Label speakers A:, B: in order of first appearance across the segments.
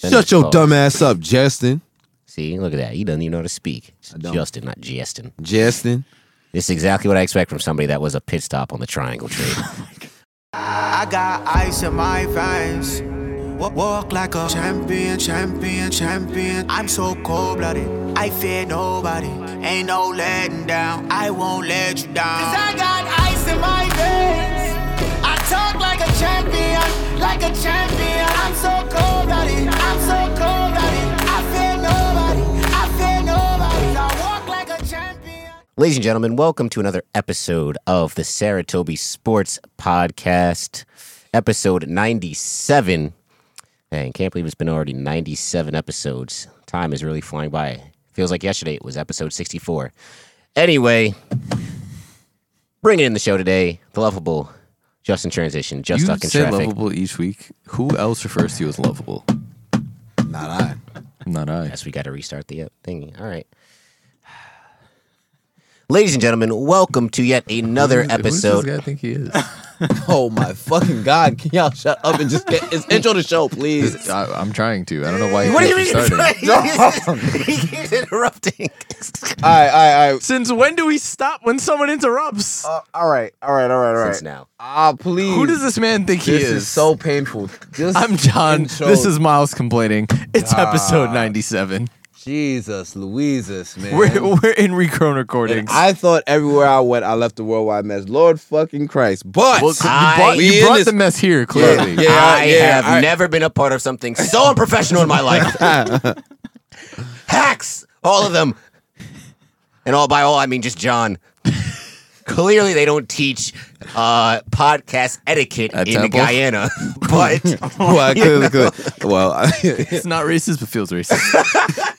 A: Then
B: Shut
A: it's
B: your
A: called-
B: dumb ass up, Justin.
A: See, look at that. He doesn't even know how to speak. It's
B: don't.
A: Justin, not Justin.
B: Justin.
A: This is exactly what I expect from somebody that was a pit stop on the triangle trade.
C: I got ice in my veins. Wa- Walk like a champion, champion, champion. I'm so cold blooded. I fear nobody. Ain't no letting down. I won't let you down. Cause I got ice in my veins. I talk like a champion, like a champion. I'm so cold blooded. I'm so cold blooded. I fear nobody. I fear nobody. I walk like a champion.
A: Ladies and gentlemen, welcome to another episode of the Saratobi Sports Podcast, episode 97. Man, can't believe it's been already 97 episodes. Time is really flying by. Feels like yesterday it was episode 64. Anyway, bringing in the show today, the lovable Just in Transition, Just
D: you
A: Stuck in
D: say
A: Traffic.
D: lovable each week. Who else refers to you as lovable?
B: Not I.
D: Not I.
A: Guess we got to restart the uh, thingy. All right. Ladies and gentlemen, welcome to yet another
D: Who does- Who does
A: episode
D: this guy think he is?
B: Oh my fucking god! Can y'all shut up and just get it's intro the show, please?
D: I, am trying to. I don't know why. he
A: What do you
D: keeps
A: mean?
D: starting.
A: he keeps- he keeps interrupting.
B: All right, all right,
E: Since when do we stop when someone interrupts?
B: Uh, all right, all right, all right, all right.
A: Since now.
B: Ah, please.
E: Who does this man think
B: This
E: he
B: is so painful. Just
E: I'm John.
B: intro-
E: This is Miles complaining. It's episode 97.
B: Jesus, Louises, man.
E: We're we're in Recron recordings.
B: I thought everywhere I went, I left the worldwide mess. Lord fucking Christ! But
D: Well,
A: I-
D: you brought, you
B: we in
D: brought
B: this-
D: the mess here, clearly.
B: Yeah,
A: I
B: yeah,
A: have
B: I-
A: never been a part of something so unprofessional in my life. Hacks, all of them, and all by all I mean just John. Clearly, they don't teach uh, podcast etiquette
D: At
A: in
D: Temple?
A: Guyana, but
B: well, clearly, clearly. well, yeah.
E: it's not racist, but feels racist.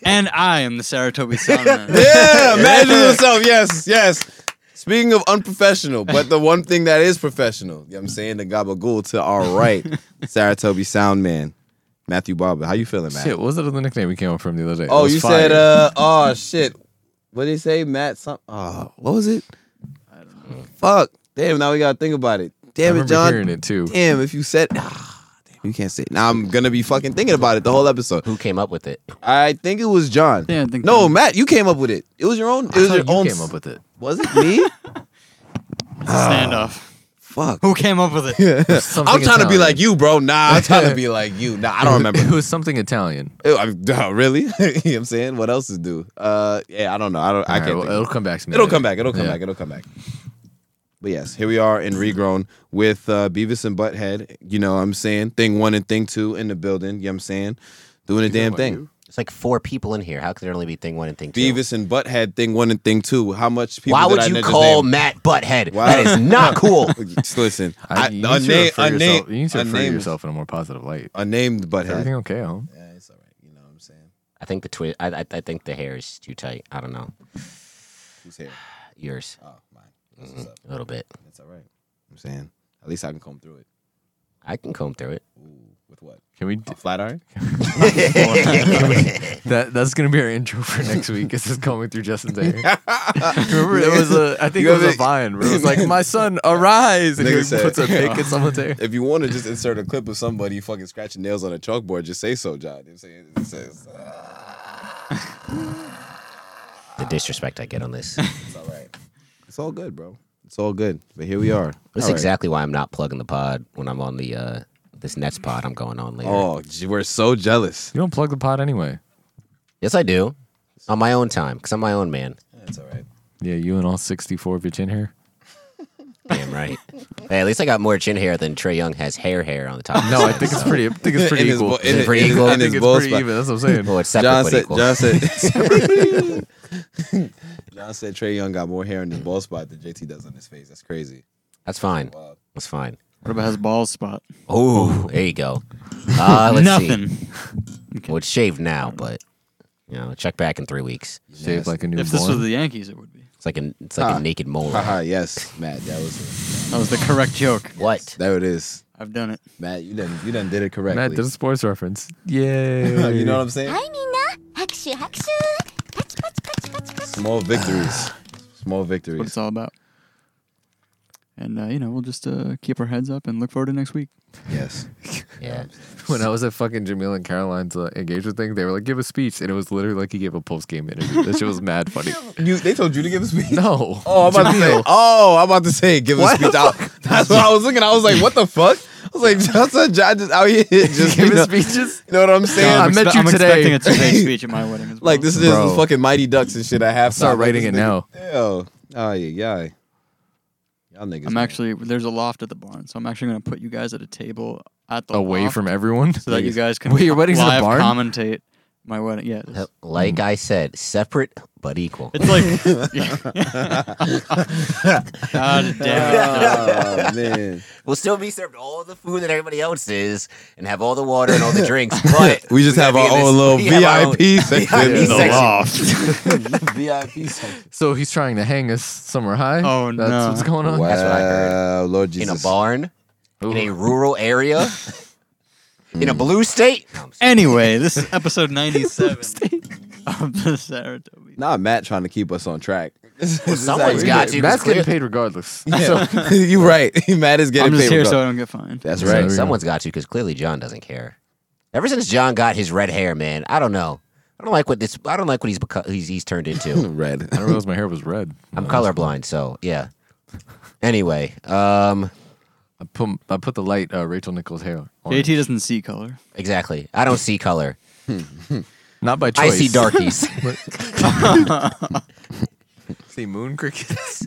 F: And I am the Saratobi Sauna.
B: Imagine yourself. Yes, yes. Speaking of unprofessional, but the one thing that is professional, you know what I'm saying the gabagool to our right, Saratobi Sound Man, Matthew Barber. How you feeling, Matt?
D: Shit, what was that other nickname we came up from the other day? It
B: oh,
D: was
B: you
D: fire.
B: said, uh, oh shit. What did he say, Matt? Some, oh, what was it? Fuck. Damn. Now we gotta think about it.
D: I
B: Damn it,
D: remember
B: John.
D: hearing it too.
B: Damn, if you said, ah, damn, you can't say. It. Now I'm gonna be fucking thinking about it the whole episode.
A: who came up with it?
B: I think it was John.
F: Yeah, I think
B: no,
F: so.
B: Matt, you came up with it. It was your own. It
D: I
B: was
D: thought
B: your
D: you
B: own.
D: came up with it.
B: was it me?
D: Ah.
F: Standoff.
B: Fuck.
F: Who came up with it?
D: Something
B: I'm trying to be
D: Italian.
B: like you, bro. Nah, I'm trying to be like you. Nah, I don't remember.
D: It was something Italian.
B: Ew, I'm- nah, really? you know what I'm saying? What else is do? Uh, yeah, I don't know. I don't. I
D: All right,
B: can't.
D: well,
B: think.
D: it'll come back to me.
B: It'll
D: later.
B: come back. It'll come
D: Yeah.
B: back. It'll come back. But yes, here we are in Regrown with uh, Beavis and Butthead. You know what I'm saying? Thing one and thing two in the building. You know what I'm saying? Doing the damn thing.
A: It's like four people in here. How could there only be thing one and thing two?
B: Beavis and Butthead, thing one and thing two. How much people
A: Why
B: did
A: would
B: I
A: you
B: just
A: call
B: name?
A: Matt Butthead?
B: Why-
A: That is not cool.
B: Just Listen,
D: I,
B: I,
D: you,
B: a
D: need to
B: name,
D: refer
B: a name,
D: yourself, you need to
B: a
D: refer to
B: name,
D: yourself in a more positive light.
B: a named
D: Is everything
B: Butthead.
D: okay, home?
B: Yeah, it's all right. You know what I'm saying?
A: I think the twi- I, I, I think the hair is too tight. I don't know
B: Who's here?
A: yours Mm,
B: Oh, mine. That's what's up.
A: a little bit.
B: That's all right. I'm saying at least I can comb through it.
A: I can comb through it.
B: Ooh, with what?
D: Can we? d-
B: A flat iron?
D: That that's gonna be our intro for next week. Is just coming through Justin's hair. Remember, it was a. I think
B: You
D: it was a
B: haven't-
D: vine. Where it was like, "My son, arise!" And he
B: Nigga said-
D: puts a pick in someone's hair.
B: If you want to just insert a clip of somebody fucking scratching nails on a chalkboard, just say so, John. You know what I'm saying? It says, uh,
A: The disrespect I get on this.
B: it's all right. It's all good, bro. It's all good. But here we are.
A: That's
B: All right.
A: exactly why I'm not plugging the pod when I'm on the uh, this Nets pod I'm going on later.
B: Oh, gee, we're so jealous.
D: You don't plug the pod anyway.
A: Yes, I do on my own time because I'm my own man.
B: That's all right.
D: Yeah, you and all sixty-four of your chin hair.
A: Damn right. hey, at least I got more chin hair than Trey Young has hair hair on the top. of
D: No,
A: his
D: I
A: head,
D: think it's
A: so-
D: pretty. I think it's pretty
B: In his
D: equal.
B: bo- in
D: I
B: his-
A: Pretty
B: in
A: equal?
B: his-
A: I
B: in
D: think
B: his
D: it's
B: ball
D: pretty
B: spot.
D: even. That's what I'm saying.
A: Well, it's separate
B: John
A: but
B: said,
A: equal.
B: John said, John said, Trey Young got more hair in his ball spot than JT does on his face. That's crazy.
A: That's fine.
B: Wow.
A: That's fine.
F: What about his ball spot?
A: Oh, there you go. Uh, let's see.
F: Nothing.
A: Well, it's shaved now, but you know, check back in three weeks.
D: Shaved like a newborn.
F: If this was the Yankees, it would be.
A: It's like an it's like
B: Huh.
A: a naked mole.
B: Haha, Ah, yes, Matt. That was
F: That was the correct joke.
A: what?
B: there. It is,
F: I've done it.
B: Matt. You done you done did it correctly.
D: Matt did a sports reference. Yeah,
B: you know what I'm saying?
G: はい、みんな、拍手拍手パチパチパチパチパチ
B: Small victories. Small
F: That's what it's
B: victories.
F: all about. And, uh, you know, we'll just uh, keep our heads up and look forward to next week.
B: Yes.
A: Yeah.
D: when I was at fucking Jamil and Caroline's uh, engagement thing, they were like, give a speech. And it was literally like he gave a post game interview. That shit was mad funny.
B: You, they told you to give a speech.
D: No.
B: Oh, I'm about to say. Oh, I'm about to say. Give a speech out. That's what I was looking. at. I was like, what the fuck? I was like, Johnson John just out here just
D: Give
B: you know,
D: his speeches.
B: You know what I'm saying?
D: I
F: I'm
D: met
F: expe-
D: you
F: I'm
D: today.
F: expecting a two-page speech at my wedding. As well.
B: like this is
D: Bro.
B: the fucking Mighty Ducks and shit. I have
D: Start writing it now.
B: Yo, oh yeah, yeah. Y'all niggas.
F: I'm
B: man.
F: actually there's a loft at the barn, so I'm actually going to put you guys at a table at the
D: Away
F: loft
D: from everyone.
F: so that you guys can
D: Wait, your wedding's in a
F: live
D: barn?
F: commentate my wedding. Yeah, it's,
A: Like I said, separate but equal.
F: it's like God damn it.
B: Oh man,
A: We'll still be served all the food that everybody else is and have all the water and all the drinks, but
B: we just have
A: gotta be
B: our
A: in
B: own
A: this-
B: little
A: we have our own-
B: VIP section.
A: VIP section.
B: VIP section.
D: So he's trying to hang us somewhere high.
F: Oh,
D: That's
F: no.
D: what's going on.
A: what I
B: Wow,
A: heard.
B: Lord
A: in
B: Jesus.
A: a barn, in a
D: Ooh.
A: rural area, in a blue state. Hmm. No, I'm just-
F: Anyway, this is episode 97 of the Saratobi.
B: Nah, Matt trying to keep us on track.
A: someone's got to.
D: Matt's getting
A: Clear-
D: paid regardless.
B: So, you right. Matt is
F: I'm
B: getting
F: just
B: paid.
F: here
B: bro.
F: so I don't get fined.
B: That's
D: Sorry.
B: right.
A: Someone's got to because clearly John doesn't care. Ever since John got his red hair, man, I don't know. I don't like what this. I don't like what he's beco- he's, he's turned into.
B: Red.
D: I don't realize my hair was red.
A: I'm colorblind, so yeah. Anyway, um,
D: I put I put the light uh, Rachel Nichols hair on.
F: JT doesn't see color.
A: exactly. I don't see color.
D: Not by
A: I
D: choice.
A: see darkies.
D: See moon crickets.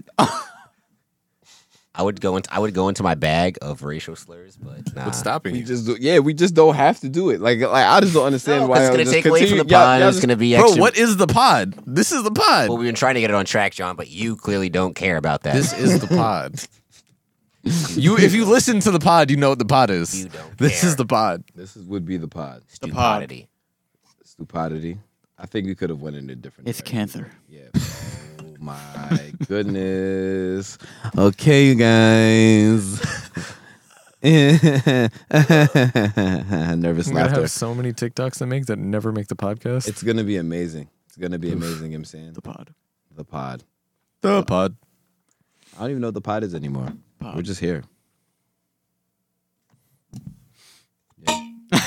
A: I would go into I would go into my bag of racial slurs, but nah.
D: What's stopping
B: We
D: you?
B: just do, yeah, we just don't have to do it. Like, like I just don't understand
A: No,
B: why.
A: it's
B: I'm
A: gonna
B: just
A: take away from the
B: continue- y'all-
A: pod.
B: y'all
A: It's
B: just-
A: gonna be
E: Bro,
A: extra.
E: what is the pod? This is the pod.
A: Well, we've been trying to get it on track, John, but you clearly don't care about that.
D: This is the pod. you if you listen to the pod, you know what the pod is.
A: You don't
E: this
A: care.
E: is the pod.
B: This is, would be the pod.
A: stupidity.
B: Stupidity. I think we could have went in a different.
F: It's
B: direction.
F: Canther.
B: Yeah. Oh my goodness. Okay, you guys. Nervous
D: I'm gonna
B: laughter.
D: have so many TikToks I make that never make the podcast.
B: It's gonna be amazing. It's gonna be amazing. I'm saying
F: The pod.
B: the pod.
D: the pod.
B: I don't even know what the pod is anymore.
F: Pod.
B: We're just here. Yeah.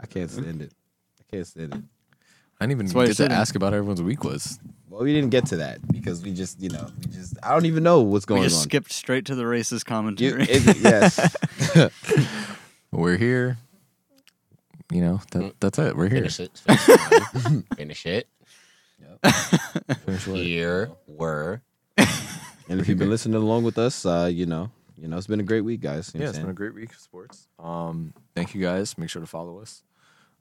B: I can't stand it. I can't stand it.
D: I didn't even
F: why
D: get
F: you're
D: to
F: sitting.
D: ask about how everyone's week was.
B: Well, we didn't get to that because we just, you know, we just, I don't even know what's going
F: We just
B: on.
F: skipped straight to the racist
B: You-
F: commentary.
B: it- yes.
D: We're here. You know, that, that's it. We're here.
A: Mm. Finish it. Finish it. Finish it. Here were
B: and if you've been listening along with us, uh, you know, you know, it's been a great week, guys. You know
D: Yeah,
B: what
D: it's
B: I'm
D: been a great week of sports. Um, thank you guys. Make sure to follow us.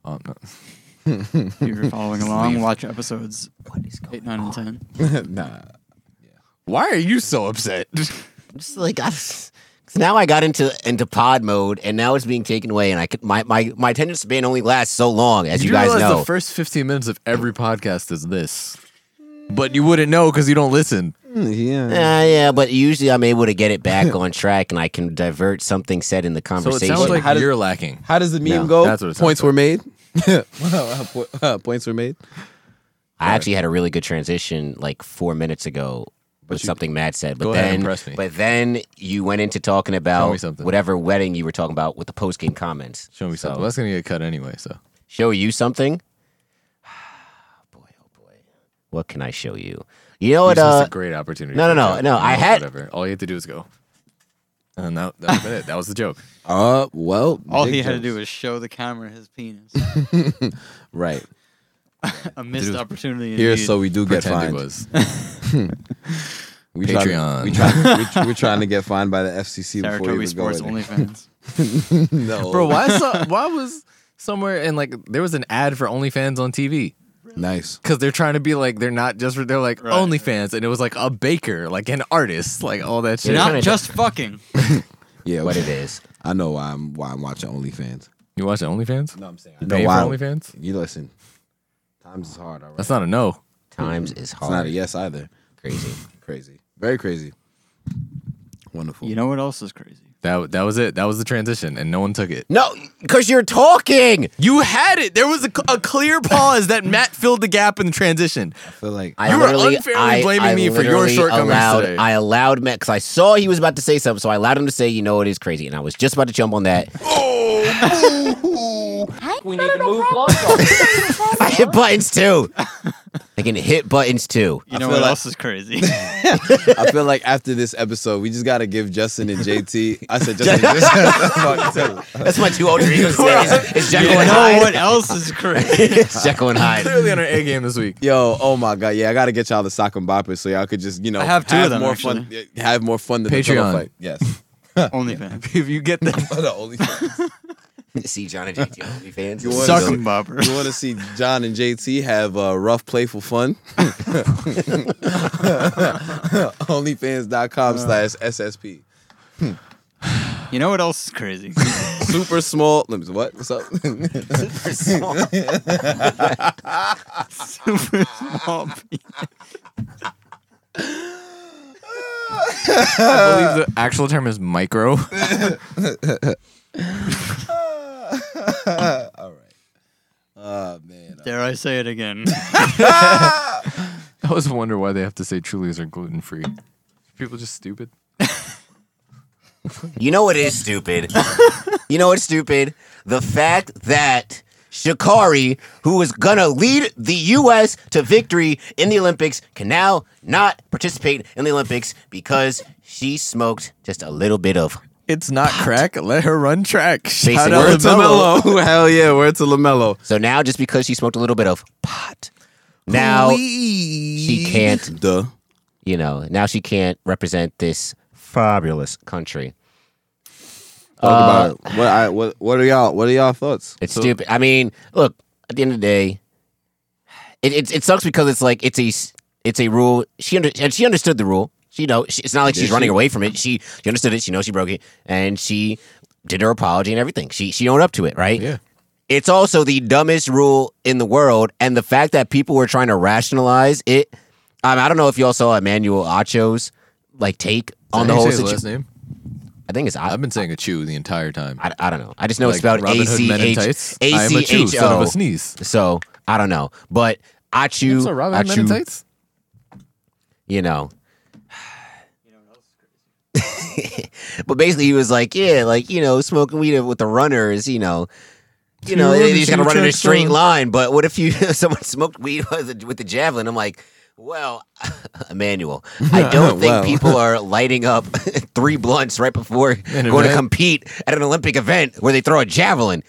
D: Um, no.
F: if you're following along, watch episodes
A: what is going
F: 8, 9, and 10.
B: saying? nah.
E: Why are you so upset?
A: I'm just like I just, 'cause now I got into into pod mode and now it's being taken away and I could, my my my attention span only lasts so long as you,
D: you
A: guys
D: realize
A: know.
D: the first 15 minutes of every podcast is this, but you wouldn't know because you don't listen.
B: Mm, Yeah.
A: yeah, yeah, but usually I'm able to get it back on track and I can divert something said in the
D: So it
A: conversation.
D: sounds like
B: How does-
D: you're lacking.
B: How does the meme
A: No,
B: go?
D: that's what it sounds
B: Points
D: like.
B: were made. Po- uh, Points were made.
A: I actually had a really good transition like four minutes ago with something Matt said, but
D: Go
A: then
D: ahead, impress me.
A: but then you went into talking about
D: something.
A: whatever wedding you were talking about with the post game comments.
D: Show me
A: So,
D: something. That's gonna get cut anyway. So
A: Show you something. boy, oh boy, what can I show you? You know what?
D: This is
A: Uh,
D: a great opportunity.
A: no,
D: for
A: no,
D: a
A: no,
D: joke.
A: no, I had-
D: whatever. All you have to do is go. And that, that's been it. That was the joke.
B: Uh, well,
F: All
B: big
F: he had to
B: jokes.
F: do was show the camera his penis.
B: right
F: A missed opportunity.
B: here,
F: indeed.
B: so we do get
D: Pretend it
B: fined.
D: was.
B: We try to-
D: Patreon.
B: we try, we, are trying to get fined by the FCC before
F: Saratobi
B: we go
F: Sports
B: in.
F: OnlyFans.
B: no,
D: Bro, why? So, why was somewhere and like there was an ad for OnlyFans on TV?
B: Nice.
D: Because they're trying to be like they're not just they're like
F: Right.
D: OnlyFans, and it was like a baker, like an artist, like all that shit.
A: Yeah.
F: Not just fucking.
B: Yeah,
A: what it is?
B: I know why I'm why I'm watching OnlyFans.
D: You watch OnlyFans?
B: I'm saying.
D: Pay for OnlyFans?
B: You listen. Times is hard. All right.
D: That's not a no.
A: Times is
B: It's not
A: hard.
B: a yes either.
A: Crazy.
B: Crazy. Very crazy. Wonderful.
F: You know what else is crazy?
D: That that was it. That was the transition, and no one took it.
A: No, because you're talking.
E: You had it. There was a, a clear pause that Matt filled the gap in the transition.
B: feel like
A: I
E: You were
A: literally-
E: unfairly blaming me for your
A: literally
E: shortcomings
A: allowed-
E: today.
A: I allowed Matt because I saw he was about to say something, so I allowed him to say, "You know, it is crazy," and I was just about to jump on that.
G: We need to move closer.
A: I hit buttons too. I can hit buttons too.
F: You
B: feel
F: know what
B: like-
F: else is crazy?
B: I feel like after this episode, we just gotta give Justin and JT. I said Justin. Justin
A: That's my two alter egos. today. It's, it's
F: you
A: Jekyll and
F: know
A: Hyde.
F: what else is crazy?
A: It's Jekyll and Hyde.
D: Clearly on our A game this week.
B: Yo, oh my god, yeah, I gotta get y'all the sock and boppers so y'all could just you know
F: I have two of them,
B: more fun. Have more fun than the pillow
D: Patreon.
B: fight. Yes.
F: OnlyFans.
D: If you get that,
B: the only
A: See John and JT on fans.
B: You want-
F: Suck
B: though.
F: 'em, Bopper.
B: You want to see John and JT have uh, rough, playful fun? OnlyFans.com slash SSP.
F: You know what else is crazy?
B: Super small. Let me, what? What's up?
F: Super small penis.
E: Uh,
D: I believe the actual term is micro.
B: oh, man.
F: Dare I say it again?
D: I always wonder why they have to say Trulies are gluten free. People just stupid.
A: You know what is stupid? you know what's stupid? The fact that Shikari, who was gonna lead the U.S. to victory in the Olympics, can now not participate in the Olympics because she smoked just a little bit of.
E: It's not crack. Let her run track.
A: Basic
E: Shout out
A: word
B: Word
E: to
B: to
E: Mello.
B: LaMelo. Hell yeah, word to LaMelo.
A: So now, just because she smoked a little bit of pot, now she can't.
B: Duh.
A: You know, now she can't represent this fabulous country. Uh,
B: Talk about it. what, I, what, what are y'all What are y'all thoughts?
A: It's stupid. I mean, look. At the end of the day, it it, it sucks because it's like it's a s- it's a rule. She under, and she understood the rule. She you know she, it's not like she's running away from it. She she understood it. She knows she broke it, and she did her apology and everything. She she owned up to it, right? Yeah. It's also the dumbest rule in the world, and the fact that people were trying to rationalize it. Um, I don't know if y'all saw Emmanuel Acho's like take on the whole situation.
D: name?
A: I think it's I,
D: I've been saying a chew the entire time.
A: I, I don't know. I just know it's
D: Like
A: spelled
D: Robin
A: A
D: Hood
A: C
D: Men in
A: H
D: Tights. I
A: A
D: am a
A: C
D: chew,
A: H
D: son of
A: O.
D: a sneeze.
A: So I don't know, but Achu,
D: So Robin Hood Men in
A: Achu,
D: Tights?
A: you know. but basically, he was like, "Yeah, like you know, smoking weed with the runners, you know, you know,
D: runners,
A: they just gotta
D: two
A: run in a
D: tracks
A: straight
D: on.
A: line." But what if you someone smoked weed with the, with the javelin? I'm like, well, Emmanuel, I
D: Oh,
A: don't think
B: Wow.
A: people are lighting up three blunts right before
D: An
A: going to
D: event?
A: compete at an Olympic event where they throw a javelin.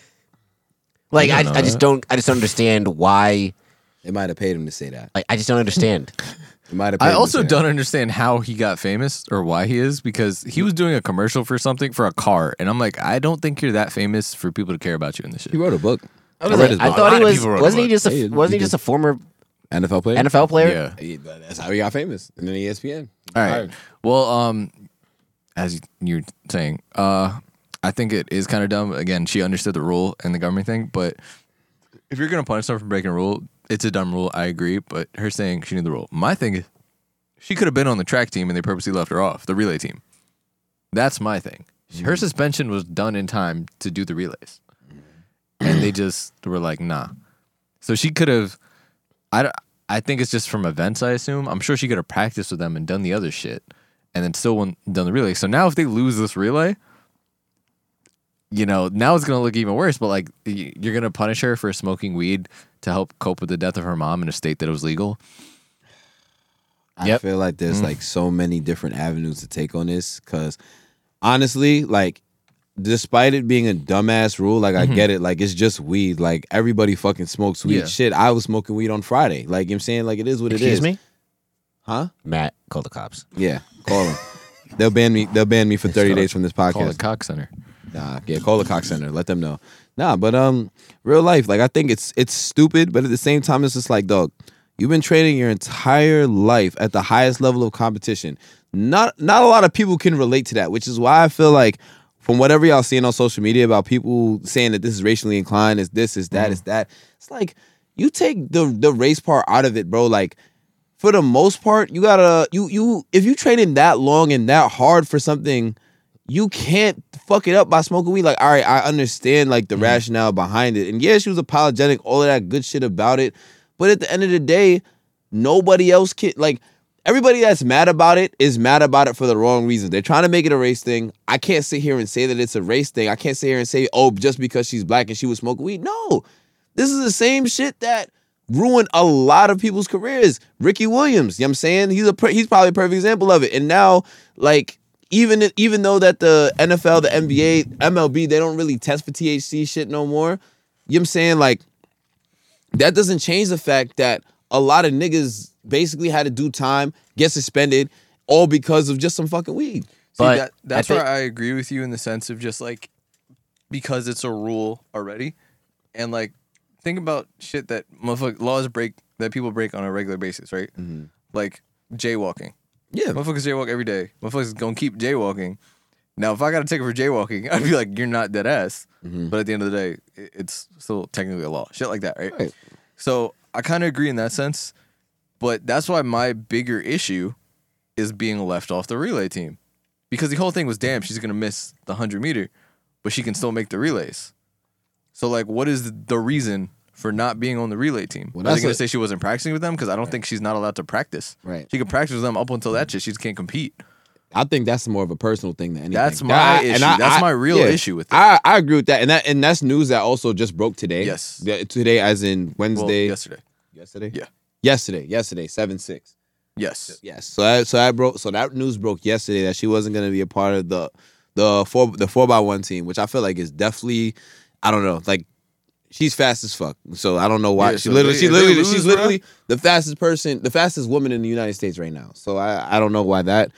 A: Like I,
D: know
A: I just
D: that.
A: don't, I just don't understand why.
B: They might have paid him to say that.
A: Like I just don't understand.
B: They might have paid
D: I
B: him to
D: also
B: say that.
D: don't understand how he got famous or why he is because he was doing a commercial for something for a car, and I'm like, I don't think you're that famous for people to care about you in this shit.
B: He wrote a book.
A: I, was like, I
B: book.
A: thought
D: A lot
A: he
D: of
A: was.
D: people wrote
A: Wasn't he
D: about it.
A: just a?
B: Yeah,
A: wasn't he
B: he
A: just a former
B: NFL player.
A: NFL player?
D: Yeah.
B: He- That's how he got famous. And then E ESPN.
D: All right. Well, um, as you're saying, uh, I think it is kind of dumb. Again, she understood the rule and the government thing, but if you're gonna punish someone for breaking a rule, it's a dumb rule. I agree, but her saying she knew the rule. My thing is, she could have been on the track team and they purposely left her off the relay team. That's my thing. Her suspension was done in time to do the relays, and they just were like, nah. So she could have. I don't- I think it's just from events. I assume. I'm sure she could have practiced with them and done the other shit, and then still won, done the relay. So now if they lose this relay, you know now it's gonna look even worse. But like y- you're gonna punish her for smoking weed to help cope with the death of her mom in a state that it was legal.
B: I
A: Yep. Mm.
B: feel like there's like so many different avenues to take on this because honestly, like, despite it being a dumbass rule, like,
A: Mm-hmm.
B: I get it. Like, it's just weed. Like, everybody fucking smokes weed.
D: Yeah.
B: Shit, I was smoking weed on Friday. Like, you know what I'm saying? Like, it is what it is.
A: Excuse me,
B: Huh?
A: Matt. Call the cops.
B: Yeah. Call them. They'll ban me. They'll ban me for thirty days from this
D: Call the
B: podcast.
D: Cox Center.
B: Nah, yeah, call the Cox Center. Let them know. Nah, but um, real life, like I think it's it's stupid, but at the same time, it's just like, dog, you've been training your entire life at the highest level of competition. Not not a lot of people can relate to that, which is why I feel like from whatever y'all seeing on social media about people saying that this is racially inclined, is this, is that, is that. It's like you take the the race part out of it, bro. Like for the most part, you gotta you you if you train in that long and that hard for something, you can't fuck it up by smoking weed. Like, all right, I understand like the rationale behind it. And yeah, she was apologetic, all of that good shit about it. But at the end of the day, nobody else can like everybody that's mad about it is mad about it for the wrong reasons. They're trying to make it a race thing. I can't sit here and say that it's a race thing. I can't sit here and say, oh, just because she's black and she was smoking weed. No. This is the same shit that ruined a lot of people's careers. Ricky Williams, you know what I'm saying? He's a per- he's probably a perfect example of it. And now, like, even even though that the NFL, the NBA, MLB, they don't really test for THC shit no more. You know what I'm saying? Like, that doesn't change the fact that a lot of niggas basically had to do time, get suspended, all because of just some fucking weed.
D: See,
A: But
D: that,
A: I
D: that's
A: think-
D: where I agree with you in the sense of just like because it's a rule already, and like think about shit that motherfuck laws break that people break on a regular basis, right?
A: Mm-hmm.
D: Like jaywalking.
B: Yeah.
D: Motherfuckers jaywalk every day. Motherfuckers gonna keep jaywalking. Now, if I got a ticket for jaywalking, I'd be like, "You're not dead ass."
B: Mm-hmm.
D: But at the end of the day, i- it's still technically a law. Shit like that, right?
B: Right.
D: So I kind of agree in that sense, but that's why my bigger issue is being left off the relay team because the whole thing was damn she's gonna miss the 100 meter but she can still make the relays so like what is the reason for not being on the relay team
B: Well,
D: are
B: that's
D: they gonna
B: a-
D: say she wasn't practicing with them because i don't think she's not allowed to practice
B: Right.
D: she can practice with them up until that shit she just can't compete
B: I think that's more of a personal thing than anything.
D: That's my
B: That-
D: issue. That's my real issue with it.
B: I, I agree with that, and that and that's news that also just broke today.
D: Yes.
B: Yeah, today as in Wednesday.
D: well, yesterday
B: yesterday.
D: Yeah.
B: yesterday, yesterday, seven six.
D: yes
B: Yes. So that so that broke so that news broke yesterday that she wasn't gonna be a part of the the four the four by one team, which I feel like is definitely I don't know, like she's fast as fuck. So I don't know why
D: Yeah,
B: she
D: so
B: literally
D: they-
B: she
D: if they
B: literally
D: lose,
B: she's
D: bro.
B: literally the fastest person the fastest woman in the United States right now. So I, I don't know why that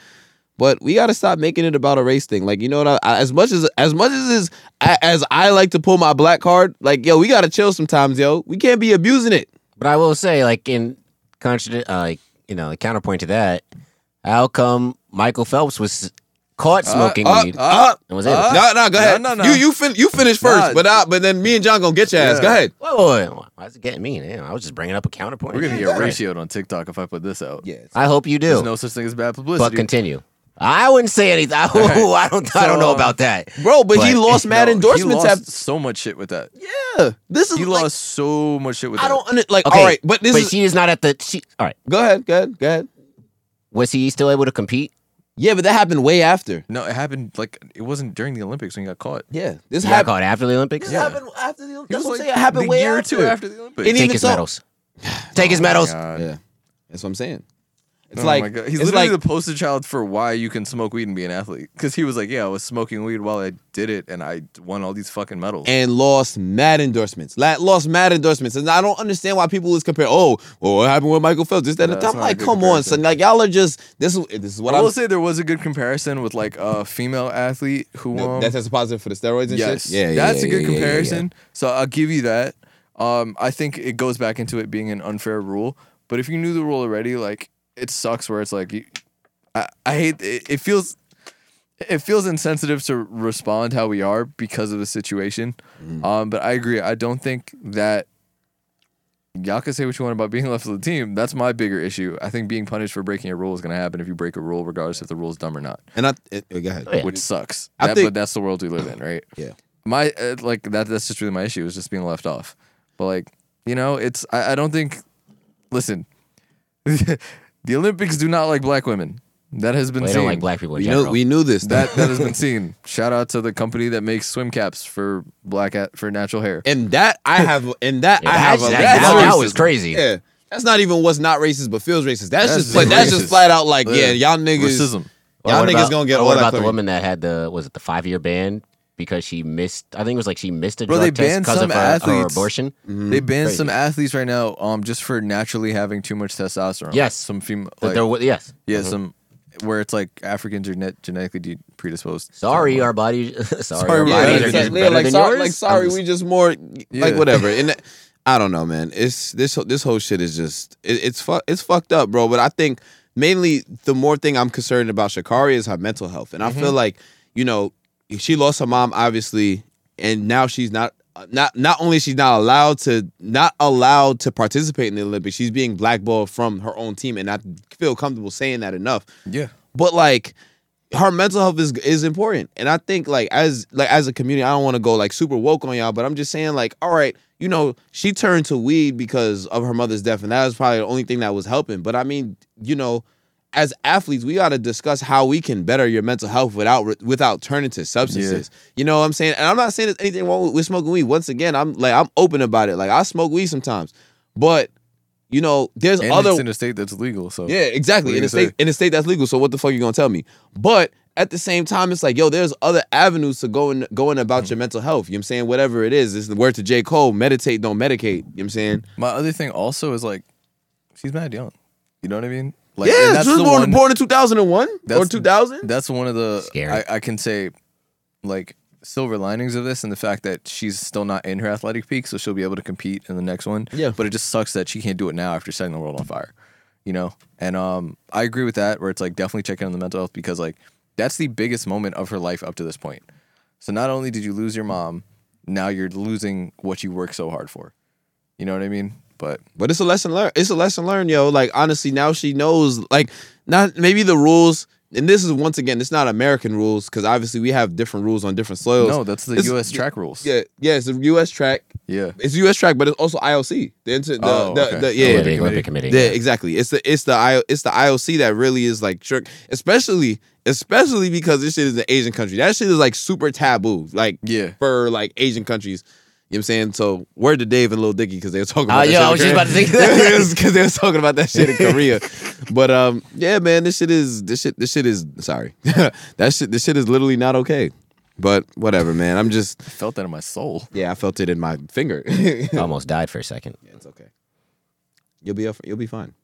B: but we gotta stop making it about a race thing. Like you know what? I, I- as much as as much as is, as I like to pull my black card, like yo, we gotta chill sometimes, yo. We can't be abusing it.
A: But I will say, like in contra- uh, like, you know, counterpoint to that, how come Michael Phelps was caught smoking
B: uh,
A: weed
B: uh,
A: and was able?
D: uh,
B: No, no, go
D: No,
B: ahead.
D: no, no.
B: You you fin- you finish first,
D: Nah.
B: but I, but then me and John gonna get your ass.
D: Yeah.
B: Go ahead.
A: whoa, whoa, whoa, why is it getting mean? Damn, I was just bringing up a counterpoint.
D: we're gonna
A: Yeah.
D: get ratioed on tiktok if i put this out
B: Yeah.
A: I hope you do,
D: there's no such thing as bad
A: but
D: publicity
A: continue. I wouldn't say anything. I don't. I don't
D: So,
A: know
D: um,
A: about that.
B: Bro, but, he
A: But-
B: lost
D: No,
B: mad endorsements.
D: he lost
B: after-
D: so much shit with that
B: yeah, this is
D: he
B: like,
D: lost so much shit with
B: I
D: that
B: don't under, like.
A: Okay,
B: All right, but this
A: but
B: is.
A: she is not at the. She, all right.
B: go ahead, go ahead, go ahead.
A: Was he still able to compete?
B: Yeah, but that happened way after.
D: no it happened like it wasn't during the olympics when he got caught
B: Yeah, this
A: He got
B: happened.
A: caught after the Olympics.
B: This
D: Yeah.
B: happened after the.
D: He
B: That's
D: was
B: what I'm
D: like
B: saying. It happened
D: the
B: way
D: year or
B: after.
D: two after the Olympics.
B: And
A: Take
B: even
A: his
B: so-
A: medals. Take
B: Oh
A: his medals.
D: Oh God.
B: Yeah, that's what I'm saying. It's
D: Oh
B: like
D: my God. he's
B: it's
D: literally
B: like,
D: the poster child for why you can smoke weed and be an athlete. Because he was like, "Yeah, I was smoking weed while I did it, and I won all these fucking medals."
B: and lost mad endorsements. La- lost mad endorsements. And I don't understand why people is compare, oh, well, what happened with Michael Phelps? This, that,
D: No,
B: and that.
D: that's
B: I'm
D: not a
B: like,
D: good
B: come on,
D: comparison.
B: son. Like, y'all are just, this is, this is what
D: I
B: I'm
D: will say there was a good comparison with like a female athlete who
B: No,
D: um,
B: that's as positive for the steroids and
D: yes,
B: shit. Yeah,
D: that's a good comparison. So I'll give you that. Um, I think it goes back into it being an unfair rule. But if you knew the rule already, like it sucks where it's like, you, I, I hate it, it feels. It feels insensitive to respond how we are because of the situation.
B: Mm.
D: Um, but I agree. I don't think that y'all can say what you want about being left of the team. That's my bigger issue. I think being punished for breaking a rule is going to happen if you break a rule, regardless if the rule's dumb or not
B: And I, it, it- go ahead.
A: Yeah.
D: which sucks.
B: I
D: That-
B: think-
D: but that's the world we live in, right?
B: Yeah.
D: My uh, like that. That's just really my issue is just being left off. But like you know, it's I, I don't think. Listen, the Olympics do not like black women. That has been
A: They
D: seen.
A: don't like black people in
B: We
A: general.
B: knew, we knew this.
D: that
B: That,
D: that has been seen. Shout out to the company that makes swim caps for black at, for natural hair.
B: and that I have, and that
A: Yeah,
B: I have.
A: that,
B: a,
A: that-
B: that's
A: that- that
B: racist.
A: was crazy.
B: Yeah. That's not even what's not racist, but feels racist. That's,
D: That's
B: just, but
D: just
B: that's
D: racist.
B: just flat out like, yeah, y'all niggas.
D: racism.
A: Or
B: Y'all
A: what
B: niggas
A: about-
B: gonna get
A: or
B: all
A: What
B: that
A: about the
B: clean.
A: woman that had the was it the five year ban because she missed? I think it was like she missed a
D: Bro,
A: drug
D: they
A: test
D: banned
A: because
D: some
A: of her, her
D: athletes.
A: abortion.
B: mm-hmm.
D: They ban some athletes right now, um, just for naturally having too much testosterone.
A: Yes.
D: some female.
A: But there wa- yes.
D: Yeah, some where it's like Africans are net genetically de- predisposed. to
A: Sorry,
D: hormone.
A: our bodies. sorry, our
D: we're
B: Yeah,
A: bodies
D: better
A: are
B: like,
D: than-
A: just
B: yeah,
A: better
B: like,
A: than
B: sorry,
A: yours.
B: like, sorry, we just more
D: Yeah.
B: like whatever. And that- I don't know, man. It's this whole- this whole shit is just it, it's fu- it's fucked up, bro. But I think mainly the more thing I'm concerned about Shakari is her mental health, and
A: Mm-hmm.
B: I feel like you know she lost her mom obviously, and now she's not. Not not only she's not allowed to not allowed to participate in the Olympics, she's being blackballed from her own team, and I feel comfortable saying that enough.
D: Yeah.
B: But like, her mental health is is important, and I think like as like as a community, I don't want to go like super woke on y'all, but I'm just saying like, all right, you know, she turned to weed because of her mother's death, and that was probably the only thing that was helping. But I mean, you know, as athletes, we got to discuss how we can better your mental health without without turning to substances. You know what I'm saying? And I'm not saying there's anything wrong with, with smoking weed. Once again, I'm like I'm open about it. Like I smoke weed sometimes, but you know, there's
D: And
B: other
D: it's in a state that's legal, so
B: yeah, exactly.
D: What
B: In
D: you
B: a state
D: say?
B: in a state that's legal. So what the fuck you gonna tell me? But at the same time, it's like, yo, there's other avenues to going going about your mental health. You know what I'm saying? Whatever it is, it's the word to J. Cole, meditate, don't medicate. You know what I'm saying?
D: My other thing also is like, she's mad young. You know what I mean? Like, and
B: yeah, she was born, born in 2001 or
D: That's-
B: 2000.
D: That's one of the
A: Scary.
D: I, I can say, like silver linings of this, and the fact that she's still not in her athletic peak, so she'll be able to compete in the next one.
B: Yeah.
D: but it just sucks that she can't do it now after setting the world on fire. You know, and um, I agree with that. Where it's like definitely check in on the mental health because like that's the biggest moment of her life up to this point. So not only did you lose your mom, now you're losing what you worked so hard for. You know what I mean? But
B: But it's a lesson learned. It's a lesson learned, yo. Like honestly, now she knows. Like not maybe the rules. And this is once again, it's not American rules because obviously we have different rules on different soils.
D: no, that's the
B: It's-
D: U.S. track rules.
B: yeah, yeah. It's the U.S. track.
D: yeah.
B: It's U.S. track, but it's also IOC. The, inter, the,
D: Oh,
B: the,
D: okay.
B: the- yeah,
A: Olympic, Olympic committee.
B: Yeah, exactly. It's the it's the I, it's the IOC that really is like trick, especially especially because this shit is an Asian country. That shit is like super taboo, like
D: Yeah.
B: for like Asian countries. You know what I'm saying? So word to Dave and Lil Dicky because they were talking
A: Ah,
B: about that
A: yo, I
B: shit in
A: was just
B: Korea.
A: about to think
B: It was 'cause they were talking about that shit in Korea. but um, yeah, man, this shit is this shit this shit is sorry. that shit this shit is literally not okay. But whatever, man. I'm just
D: I felt that in my soul.
B: yeah, I felt it in my finger.
A: Almost died for a second.
B: It's okay. You'll be up, you'll be fine.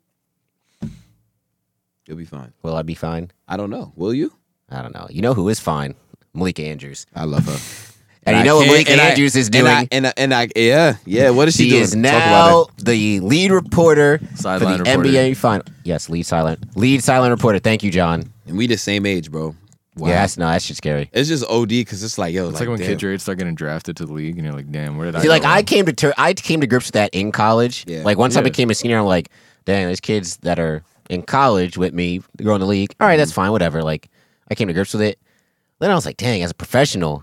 B: You'll be fine.
A: Will I be fine?
B: I don't know. Will you?
A: I don't know. You know who is fine? Malika Andrews.
B: I love her.
A: And, you know what Malika Andrews is doing?
B: And I, and I, and I- yeah, yeah. What is she,
A: she
B: doing?
A: is
B: Talk
A: now
B: about
A: the lead reporter
D: Sideline
A: for the
D: reporter.
A: NBA final. Yes, lead silent, lead silent reporter. Thank you, John.
B: that. And we the same age, bro. Wow.
A: Yeah, that's no, that's just scary.
B: It's just OD because it's like yo,
D: It's
B: like,
D: like, when
B: damn.
D: kids your age start getting drafted to the league, and you're like, "Damn, where did I?"
A: See,
D: go
A: like I
D: wrong?
A: came to ter- I came to grips with that in college.
B: Yeah.
A: Like once I
D: Yeah.
A: became a senior, I'm like, dang, there's kids that are in college with me growing the league. All right, that's
B: Mm-hmm.
A: fine, whatever. Like I came to grips with it. Then I was like, dang, as a professional,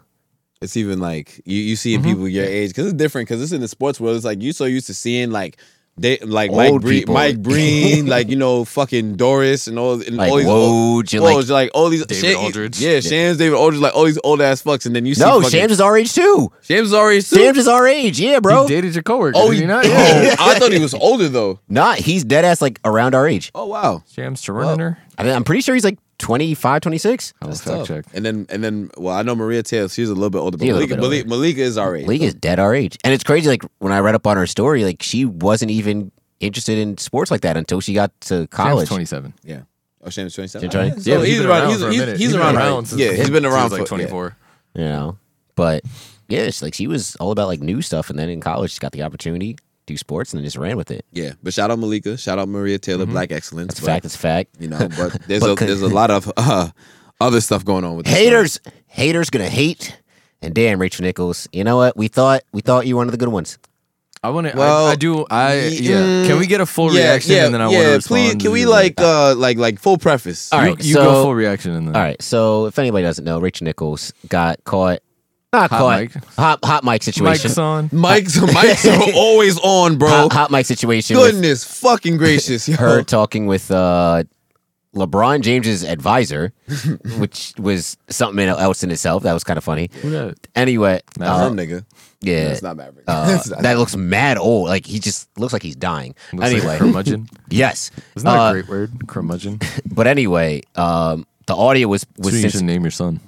B: It's even like you you seeing
D: Mm-hmm.
B: people your age because it's different because it's in the sports world. It's like you so used to seeing like. They like Mike
A: Old
B: Breen,
A: people.
B: Mike Breen, like you know, fucking Doris, and all, and
A: like
B: all these old-
A: Woj, and
B: Whoa,
A: like
B: it's like all these
D: David Aldridge.
B: Yeah, Shams, David Aldridge, like all these old ass fucks, and then you see
A: no,
B: fucking-
A: Shams is our age too.
B: Shams is already sued.
A: Shams is our age, yeah, bro.
D: You dated your coworker.
B: oh,
D: did you
B: he,
D: not?
B: oh, I thought he was older though.
A: Not he's dead ass like around our age.
B: Oh wow,
D: Shams Chariner.
A: I mean, I'm pretty sure he's like 25, 26.
D: I was
B: Tough.
D: fact check.
B: And then and then, well, I know Maria Taylor. She's a little bit older, but
A: She's a little
B: Malika,
A: bit older.
B: Malika, Malika is our age.
A: League is dead our age. And it's crazy, like when I read up on her story, like she wasn't even interested in sports like that until she got to
D: Shams
A: college.
D: 27.
B: Yeah. Oh, Shams twenty seven.
A: Shams 20?
B: so he's,
D: been
B: around. He's,
D: for a
B: he's,
D: minute.
B: he's
D: been
B: around.
D: since-
B: yeah, he's been
D: since,
B: around
D: like
B: for- yeah.
D: 24.
A: You know? But yeah, it's like she was all about like new stuff and then in college she got the opportunity to do sports and then just ran with it.
B: Yeah. but shout out Malika. Shout out Maria Taylor. Black excellence.
A: It's a
B: but,
A: Mm-hmm. fact, it's a fact.
B: You know, but there's
A: But
B: a
A: could-
B: there's a lot of uh, other stuff going on with this story.
A: Haters. Haters gonna hate. And damn, Rachel Nichols. You know what? We thought we thought you were one of the good ones.
D: I want to.
B: Well,
D: I, I do. I
B: y-
D: yeah.
B: mm,
D: Can we get a full reaction and then I want to respond?
B: Please, can we
D: You-
B: like uh like like full preface?
A: All
D: You,
A: right,
D: you
A: so-
D: go full reaction and then.
A: All right, so if anybody doesn't know, Rachel Nichols got caught not
D: Hot
A: caught
D: mic.
A: hot hot mic situation.
D: Mike's on.
B: Mike's Mike's are always on, bro.
A: Hot, hot mic situation with
B: Goodness fucking gracious, yo.
D: Oh.
A: her talking with uh, LeBron James's advisor, which was something else in itself. That was kind of funny. Anyway,
B: That's
A: uh,
B: him, nigga.
A: yeah,
B: That's not Maverick.
A: uh,
B: That's not-
A: that looks mad old. Like he just looks like he's dying.
D: Looks like
A: anyway,
D: curmudgeon.
A: yes,
D: Isn't that
A: Uh,
D: a great word? Curmudgeon.
A: but anyway, um, the audio was was
D: so you
A: since-
D: should name your son.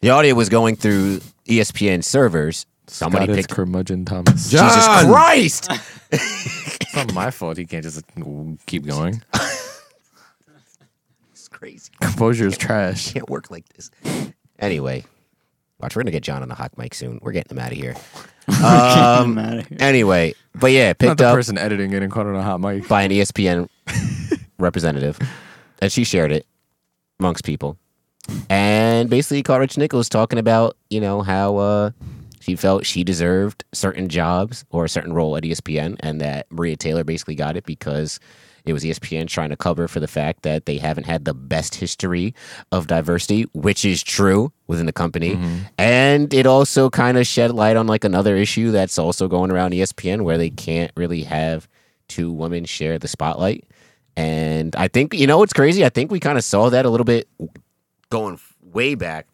A: the audio was going through E ESPN servers. Somebody
D: God, it's
A: picked.
D: curmudgeon
A: Jesus
D: Thomas.
B: John!
A: Christ!
D: It's not my fault. He can't just keep going.
A: it's crazy.
D: Composure is trash.
A: can't work like this. Anyway, watch. We're gonna get John on the hot mic soon. We're getting him out of here.
F: Um, out of here.
A: Anyway, but yeah,
D: Not
A: picked
D: the
A: up
D: person editing getting caught on a hot mic.
A: by an E ESPN representative, and she shared it amongst people, and basically caught Rich Nichols talking about you know how uh, she felt she E deserved certain jobs or a certain role at ESPN, and that Maria Taylor basically got it because It was E ESPN trying to cover for the fact that they haven't had the best history of diversity, which is true within the company. And it also kind of shed light on like another issue that's also going around E ESPN where they can't really have two women share the spotlight. And I think, you know, what's crazy. I think we kind of saw that a little bit going way back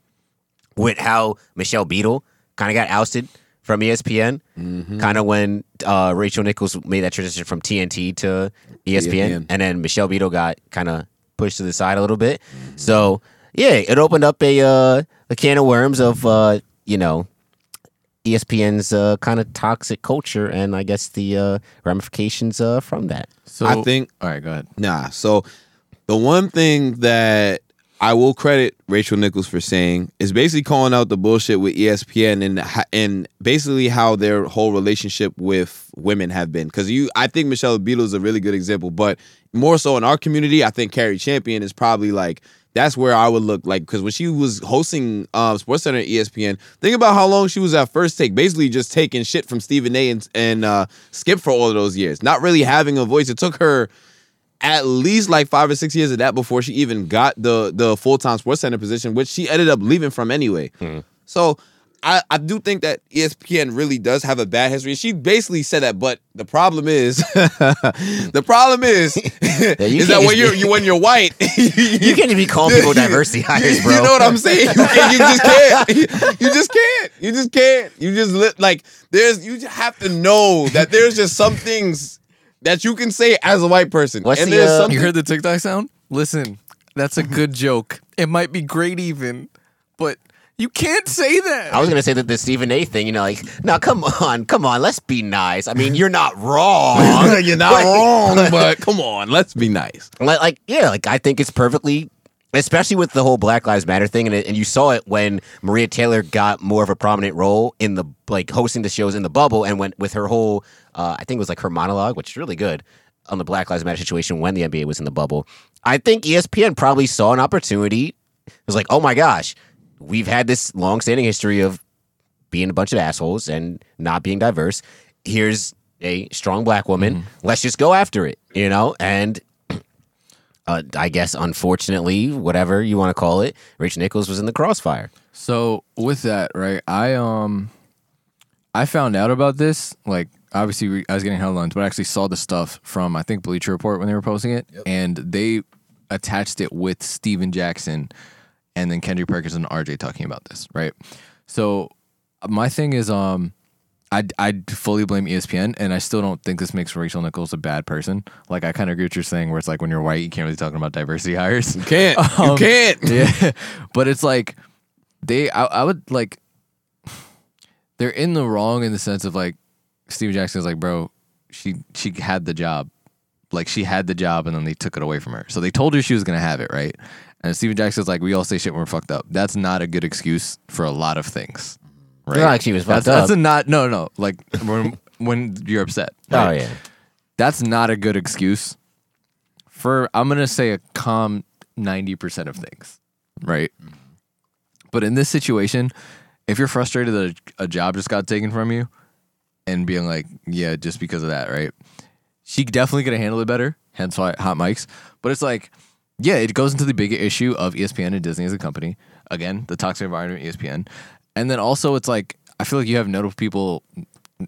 A: with how Michelle Beadle kind of got ousted from E ESPN,
B: Mm-hmm.
A: kind of when uh, Rachel Nichols made that transition from TNT to E ESPN,
B: ESPN.
A: and then Michelle Beadle got kind of pushed to the side a little bit.
B: Mm-hmm.
A: So yeah, it opened up a uh, a can of worms of uh, you know ESPN's uh, kind of toxic culture, and I guess the uh, ramifications uh, from that.
D: So
B: I think-
D: All right, go ahead.
B: Nah. So the one thing that I will credit Rachel Nichols for saying is basically calling out the bullshit with E ESPN and ho- and basically how their whole relationship with women have been. Because you, I think Michelle Beadle is a really good example, but more so in our community, I think Carrie Champion is probably like. That's where I would look like because when she was hosting um, SportsCenter and ESPN, think about how long she was at First Take, basically just taking shit from Stephen A. and, and uh, Skip for all of those years, not really having a voice. It took her at least like five or six years of that before she even got the the full time sports center position, which she ended up leaving from anyway.
A: Hmm.
B: So I, I do think that E ESPN really does have a bad history. She basically said that, but the problem is, the problem is,
A: you
B: is that
A: can't just-
B: when you're you, when you're white,
A: You can't even call people diversity hires, bro.
B: You know what I'm saying? You, can't- you just can't. You just can't. You just can't. You just li- like there's. You just have to know that there's just some things that you can say as a white person,
A: What's
B: and
A: the,
B: there's
A: uh,
B: some
D: You heard the TikTok sound? Listen, that's a good joke. It might be great even, but you can't say that.
A: I was gonna say that the Stephen A. thing, you know, like, now come on, come on, let's be nice. I mean, you're not wrong.
B: You're not wrong, but come on, let's be nice.
A: like, like, yeah, like I think it's perfectly, especially with the whole Black Lives Matter thing, and, it, and you saw it when Maria Taylor got more of a prominent role in the like hosting the shows in the bubble, and went with her whole, uh, I think it was like her monologue, which is really good on the Black Lives Matter situation when the NBA was in the bubble. I think E ESPN probably saw an opportunity. It was like, oh my gosh, we've had this long-standing history of being a bunch of assholes and not being diverse. Here's a strong black woman. Let's just go after it, you know? And uh, I guess, unfortunately, whatever you want to call it, Rachel Nichols was in the crossfire.
D: So with that, right? I um, I found out about this. Like, obviously, we, I was getting headlines, but I actually saw the stuff from I think Bleacher Report when they were posting it, and they attached it with Steven Jackson and then Kendrick Perkins and RJ talking about this, right? So my thing is, um, I I fully blame E ESPN, and I still don't think this makes Rachel Nichols a bad person. Like, I kind of agree with your saying where it's like when you're white, you can't really talk about diversity hires.
B: You can't. you
D: Um,
B: can't.
D: yeah but it's like they I, I would like they're in the wrong in the sense of like steve jackson's like bro she she had the job like she had the job and then they took it away from her so they told her she was gonna have it right and steven jackson's like we all say shit when we're fucked up that's not a good excuse for a lot of things right
A: Not like she was
D: that's,
A: fucked
D: that's a
A: up.
D: not no no like when when you're upset
A: oh
D: right?
A: yeah,
D: that's not a good excuse for I'm gonna say a calm 90% of things, right? But in this situation, if you're frustrated that a, a job just got taken from you and being like, yeah, just because of that, right? She definitely could have handled it better, hence why hot mics. But it's like, yeah, it goes into the big issue of E ESPN and Disney as a company. Again, the toxic environment, E of ESPN. And then also, it's like, I feel like you have notable people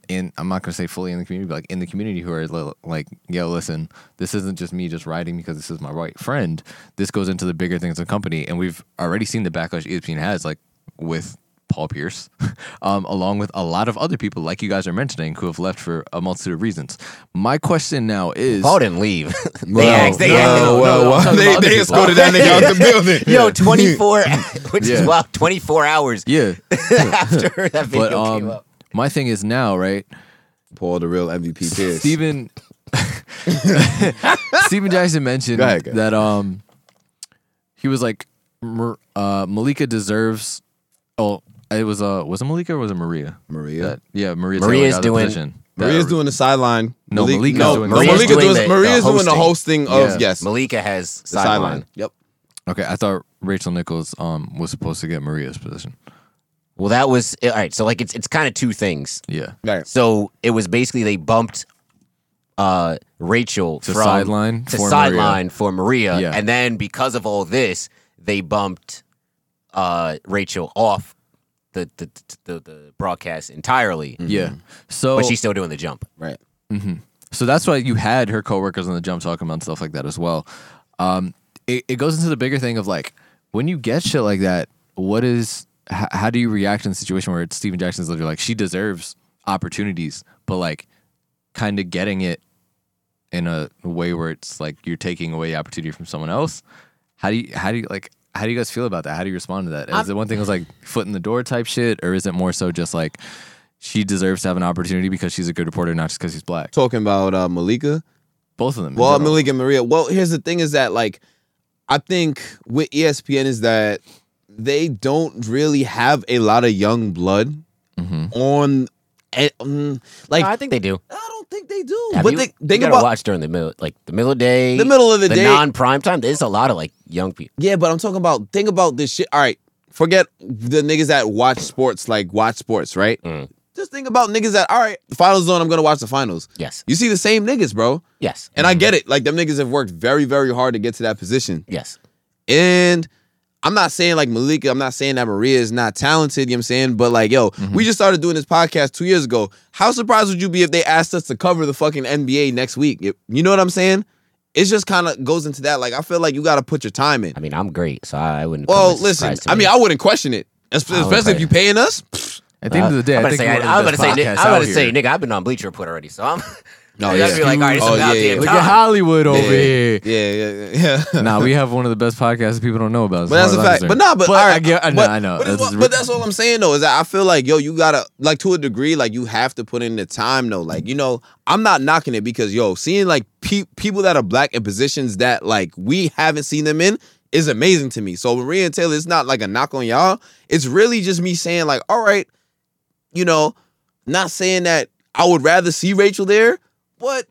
D: in, I'm not going to say fully in the community, but like in the community who are li- like, yo, listen, this isn't just me just writing because this is my right friend. This goes into the bigger things of the company. And we've already seen the backlash E ESPN has, like with Paul Pierce, um, along with a lot of other people, like you guys are mentioning, who have left for a multitude of reasons. My question now is.
A: Paul didn't leave. they
B: Well,
A: asked, they
B: no,
A: asked him.
B: well, well,
D: talking
B: they
D: about
B: they
D: other
B: escorted that nigga out the building.
A: Yo, 24, which is
D: Yeah.
A: wow, 24 hours
D: Yeah.
A: after that video
D: But
A: came
D: um,
A: up.
D: my thing is now, right?
B: Paul, the real MVP Pierce.
D: Steven Steven Jackson mentioned
B: Go ahead, go ahead.
D: that um he was like Mar- uh, Malika deserves oh it was uh was it Malika or was it Maria?
B: Maria.
D: That- yeah, Maria
A: Maria's
D: Taylor got
A: doing-
D: the position. That-
B: Maria's doing the sideline.
D: No,
B: Malik-
D: Malika's
B: no,
D: doing
B: no,
D: the-
B: Maria's
A: Maria's
B: doing
A: doing the-
B: Maria's
A: the
B: doing the
A: hosting.
B: hosting of
D: Yeah.
B: yes,
A: Malika has
B: the sideline.
A: sideline.
B: Yep.
D: Okay, I thought Rachel Nichols um was supposed to get Maria's position.
A: Well, that was all right. So like, it's it's kind of two things.
D: Yeah.
B: Right.
A: So it was basically they bumped uh, Rachel
D: To
A: from
D: sideline
A: to
D: for
A: sideline for Maria,
D: Yeah.
A: and then because of all this, they bumped uh, Rachel off the the, the the broadcast entirely.
B: Mm-hmm.
D: Yeah. So
A: But she's still doing the jump.
B: Right.
D: So that's why you had her coworkers on the jump talking about stuff like that as well. Um, it, it goes into the bigger thing of like when you get shit like that, what is h- how do you react in a situation where it's Steven Jackson's literally like she deserves opportunities, but like kind of getting it in a way where it's like you're taking away opportunity from someone else. How do you how do you like how do you guys feel about that? How do you respond to that? Is it one thing was like foot in the door type shit, or is it more so just like she deserves to have an opportunity because she's a good reporter, not just because she's black?
B: Talking about uh, Malika.
D: Both of them. in
B: Well,
D: general.
B: Malika and Maria. Well, here's the thing: is that like, I think with E ESPN is that they don't really have a lot of young blood
A: Mm-hmm.
B: on. eh, um, like,
A: I
B: I,
A: think they do.
B: don't think they do.
A: Yeah,
B: but
A: you,
B: they,
A: you
B: think
A: gotta
B: about
A: watch during the middle, like the middle of the day,
B: The middle of the day.
A: non prime time. There's a lot of like young people.
B: Yeah, but I'm talking about think about this shit. All right, forget the niggas that watch sports like watch sports, right?
A: Mm.
B: Just think about niggas that all right, the finals on. I'm gonna watch the finals.
A: Yes,
B: You see the same niggas, bro.
A: yes,
B: And I get it. Like them niggas have worked very, very hard to get to that position.
A: yes.
B: And I'm not saying like Malika, I'm not saying that Maria is not talented, you know what I'm saying? But like, yo,
A: Mm-hmm.
B: we just started doing this podcast two years ago. How surprised would you be if they asked us to cover the fucking NBA next week? You you know what I'm saying? It just kind of goes into that. Like, I feel like you got to put your time in.
A: I mean, I'm great, so I, I wouldn't. come
B: Well,
A: as a
B: listen.
A: surprise to
B: I mean,
A: me.
B: I wouldn't question it, Es-
A: wouldn't
B: especially if
A: question
B: you paying us. Pfft.
D: At the end of the day,
A: I'm
D: I
A: about to
D: think
A: say,
D: we're
A: I'm
D: one of the
A: about to
D: best
A: say, ni- I'm
D: podcasts
A: about
D: out
A: to say,
D: here.
A: nigga, I've been on Bleacher Report already, so I'm.
B: No,
A: I'd
B: yeah.
A: be like, all right, it's
B: Oh,
A: about
B: yeah, yeah.
A: damn
D: Look
A: time.
D: at Hollywood over here.
B: Yeah, yeah, yeah.
D: Nah, we have one of the best podcasts that people don't know about. as
B: But that's a
D: far as I'm
B: fact. But
D: concerned.
B: nah, but, all right,
D: I get, I know,
B: but,
D: I know.
B: But that's,
D: That's-
B: what, but that's all I'm saying though is that I feel like yo, you gotta like to a degree, like you have to put in the time though. Like you know, I'm not knocking it because yo, seeing like pe- people that are black in positions that like we haven't seen them in is amazing to me. So Maria and Taylor, it's not like a knock on y'all. It's really just me saying like, all right, you know, not saying that I would rather see Rachel there, but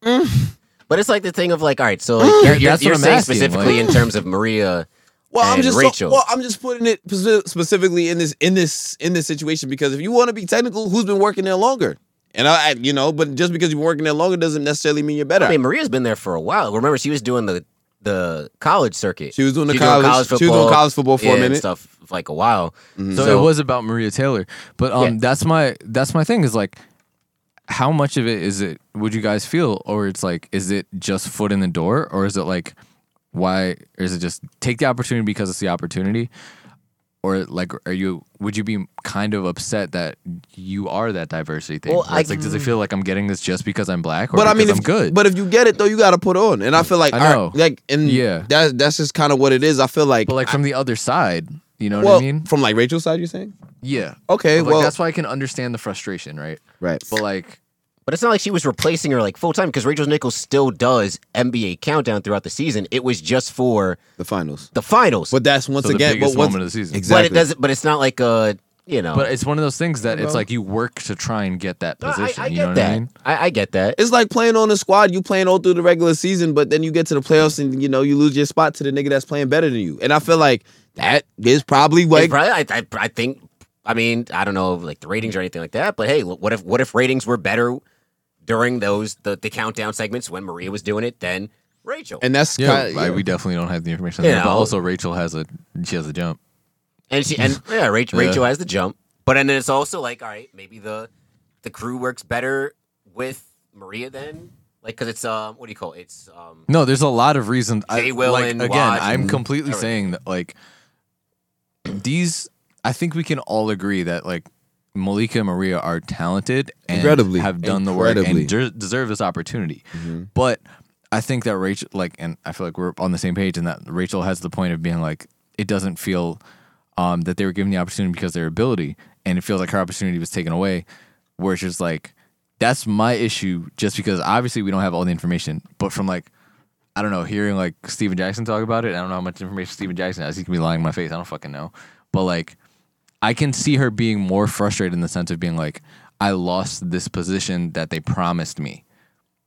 A: But it's like the thing of like, all right, so like, you're, you're,
D: That's what
A: you're
D: I'm
A: saying
D: asking,
A: specifically
D: like-
A: in terms of Maria.
B: Well, I'm
A: and
B: just
A: Rachel.
B: well, I'm just putting it speci- specifically in this in this in this situation because if you want to be technical, who's been working there longer? And I, I you know, but just because you've been working there longer doesn't necessarily mean you're better.
A: I mean, Maria's been there for a while. Remember, she was doing the the college circuit.
B: She was doing the college- she was doing college football for a
A: yeah, and
B: minute. Mm-hmm.
A: stuff for, like a while.
D: So, it was about Maria Taylor. But um,
A: Yeah.
D: that's my that's my thing is like, how much of it is it? Would you guys feel, or it's like, is it just foot in the door, or is it like, why? Or is it just take the opportunity because it's the opportunity, or like, are you? Would you be kind of upset that you are that diversity thing?
A: Well,
D: Where it's
A: I-
D: like, does it feel like I'm getting this just because I'm black, or
B: but I mean,
D: because
B: if,
D: I'm good?
B: But if you get it though, you got to put on. And I feel like,
D: I
B: all right,
D: know.
B: like, and
D: Yeah.
B: that that's just kind of what it is. I feel like,
D: but like from the other side, you know
B: well,
D: what I mean?
B: from like Rachel's side, you're saying,
D: Yeah.
B: okay,
D: But, like
B: well,
D: that's why I can understand the frustration, right?
B: right.
D: But like,
A: But it's not like she was replacing her like full time because Rachel Nichols still does NBA countdown throughout the season. It was just for
B: The finals,
A: the finals.
B: but that's once
D: So the
B: again, but
D: biggest
B: once,
D: moment of the season.
A: But
B: exactly.
A: it doesn't. But it's not like uh you know.
D: but it's one of those things that it's like you work to try and get that
A: No, I-
D: position.
A: I,
D: you
A: get
D: know what
A: that.
D: I mean?
A: I, I get that.
B: It's like playing on a squad. You playing all through the regular season, but then you get to the playoffs and you know you lose your spot to the nigga that's playing better than you. And I feel like that is probably
A: It's
B: like
A: probably, I, I, I think. I mean, I don't know, like the ratings or anything like that. But hey, what if what if ratings were better during those the, the countdown segments when Maria was doing it than Rachel?
B: and that's
D: Yeah,
B: kinda,
D: I- we definitely don't have the information.
A: You
D: there, but
A: know.
D: also Rachel has a she has a jump.
A: And she and yeah, Rachel,
D: Yeah.
A: Rachel has the jump, but and then it's also like, all right, maybe the the crew works better with Maria then, like because it's um, what do you call it? It's um,
D: No, there's a lot of reasons. I,
A: Jay Will
D: like,
A: and
D: again,
A: Watt
D: I'm
A: and
D: completely
A: everything.
D: saying that like these. I think we can all agree that like Malika and Maria are talented and
B: Incredibly.
D: have done the work
B: Incredibly.
D: and der- deserve this opportunity.
B: Mm-hmm.
D: But I think that Rachel, like, and I feel like we're on the same page, and that Rachel has the point of being like, it doesn't feel um, that they were given the opportunity because of their ability, and it feels like her opportunity was taken away. Where it's just like, that's my issue, just because obviously we don't have all the information, but from like, I don't know, hearing like Steven Jackson talk about it, I don't know how much information Steven Jackson has. He can be lying in my face. I don't fucking know. But like, I can see her being more frustrated in the sense of being like, I lost this position that they promised me,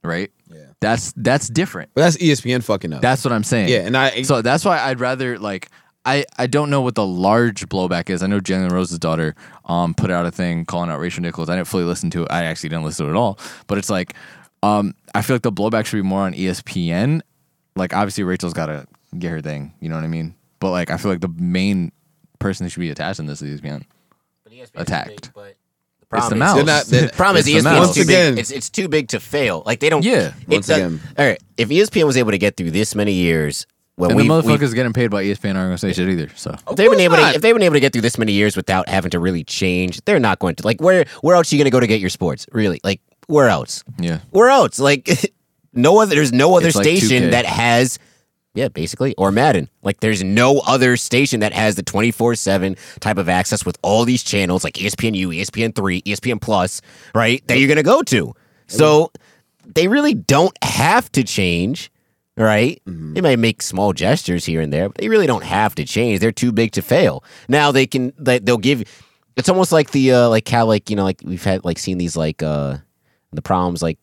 D: right? Yeah. That's that's different.
B: but that's E ESPN fucking up.
D: That's what I'm saying.
B: yeah, and I
D: so that's why I'd rather like I I don't know what the large blowback is. I know Jalen Rose's daughter um put out a thing calling out Rachel Nichols. I didn't fully listen to it. I actually didn't listen to it at all. But it's like Um, I feel like the blowback should be more on E ESPN. Like obviously Rachel's got to get her thing. You know what I mean? But like I feel like the main person who should be attached in this is E ESPN. Attacked.
A: But the
D: It's the
A: problem
D: mouse.
A: is,
B: They're not- they're-
A: the problem is E
D: It's the
A: ESPN is
B: mouse.
A: too
B: Once
A: big. It's, it's too big to fail. Like they don't.
D: Yeah.
A: it
B: Once
A: does-
B: again.
A: All right. If E ESPN was able to get through this many years, when
D: and
A: we,
D: the
A: we
D: motherfuckers getting paid by E ESPN aren't gonna say shit either. So
A: if they've been able to,
B: not.
A: if they've been able to get through this many years without having to really change, they're not going to. Like where where else are you going to go to get your sports? Really? Like where else?
D: yeah,
A: Where else? Like no other. There's no other
D: It's like
A: station
D: 2K.
A: that has. Yeah, basically, or Madden. Like, there's no other station that has the 24 7 type of access with all these channels, like E ESPNU, ESPN3, ESPN Plus, right? That you're going to go to. So they really don't have to change, right? They might make small gestures here and there, but they really don't have to change. They're too big to fail. Now they can, they, they'll give, it's almost like the, uh, like how, like, you know, like we've had, like, seen these, like, uh, the problems, like,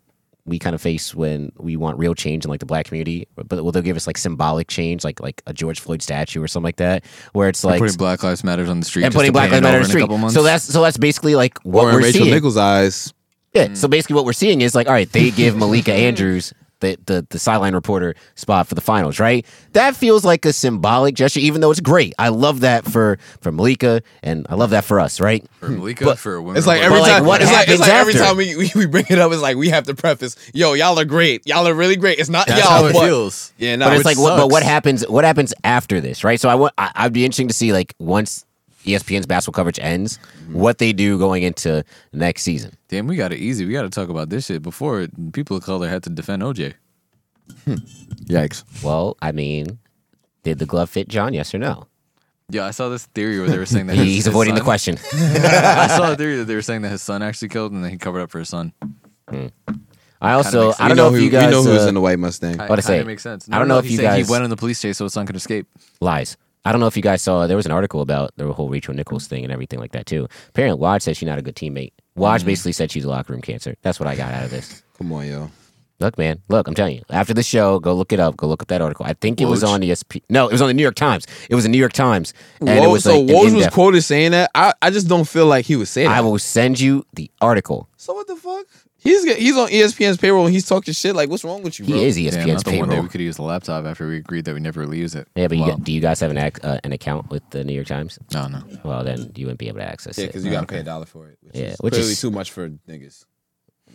A: we kind of face when we want real change in like the black community, but well, they'll give us like symbolic change, like like a George Floyd statue or something like that, where it's like
D: putting Black Lives Matters on the street
A: and putting Black Lives Matter on the street. So that's so that's basically like what
B: Or in
A: we're
B: Rachel
A: seeing.
B: Nichols' eyes.
A: Yeah.
B: Mm.
A: So basically, what we're seeing is like, all right, they give Malika Andrews the the, the sideline reporter spot for the finals, right? That feels like a symbolic gesture, even though it's great. I love that for for Malika, and I love that for us, right?
D: for Malika for women.
B: It's like every
A: But, like,
B: time.
A: what
B: it's like,
A: happens
B: it's like every
A: after?
B: time we, we, we bring it up, it's like we have to preface, "Yo, y'all are great. Y'all are really great." It's not
D: that's
B: y'all,
D: how it
B: but
D: feels.
B: yeah, no,
A: But it's
B: it's-
A: like, what, but what
D: sucks.
A: happens? What happens after this, right? So I want. I, I'd be interesting to see like once E ESPN's basketball coverage ends, what they do going into next season.
D: Damn, we got it easy. We got to talk about this shit before people of color had to defend OJ.
B: Yikes!
A: Well, I mean, did the glove fit John? Yes or no?
D: Yeah, I saw this theory where they were saying that his-
A: He's
D: his
A: avoiding the
D: son-
A: question.
D: I saw a theory that they were saying that his son actually killed, and then he covered up for his son.
A: I also
D: makes
A: I don't know,
B: who,
A: if you guys
B: we know who's
A: uh,
B: in the white Mustang.
A: What I say?
D: That makes sense.
A: I don't know if
D: he
A: you
D: said
A: guys-
D: he went on the police chase so his son could escape.
A: lies. I don't know if you guys saw there was an article about the whole Rachel Nichols thing and everything like that too. Apparently, Waj said she's not a good teammate.
B: Mm-hmm.
A: Waj basically said she's a locker room cancer. That's what I got out of this.
B: Come on, yo.
A: Look, man, look, I'm telling you. After the show, go look it up. Go look up that article. I think it was
D: Woj?
A: on ESP. No, it was on the New York Times. It was the New York Times. And it
B: Woj,
A: was
B: so
A: like an
B: Woj was
A: in-depth-
B: quoted saying that. I, I just don't feel like he would say that.
A: I will send you the article.
B: so what the fuck? He's get- he's on E ESPN's payroll and he's talking shit. Like, what's wrong with you,
A: He
B: bro?
A: is E
D: Damn,
A: ESPN's
D: not the one day
A: payroll.
D: we could use the laptop after we agreed that we never really use it.
A: Yeah, but you
D: Wow.
A: got, do you guys have an ac- uh, an account with the New York Times?
D: no, no.
A: Well, then you wouldn't be able to access
B: Yeah,
A: it.
B: because you gotta pay a dollar for it. Which
A: Yeah,
B: is
A: which
B: clearly
A: is-
B: too much for niggas.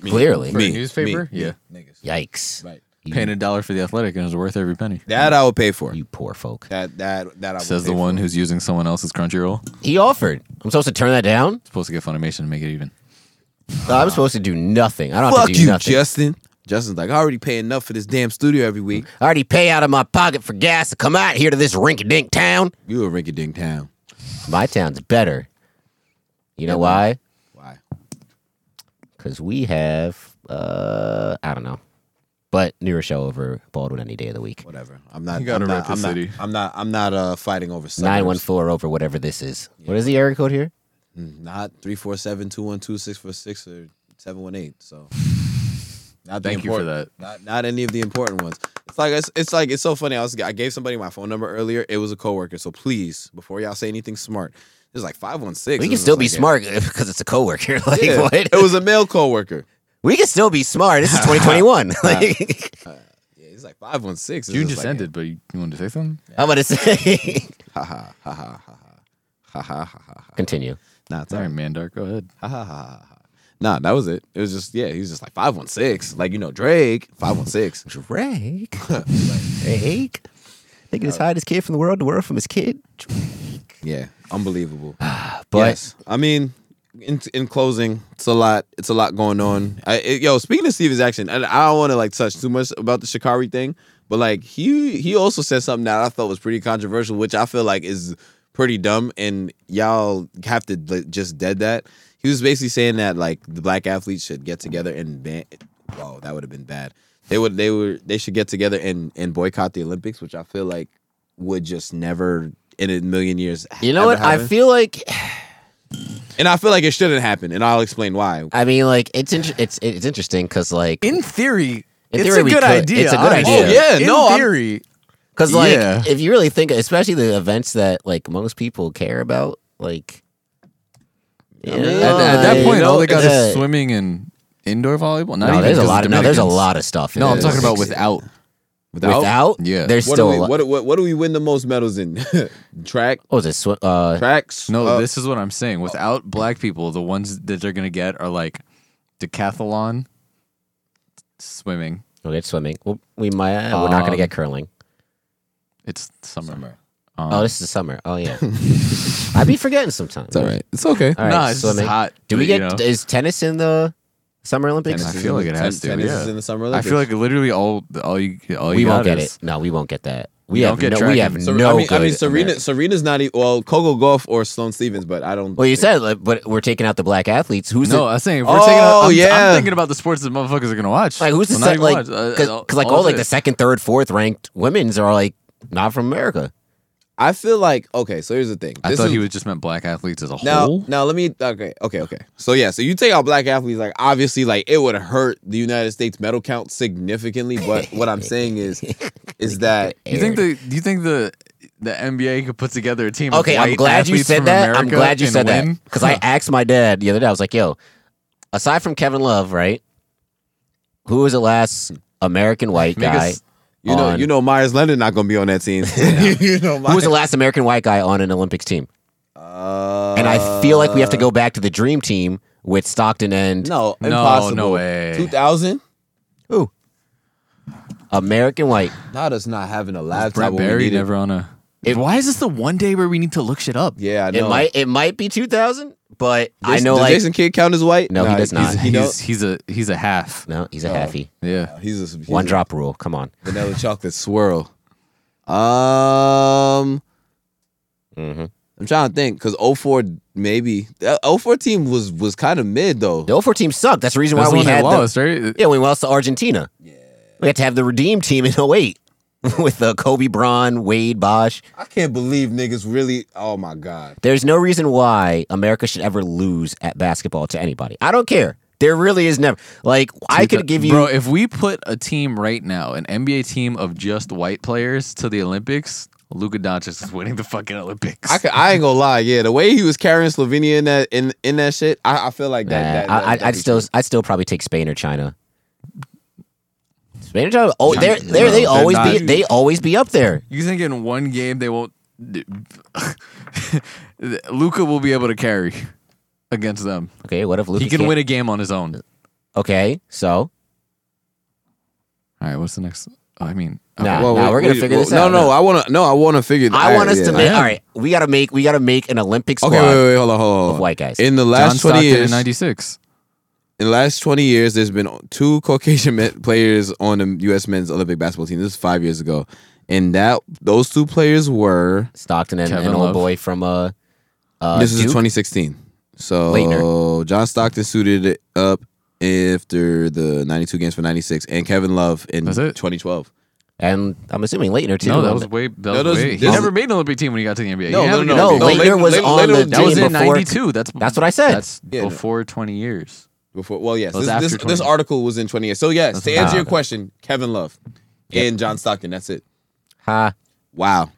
A: Clearly.
D: For a newspaper?
B: me,
D: Yeah.
B: niggas.
A: Yikes!
B: Right.
A: You,
D: Paying a dollar for the athletic and it was worth every penny.
B: That I would pay for.
A: you poor folk.
B: That that that I would
D: Says
B: pay
D: the
B: for.
D: one who's using someone else's Crunchyroll.
A: He offered. I'm supposed to turn that down.
D: Supposed to get Funimation and make it even.
A: Uh, I'm supposed to do nothing. I don't have
B: Fuck
A: to do
B: you,
A: nothing.
B: Justin. Justin's like, I already pay enough for this damn studio every week.
A: I already pay out of my pocket for gas to come out here to this rink-a-dink town.
B: You a rinky dink town.
A: My town's better. You know why?
B: Why?
A: Because we have, uh, I don't know, but newer show over Baldwin any day of the week.
B: Whatever. I'm not.
D: You gotta
B: I'm not,
D: rep the
B: I'm
D: city.
B: Not, I'm not. I'm not uh, fighting over suburbs.
A: Nine one four over whatever this is. What is the area code here?
B: Not three four seven two one two six four six or seven one eight. So. Not the
D: Thank you for
B: important- Not, not any of the important ones. It's like it's, it's like it's so funny. I was I gave somebody my phone number earlier. It was a coworker. So please, before y'all say anything smart, it was like five one six.
A: We can still be smart because it's a coworker. Like what?
B: It was a male coworker.
A: we can still be smart. This is 2021. like,
B: Yeah, he's like five one six.
D: June just ended, but you, you wanted to say something?
A: I'm gonna say.
B: Ha ha ha ha ha ha ha ha ha.
A: Continue.
B: Nah, it's
D: All
B: all
D: right,
B: right.
D: Mandark, go ahead.
B: Ha ha ha ha. ha. Nah, that was it. It was just yeah. He was just like five one six, like you know Drake five one six.
A: Drake. Drake. Thinking
D: Uh,
A: his hide his kid from the world, the world from his kid.
B: Yeah, unbelievable.
A: But
B: yes. I mean, in in closing, it's a lot. It's a lot going on. I, it- yo, speaking of Steven's action, and I don't want to like touch too much about the Shikari thing, but like he he also said something that I thought was pretty controversial, which I feel like is pretty dumb, and y'all have to like, just dead that. He was basically saying that like the black athletes should get together and ban. Wow, that would have been bad. They would they were they should get together and and boycott the Olympics, which I feel like would just never in a million years.
A: you know what?
B: ever
A: I
B: happen.
A: feel like
B: And I feel like it shouldn't happen, and I'll explain why.
A: I mean, like it's inter- it's it's interesting because like
E: In theory,
A: In
E: it's
A: theory,
E: a
A: we
E: good
A: could.
E: idea.
A: It's a good
E: honestly.
A: idea.
B: Oh, yeah,
E: In
B: no, I'm-
E: theory,
A: because like
D: Yeah.
A: if you really think, especially the events that like most people care about, like
B: mean,
D: At, at that
A: like,
D: point,
A: you
D: all
A: know,
D: they got
A: yeah.
D: is swimming and indoor volleyball. Not
A: No,
D: even
A: there's a
D: 'cause
A: lot. Of, no, there's a
D: Dominicans.
A: lot of stuff. in
D: No, I'm
A: this.
D: talking about without.
B: Without,
A: without.
D: Yeah.
A: there's
B: what,
A: still.
B: do we,
A: a lot.
B: what, what, what do we win the most medals in? Track,
A: what was it? Sw- uh,
B: tracks.
D: No,
B: uh,
D: this is what I'm saying. Without black people, the ones that they're gonna get are like decathlon, swimming.
A: okay, swimming. Well, we might. we're not gonna
D: Um,
A: get curling.
D: It's summer. Uh-huh.
A: Oh, this is the summer. Oh yeah. I be forgetting sometimes.
B: It's all right. It's okay.
A: All right,
D: Nah, it's just
A: swimming.
D: hot,
A: Do we
D: but, you
A: get
D: know.
A: is tennis in the Summer Olympics?
D: Tennis. I
B: This is
D: feel
B: in
D: like it
B: the-
D: has to,
B: Tennis
D: yeah.
B: is in the summer
D: I
B: Olympics.
D: feel like literally all all you all you
A: we won't
D: got
A: get
D: is-
A: it. No, we won't get that. We
D: You
A: have
D: don't get
A: no.
D: track
A: We
D: and-
A: have
B: Ser-
A: no.
B: I mean, I mean
A: good
B: Serena.
A: Ameri-
B: Serena's not e- well. Coco Golf or Sloane Stevens, but I don't.
A: Well, you said, like, but we're taking out the black athletes. Who's
D: No,
A: the,
D: I'm saying if we're taking.
B: Oh,
D: I'm,
B: yeah.
D: I'm thinking about the sports that motherfuckers are gonna watch.
A: like who's the
D: Well, not
A: sec-
D: even
A: like
D: watch, uh, uh,
A: because like all like the second, third, fourth ranked women's are like not from America.
B: I feel like okay. So here's the thing.
D: I
B: This
D: thought
B: is-
D: he was just meant black athletes as a
B: Now,
D: whole.
B: now let me. Okay, okay, okay. So yeah, so you take out black athletes, like obviously, like it would hurt the United States medal count significantly. But what I'm saying is, is that
D: You think the you think the the NBA could put together a team?
A: Okay,
D: of
A: I'm
D: white
A: glad you
D: athletes
A: said
D: from
A: that. I'm
D: America
A: glad you
D: and
A: said
D: win?
A: that because I asked my dad the other day. I was like, "Yo, aside from Kevin Love, right? Who was the last American white
D: Make
A: guy?
D: us-
B: you know,
A: on-
B: you know, Myers Leonard not gonna be on that team. you know,
A: Who was the last American white guy on an Olympics team?
B: uh,
A: And I feel like we have to go back to the dream team with Stockton and
B: Uh, No,
D: No,
B: impossible.
D: no way.
B: Two thousand.
A: who? American white.
B: Not us not having a
D: Brett
B: laptop. when we
D: Barry
B: needed-
D: never on a. Why is this the one day where we need to look shit up?
B: Yeah, I
A: It
B: know.
A: might it might be 2000, but I
B: Jason-
A: know
B: does
A: like
B: Jason Kidd count as white.
A: No, he does
B: he's-
A: not.
B: He
D: He's,
B: don't-
D: he's a he's a half.
A: no, he's a halfy.
D: Yeah,
B: He's a he's
A: One
B: a
A: drop rule. Come on.
B: vanilla chocolate swirl. Um.
A: Mm-hmm.
B: I'm trying to think because 04 maybe that 04 team was was kind of mid though.
A: The 04 team sucked. That's the reason
D: that's
A: why
D: the
A: we
D: one
A: had
D: that
A: the-
D: lost, right?
A: Yeah, we lost to Argentina. Yeah. We had to have the redeem team in 08 with uh, Kobe Braun, Wade Bosch.
B: I can't believe niggas really. Oh my god.
A: There's no reason why America should ever lose at basketball to anybody. I don't care. There really is never. Like, I could give you.
D: bro. If we put a team right now, an NBA team of just white players to the Olympics, Luka Doncic is winning the fucking Olympics.
B: I, could, I ain't gonna lie. Yeah, the way he was carrying Slovenia in that in, in that shit, I, I feel like
A: Nah,
B: that. that,
A: I,
B: that-
A: I,
B: that'd
A: I'd
B: be
A: still,
B: true.
A: I'd still probably take Spain or China. Spain or China? Oh, they're,
D: China-
A: they're, they
D: no, they're
A: always be,
D: not.
A: they always be up there.
D: You think in one game they won't? Luca will be able to carry against them.
A: Okay, what if Luka
D: he can
A: can't-
D: win a game on his own.
A: Okay, so
D: All right, what's the next? Oh, I mean,
A: Nah.
D: okay.
A: Well, we're gonna figure this out.
B: No, no, I wanna no, I wanna figure. th-
A: I want us
B: yeah,
A: to
B: nah.
A: make. All right, we gotta make, we gotta make an Olympic squad
B: Okay, wait, wait, wait, hold on, hold on. hold
A: of
B: on.
A: white guys.
B: In the
D: John
B: last
D: Stockton
B: twenty
D: in
B: years,
D: '96.
B: in the last 20 years, there's been two Caucasian men, players on the U.S. men's Olympic basketball team. This is five years ago, and that those two players were.
A: Stockton and
D: Kevin
A: an old
D: Love.
A: boy from uh, uh
B: this is
A: Duke?
B: 2016. So
A: Leitner.
B: John Stockton suited up after the 92 games for 96, and Kevin Love in
D: That's it?
B: 2012.
A: and I'm assuming Leitner too.
D: No, that was way. That was
B: this-
D: way. He
B: this-
D: never made an Olympic team when he got to the NBA.
B: No,
D: He
B: no,
D: had an
A: no,
B: No,
D: Olympic team.
A: Leitner,
B: Leitner-
A: was
B: Leitner-
A: on the
B: Leitner-
D: that was
A: team
D: in
A: before.
D: '92. That's
A: That's what I said.
D: That's
B: Yeah, no.
D: before 20 years.
B: Before, well, yes,
D: That was
B: this,
D: after
B: this, this
D: 20.
B: article was in 28. So yes, to
D: That's
B: answer
D: bad.
B: your question, Kevin Love and John Stockton. That's it.
A: Ha.
B: Wow.
A: All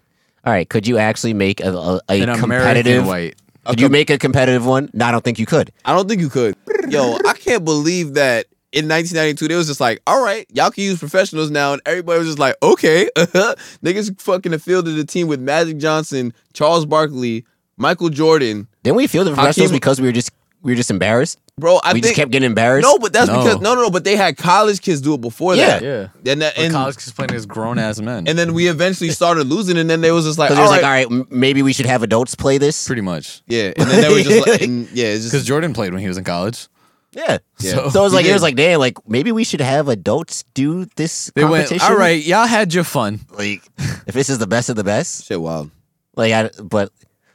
A: right, could you actually make a, a, a
D: An
A: competitive?
D: American white.
A: Could you make a competitive one? No, I don't think you could.
B: I don't think you could. Yo, I can't believe that in 1992 they was just like, all right, y'all can use professionals now, and everybody was just like, okay, niggas fucking the field of the team with Magic Johnson, Charles Barkley, Michael Jordan.
A: Didn't we feel the professionals
B: Hakeem-
A: because we were just we were just embarrassed?
B: Bro, I
A: we
B: think
A: just kept getting embarrassed.
B: no, but that's
D: No.
B: because no, no, no, but they had college kids do it before
A: Yeah.
B: that.
D: Yeah.
B: And
D: Uh,
B: that,
D: And,
B: and,
D: college kids playing as grown ass men.
B: and then we eventually started losing, and then they was just like, all
A: because it
B: right,
A: was like, all right, m- maybe we should have adults play this.
D: pretty much.
B: yeah, and then they were just like, and, yeah, it's
D: Because
B: just
D: Jordan played when he was in college.
A: Yeah.
B: Yeah.
A: So it was
B: We
A: like it
B: did.
A: was like, damn, like maybe we should have adults do this
D: They went.
A: competition.
D: All right, y'all had your fun.
A: like if this is the best of the best,
B: shit wild.
A: like I but but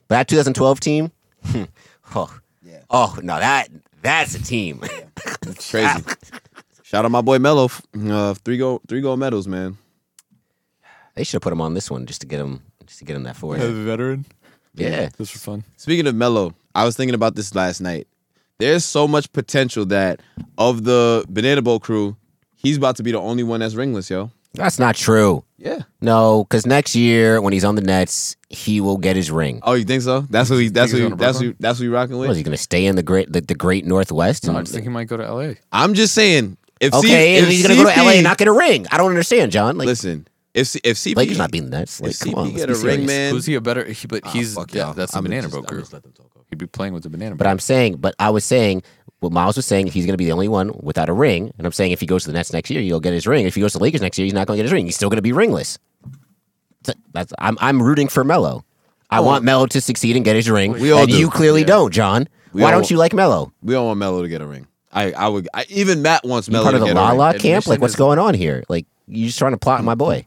A: that 2012 team, hmm, oh oh no that that's a team.
B: It's crazy. Shout out my boy Mello, f- uh, three gold, three gold medals, man.
A: they should have put him on this one just to get him just to get him that forehead.
D: veteran.
A: Yeah.
D: Just for fun.
B: Speaking of Melo, I was thinking about this last night. There's so much potential that of the Banana Boat crew, he's about to be the only one that's ringless, yo.
A: That's not true.
B: Yeah.
A: No, because next year when he's on the Nets, he will get his ring.
B: Oh, you think so? That's what he. That's
D: he's
B: what. He,
D: going to
B: that's what. he- That's what you rocking
A: Was
B: with.
A: he going to stay in the great the, the great Northwest?
D: No, I just think he might go to L.A.
B: I'm just saying. If C-
A: okay,
B: if
A: and he's going to go to
B: CP
A: LA and not get a ring. I don't understand, John. Like,
B: Listen, if C- if CP
A: Lakers not being the Nets.
B: if
A: Like, come
B: CP
A: on, let's
B: get
A: be
B: a ring,
A: serious.
B: man.
D: Who's he a better? He, but
B: Ah,
D: he's
B: fuck
D: yeah,
B: y'all.
D: that's the
B: I'm
D: banana
B: just- I'm
D: boat crew.
B: just let them talk over.
D: He'd be playing with the banana.
A: But I'm saying, but I was saying, what Miles was saying, he's going to be the only one without a ring. And I'm saying, if he goes to the Nets next year, he'll get his ring. If he goes to the Lakers next year, he's not going to get his ring. He's still going to be ringless. So That's I'm I'm rooting for Melo. I want Melo to succeed and get his ring.
B: We all
A: and
B: do.
A: you clearly don't, John.
B: We
A: Why
B: all-
A: don't you like Melo?
B: We don't want Melo to get a ring. I I would. I, even Matt wants
A: You
B: Melo
A: part
B: to
A: of the
B: get
A: La
B: a ring.
A: La
D: Admission
A: camp? Like, what's
D: is-
A: going on here? Like, you just trying to plot my boy,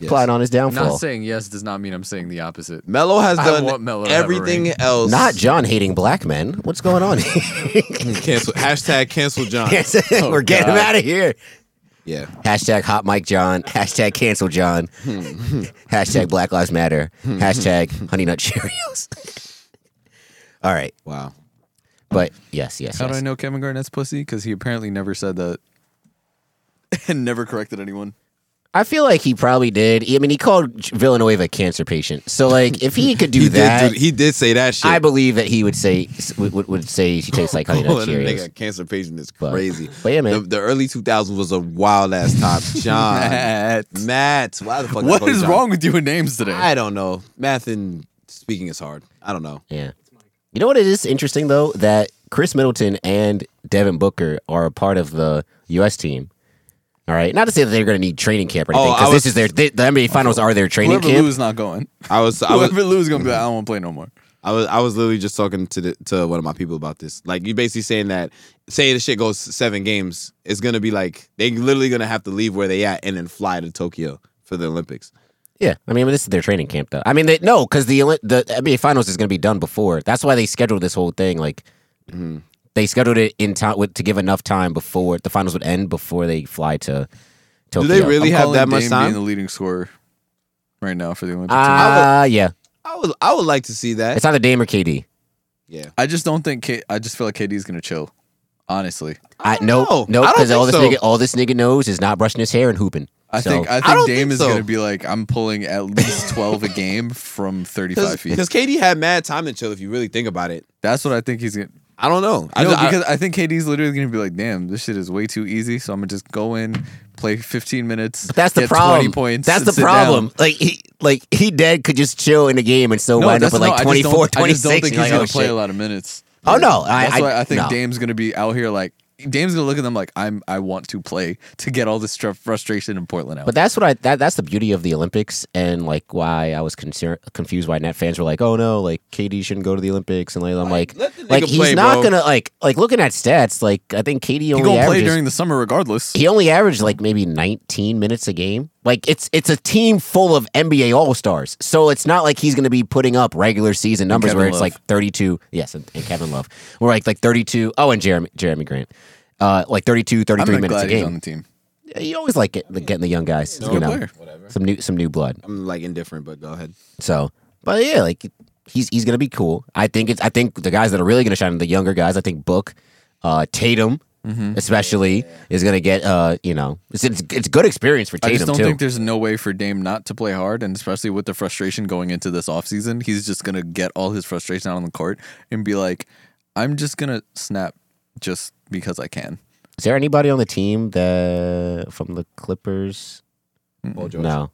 B: Yes.
A: plotting on his
D: Not
A: downfall.
D: saying yes does not mean I'm saying the opposite.
B: Melo has
D: I
B: done
D: want Melo to have a
B: everything
D: ring.
B: else.
A: Not John hating black men. What's going on? here?
B: cancel. Hashtag cancel John. Oh,
A: We're getting him out of here.
B: Yeah.
A: Hashtag hot mic John. Hashtag cancel John.
B: Hmm.
A: Hashtag Black Lives Matter. Hashtag Honey Nut Cheerios. All right,
B: Wow.
A: but yes, yes,
D: How do I
A: yes.
D: know Kevin Garnett's pussy? Because he apparently never said that and never corrected anyone.
A: I feel like he probably did. I mean, he called Villanueva a cancer patient. So, like, if he could do
B: he
A: that,
B: Did do, he did say that shit.
A: I believe that he would say would, would- would say she tastes like Honey
B: Oh,
A: Nut
B: that
A: Cheerios.
B: nigga cancer patient is
A: But-
B: crazy.
A: but yeah, man.
B: The, the early 2000s was a wild ass time. John,
D: Matt,
B: Matt, why the fuck? I
D: what
B: call you
D: is
B: John?
D: wrong with you with names today?
B: I don't know. Math and speaking is hard. I don't know.
A: Yeah. You know what it is interesting though that Chris Middleton and Devin Booker are a part of the U.S. team. All right, not to say that they're going to need training camp or
B: Oh,
A: anything
B: I
A: because
B: was-
A: this is their they, the NBA Finals are their training
D: Whoever
A: camp.
D: lose not going.
B: I was, I was,
D: Whoever lose gonna be like, I don't want to play no more.
B: I was, I was literally just talking to the, to one of my people about this. Like you basically saying that, say the shit goes seven games, it's gonna be like they literally gonna have to leave where they at and then fly to Tokyo for the Olympics.
A: Yeah, I mean this is their training camp though. I mean they, no, because the Oli- the NBA Finals is going to be done before. That's why they scheduled this whole thing. Like
B: Mm-hmm.
A: they scheduled it in time with, to give enough time before the finals would end before they fly to. Tokyo.
B: Do they really
D: I'm
B: have
D: calling
B: that much
D: Dame Being the
B: time?
D: leading scorer right now for the Olympic team.
A: Ah, yeah.
B: I would, I would like to see that.
A: It's either Dame or KD.
B: Yeah.
D: I just don't think. K- I just feel like KD's gonna chill. Honestly,
A: I,
B: don't
A: no,
B: know.
A: no,
B: I don't
A: because all this
B: think so.
A: nigga, all this nigga knows is not brushing his hair and hooping.
D: I
A: So,
D: think I
B: I
D: think
B: don't
D: Dame
B: think
D: is
B: so.
D: gonna be like, I'm pulling at least twelve a game from thirty five feet.
B: Because KD had mad time to chill if you really think about it.
D: That's what I think he's gonna.
B: I don't know. I,
D: no,
B: ju- I-
D: because I, think KD's literally gonna be like, "Damn, this shit is way too easy." So I'm gonna just go in, play 15 minutes.
A: but that's the
D: get
A: problem.
D: 20 points.
A: that's
D: and
A: the
D: sit down.
A: problem. Like he, like he dead could just chill in the game and still
D: No,
A: wind up
D: that's
A: with
D: no,
A: like
D: I just don't-
A: 24,
D: I
A: 26.
D: just don't think he's
A: You're like,
D: gonna
A: oh,
D: play
A: shit.
D: a lot of minutes.
A: Oh, no, I-
D: that's
A: I-
D: why I think
A: no.
D: Dame's gonna be out here like Dame's gonna look at them like I'm. I want to play to get all this stru- frustration in Portland out.
A: But that's what I that, that's the beauty of the Olympics and like why I was concerned confused why net fans were like, oh no, like KD shouldn't go to the Olympics and like I'm like
B: let the nigga
A: like he's
B: play,
A: not
B: bro.
A: gonna like like looking at stats like I think KD
D: he
A: only
D: gonna play
A: averages
D: during the summer regardless.
A: he only averaged like maybe 19 minutes a game. Like it's it's a team full of NBA All Stars, so it's not like he's going to be putting up regular season numbers
D: Kevin
A: where it's
D: Love.
A: like 32. Yes, and, and Kevin Love, we're like like 32. Oh, and Jeremy Jeremy Grant, uh, like 32, 33
D: I'm
A: minutes a
D: glad he's on
A: game.
D: the team.
A: You always like get, getting the young guys, you
D: good
A: know,
D: player.
A: some new some new blood.
B: I'm like indifferent, but go ahead.
A: So, but yeah, like he's he's gonna be cool. I think it's I think the guys that are really gonna shine are the younger guys. I think Book, uh, Tatum,
D: Mm-hmm.
A: especially is gonna get uh you know it's it's, it's good experience for
D: I
A: Tatum
D: just don't
A: too.
D: think there's no way for Dame not to play hard, and especially with the frustration going into this offseason, he's just gonna get all his frustration out on the court and be like, "I'm just gonna snap just because I can."
A: Is there anybody on the team that from the Clippers?
B: Paul George.
A: No,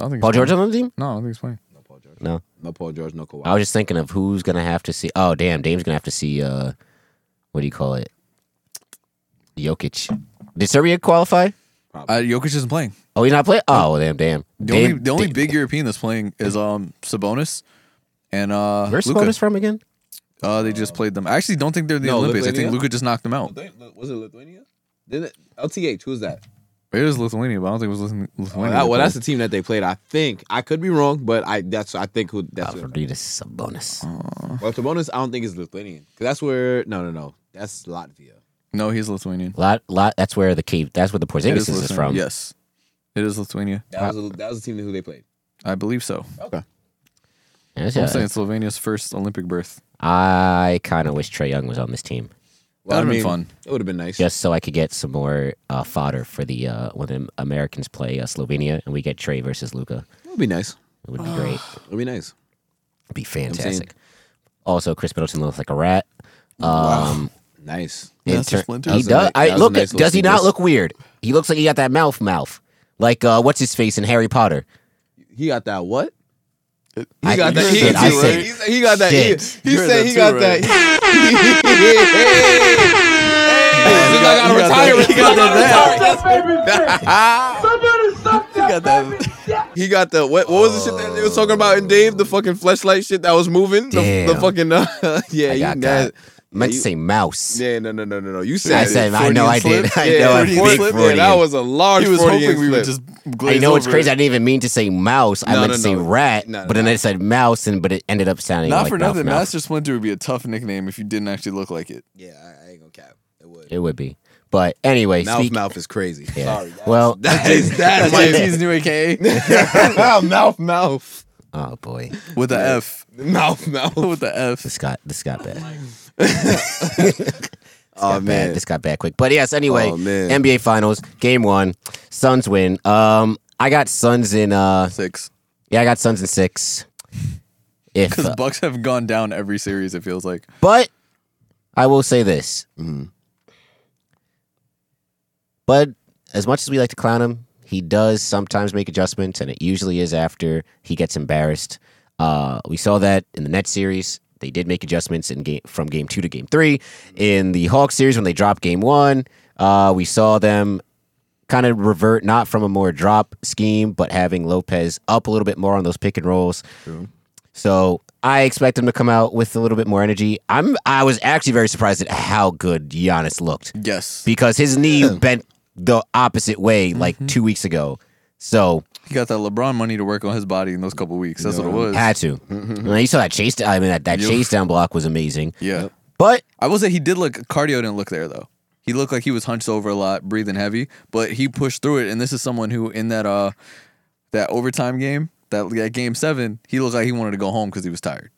D: I don't think
A: Paul
D: he's
A: George
D: playing.
A: on the team?
D: No, I don't think he's playing.
B: No Paul George.
A: No.
B: No Paul George. No Kawhi.
A: I was just thinking of who's gonna have to see. Oh, damn, Dame's gonna have to see. uh What do you call it? Jokic. Did Serbia qualify?
D: Uh, Jokic isn't playing.
A: Oh, he's not playing. Oh, damn, damn.
D: The
A: Dame-
D: only the only
A: Da-
D: big European that's playing is um Sabonis and uh
A: Where's
D: Luka.
A: Sabonis from again?
D: Uh, they just played them. I actually don't think they're in the
B: No,
D: Olympics. I think
B: Lithuania?
D: Luca just knocked them out.
B: was it Lithuania? Didn't it, LTH? Who's that?
D: It was Lithuania, but I don't think it was Lithu- Lithuania.
B: Oh, well,
D: that
B: that's the team that they played. I think I could be wrong, but I that's I think who that's. who-
A: Alfredidis Sabonis.
B: Oh. Well, Sabonis, I don't think is Lithuanian because that's where no no no that's Latvia.
D: played. no, he's Lithuanian.
A: Lot, lot. That's where the cave. That's where the
D: It
A: Porzingis is
D: Lithuania.
A: from.
D: Yes, it is Lithuania.
B: That was a, that was the team who they played.
D: I believe so.
A: Yes,
D: I'm
A: yes.
D: saying Slovenia's first Olympic berth.
A: I kind of wish Trey Young was on this team.
B: Well,
D: That'd
B: I
D: have been
B: mean,
D: fun.
B: It would have been nice.
A: just so I could get some more uh, fodder for the uh, when the Americans play uh, Slovenia and we get Trey versus Luca.
B: It would be nice.
A: It would be great.
B: It would be nice.
A: It'd be
B: saying-
A: fantastic. Also, Chris Middleton looks like a rat. Um,
B: Nice.
A: in
E: That's a splinter.
A: he
E: That
A: does.
B: was a nice- that
A: I,
B: was a
A: look,
B: nice
A: does he
B: little
A: not
B: sequence.
A: look weird? He looks like he got that mouth mouth, like uh, what's his face in Harry Potter.
B: He got that what?
A: I-
B: He got that.
A: shit,
B: He,
A: I
B: he-
A: said-
B: he said- he got that. He,
A: shit.
B: he said he got that.
D: You gotta retire. You
B: He got the what? What was the shit that they was talking about in Dave? The fucking fleshlight shit that was moving. The, the
A: Damn.
B: fucking uh, yeah.
A: I
B: You
A: got
B: na-
A: that. meant
B: yeah,
A: to say mouse.
B: Yeah, no, no, no, no, no. You said
A: I
B: it.
A: said, I know, I
E: Freudian
A: did.
E: slip?
A: I
B: Yeah,
A: know, I
B: Freudian
A: big
B: slip.
A: Freudian.
B: Yeah, that was a large.
E: He was
B: Freudian
E: hoping we
B: slip.
E: would just
A: I
E: glaze
A: know it's
E: over
A: crazy.
E: it.
A: I didn't even mean to say mouse. I
B: No,
A: meant
B: no,
A: to say
B: no.
A: rat,
B: No, no,
A: but then
B: no.
A: I said mouse, and but it ended up sounding
D: Not
A: like
D: for
A: mouth,
D: nothing.
A: mouth.
D: Master Splinter would be a tough nickname if you didn't actually look like it.
B: Yeah, I, I ain't gonna cap. It would.
A: It would be, but anyway,
B: Mouth,
A: speak-
B: mouth is crazy.
A: Yeah.
B: Sorry. that-
A: well,
B: that is that
D: JT's new AKA
B: is mouth, mouth,
A: oh boy,
D: with the F.
B: mouth, mouth.
D: With the F.
A: this got this got bad.
B: Oh
A: got bad. This got bad quick. But yes, anyway,
B: Oh, man.
A: NBA Finals, game one. Suns win. Um, I got Suns in uh
D: Six.
A: yeah, I got Suns in six. If
D: Because
A: uh,
D: Bucks have gone down every series, it feels like.
A: but I will say this. But as much as we like to clown him, he does sometimes make adjustments, and it usually is after he gets embarrassed. Uh, we saw that in the Nets series. They did make adjustments in game from game two to game three. In the Hawks series, when they dropped game one, uh, we saw them kind of revert not from a more drop scheme, but having Lopez up a little bit more on those pick and rolls. So I expect him to come out with a little bit more energy. I'm I was actually very surprised at how good Giannis looked
D: Yes.
A: because his knee bent the opposite
D: Mm-hmm.
A: way like two weeks ago. So
D: He got that LeBron money to work on his body in those couple weeks. That's what it was. Mm-hmm.
A: had to. And you saw that chase. I mean, that, that
D: Yep.
A: chase down block was amazing.
D: Yeah.
A: But
D: I will say he did look cardio didn't look there though. He looked like he was hunched over a lot, breathing heavy, but he pushed through it. And this is someone who in that uh that overtime game, that, that game seven, he looked like he wanted to go home because he was tired.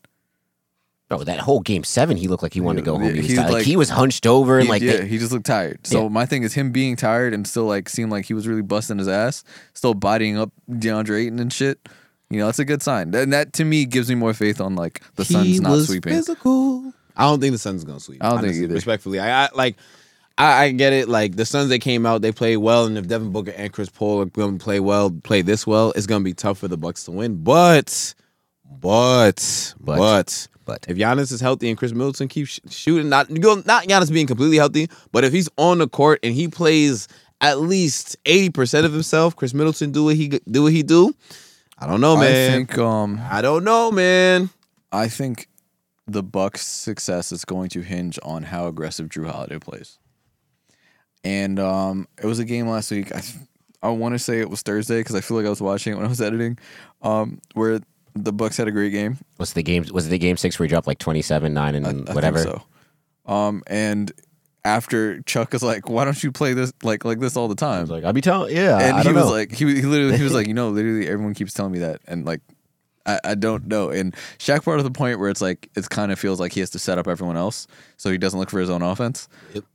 A: bro, that whole game seven, he looked like he wanted to go home. He
D: Yeah,
A: was,
D: he,
A: tired. like,
D: like-
A: he was hunched over and
D: He-
A: like
D: yeah,
A: they-
D: he just looked tired. So
A: Yeah.
D: my thing is him being tired and still like seemed like he was really busting his ass, still bodying up DeAndre Ayton and shit. You know, that's a good sign. And that to me gives me more faith on like the Suns not sweeping.
B: physical. I don't think the Suns gonna sweep.
D: I don't think either.
B: Respectfully, I, I like. I, I get it. Like the Suns, they came out, they played well, and if Devin Booker and Chris Paul are going to play well, play this well, it's going to be tough for the Bucks to win. But, but, but, but,
A: but-
B: if Giannis is healthy and Chris Middleton keeps sh- shooting, not you know, not Giannis being completely healthy, but if he's on the court and he plays at least eighty percent of himself, Chris Middleton do what he g- do what he do. I don't
D: I
B: know, Oh, man. I,
D: think um
B: don't know, man.
D: I think the Bucks' success is going to hinge on how aggressive Drew Holiday plays. And um, it was a game last week. I I want to say it was Thursday because I feel like I was watching it when I was editing, um, where the Bucks had a great game.
A: was the game was the game six where he dropped like twenty seven nine and
D: I- I think
A: whatever.
D: so. Um, and after Chuck is like, "Why don't you play this like like this all the time?"
A: Like I'll be telling, yeah,
D: and
A: I
D: he
A: don't
D: was
A: know.
D: like, he, he literally he was like, you know, literally everyone keeps telling me that, and like, I, I don't know. And Shaq brought to the point where it's like it kind of feels like he has to set up everyone else, so he doesn't look for his own offense.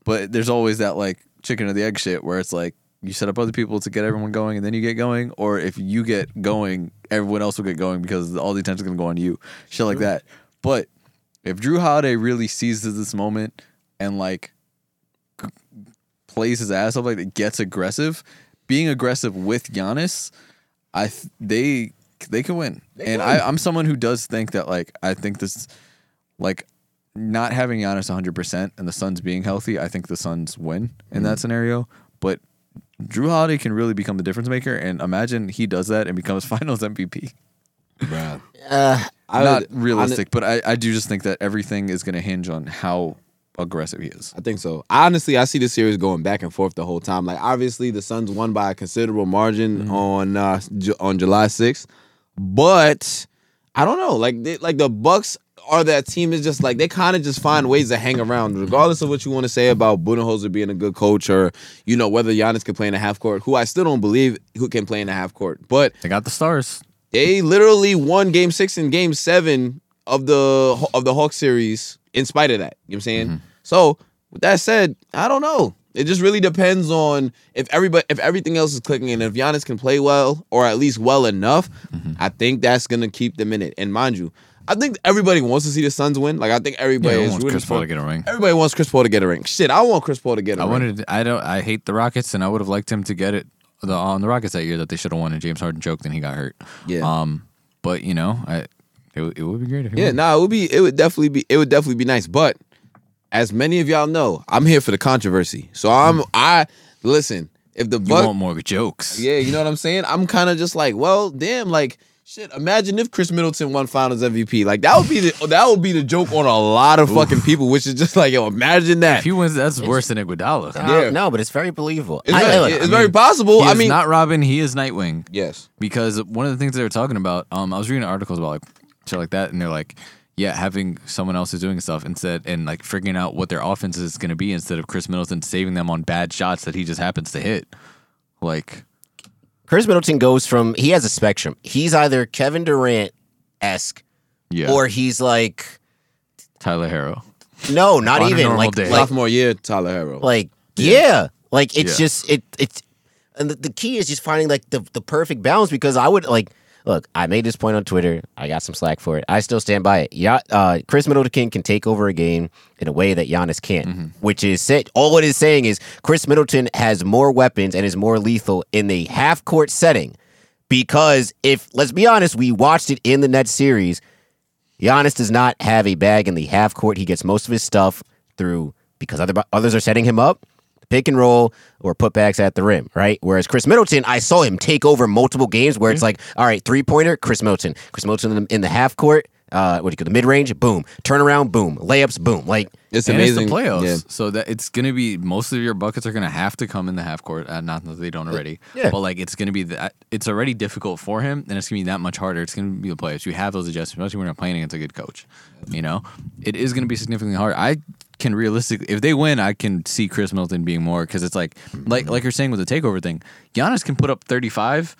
D: But there's always that like chicken or the egg shit where it's like you set up other people to get everyone going, and then you get going, or if you get going, everyone else will get going because all the attention's gonna go on you, shit like that. But if Drew Holiday really seizes this moment and like plays his ass off, like gets aggressive, being aggressive with Giannis, I th- they they can win. and I, I'm someone who does think that like I think this like not having Giannis 100 percent and the Suns being healthy, I think the Suns win in that scenario. But Drew Holiday can really become the difference maker, and imagine he does that and becomes Finals MVP.
B: I
D: Not
B: would-
D: realistic, but I, I do just think that everything is going to hinge on how aggressive he is.
B: I think so. Honestly, I see the series going back and forth the whole time. Like obviously, the Suns won by a considerable margin
D: Mm-hmm.
B: on uh, Ju- on July 6th, but I don't know. Like they, like the Bucks are that team is just like they kind of just find ways to hang around, regardless of what you want to say about Budenholzer being a good coach or you know whether Giannis can play in a half court, who I still don't believe who can play in a half court, but
D: They got the stars.
B: they literally won game six and
D: Mm-hmm.
B: game seven of the of the Hawk series in spite of that. You know what I'm saying? So With that said, I don't know. It just really depends on if everybody, if everything else is clicking, and if Giannis can play well or at least well enough,
D: Mm-hmm.
B: I think that's gonna keep them in it. And mind you, I think everybody wants to see the Suns win. Like I think everybody is
D: wants
B: rooting
D: Chris Paul
B: for-
D: to get a ring.
B: Everybody wants Chris Paul to get a ring. Shit, I want Chris Paul to get a
D: I
B: ring.
D: wanted. I don't. I hate the Rockets, and I would have liked him to get it the, on the Rockets that year that they should have won. And James Harden choked, and he got hurt.
B: Yeah.
D: Um. But you know, I it, would- it would be great if he
B: Yeah,
D: won.
B: nah, it would be it would definitely be it would definitely be nice. But as many of y'all know, I'm here for the controversy. So I'm I listen, if the
D: Mm. You
B: Bucks
D: want more jokes?
B: Yeah, you know what I'm saying? I'm kind of just like, well, damn, like shit, imagine if Chris Middleton won finals MVP. Like that would be the that would be the joke on a lot of fucking people, which is just like, yo, imagine that.
D: If he wins, that's worse than Iguodala.
A: Uh,
B: Yeah.
A: no, but it's very believable.
B: it's
A: I-
B: very,
A: look,
B: it's
A: I mean,
B: very possible.
D: He
B: I
D: is
B: mean
D: not Robin. He is Nightwing.
B: Yes.
D: because one of the things they were talking about, um, I was reading articles about like shit like that, and they're like, yeah, having someone else who's doing stuff instead, and like figuring out what their offense is going to be instead of Chris Middleton saving them on bad shots that he just happens to hit. Like,
A: Chris Middleton goes from he has a spectrum. He's either Kevin Durant esque,
D: yeah,
A: or he's like
D: Tyler Harrow.
A: no, not
D: On a
A: even
D: normal
A: like
D: day.
A: like
B: Sophomore year, Tyler Harrow.
A: like yeah, like it's
D: Yeah.
A: just it it's and the, the key is just finding like the the perfect balance because I would like look I made this point on Twitter I got some slack for it I still stand by it yeah uh, Chris Middleton can take over a game in a way that Giannis can't which is said all it is saying is Chris Middleton has more weapons and is more lethal in the half court setting because if let's be honest we watched it in the Nets series Giannis does not have a bag in the half court. He gets most of his stuff through because other others are setting him up, pick and roll, or putbacks at the rim, right? Whereas Chris Middleton, I saw him take over multiple games where it's like, all right, three pointer, Chris Middleton, Chris Middleton in the, in the half court, uh, what do you call the mid range? Boom, turnaround, boom, layups, boom, like.
B: it's
D: and
B: amazing.
D: it's the playoffs,
B: Yeah.
D: so that it's going to be most of your buckets are going to have to come in the half court. Uh, not that they don't already,
A: Yeah.
D: But like, it's going to be that it's already difficult for him, and it's going to be that much harder. It's going to be the playoffs. You have those adjustments, especially when you're playing against a good coach. You know, it is going to be significantly hard. I can realistically, if they win, I can see Chris Middleton being more because it's like, like, like you're saying with the takeover thing, Giannis can put up 35.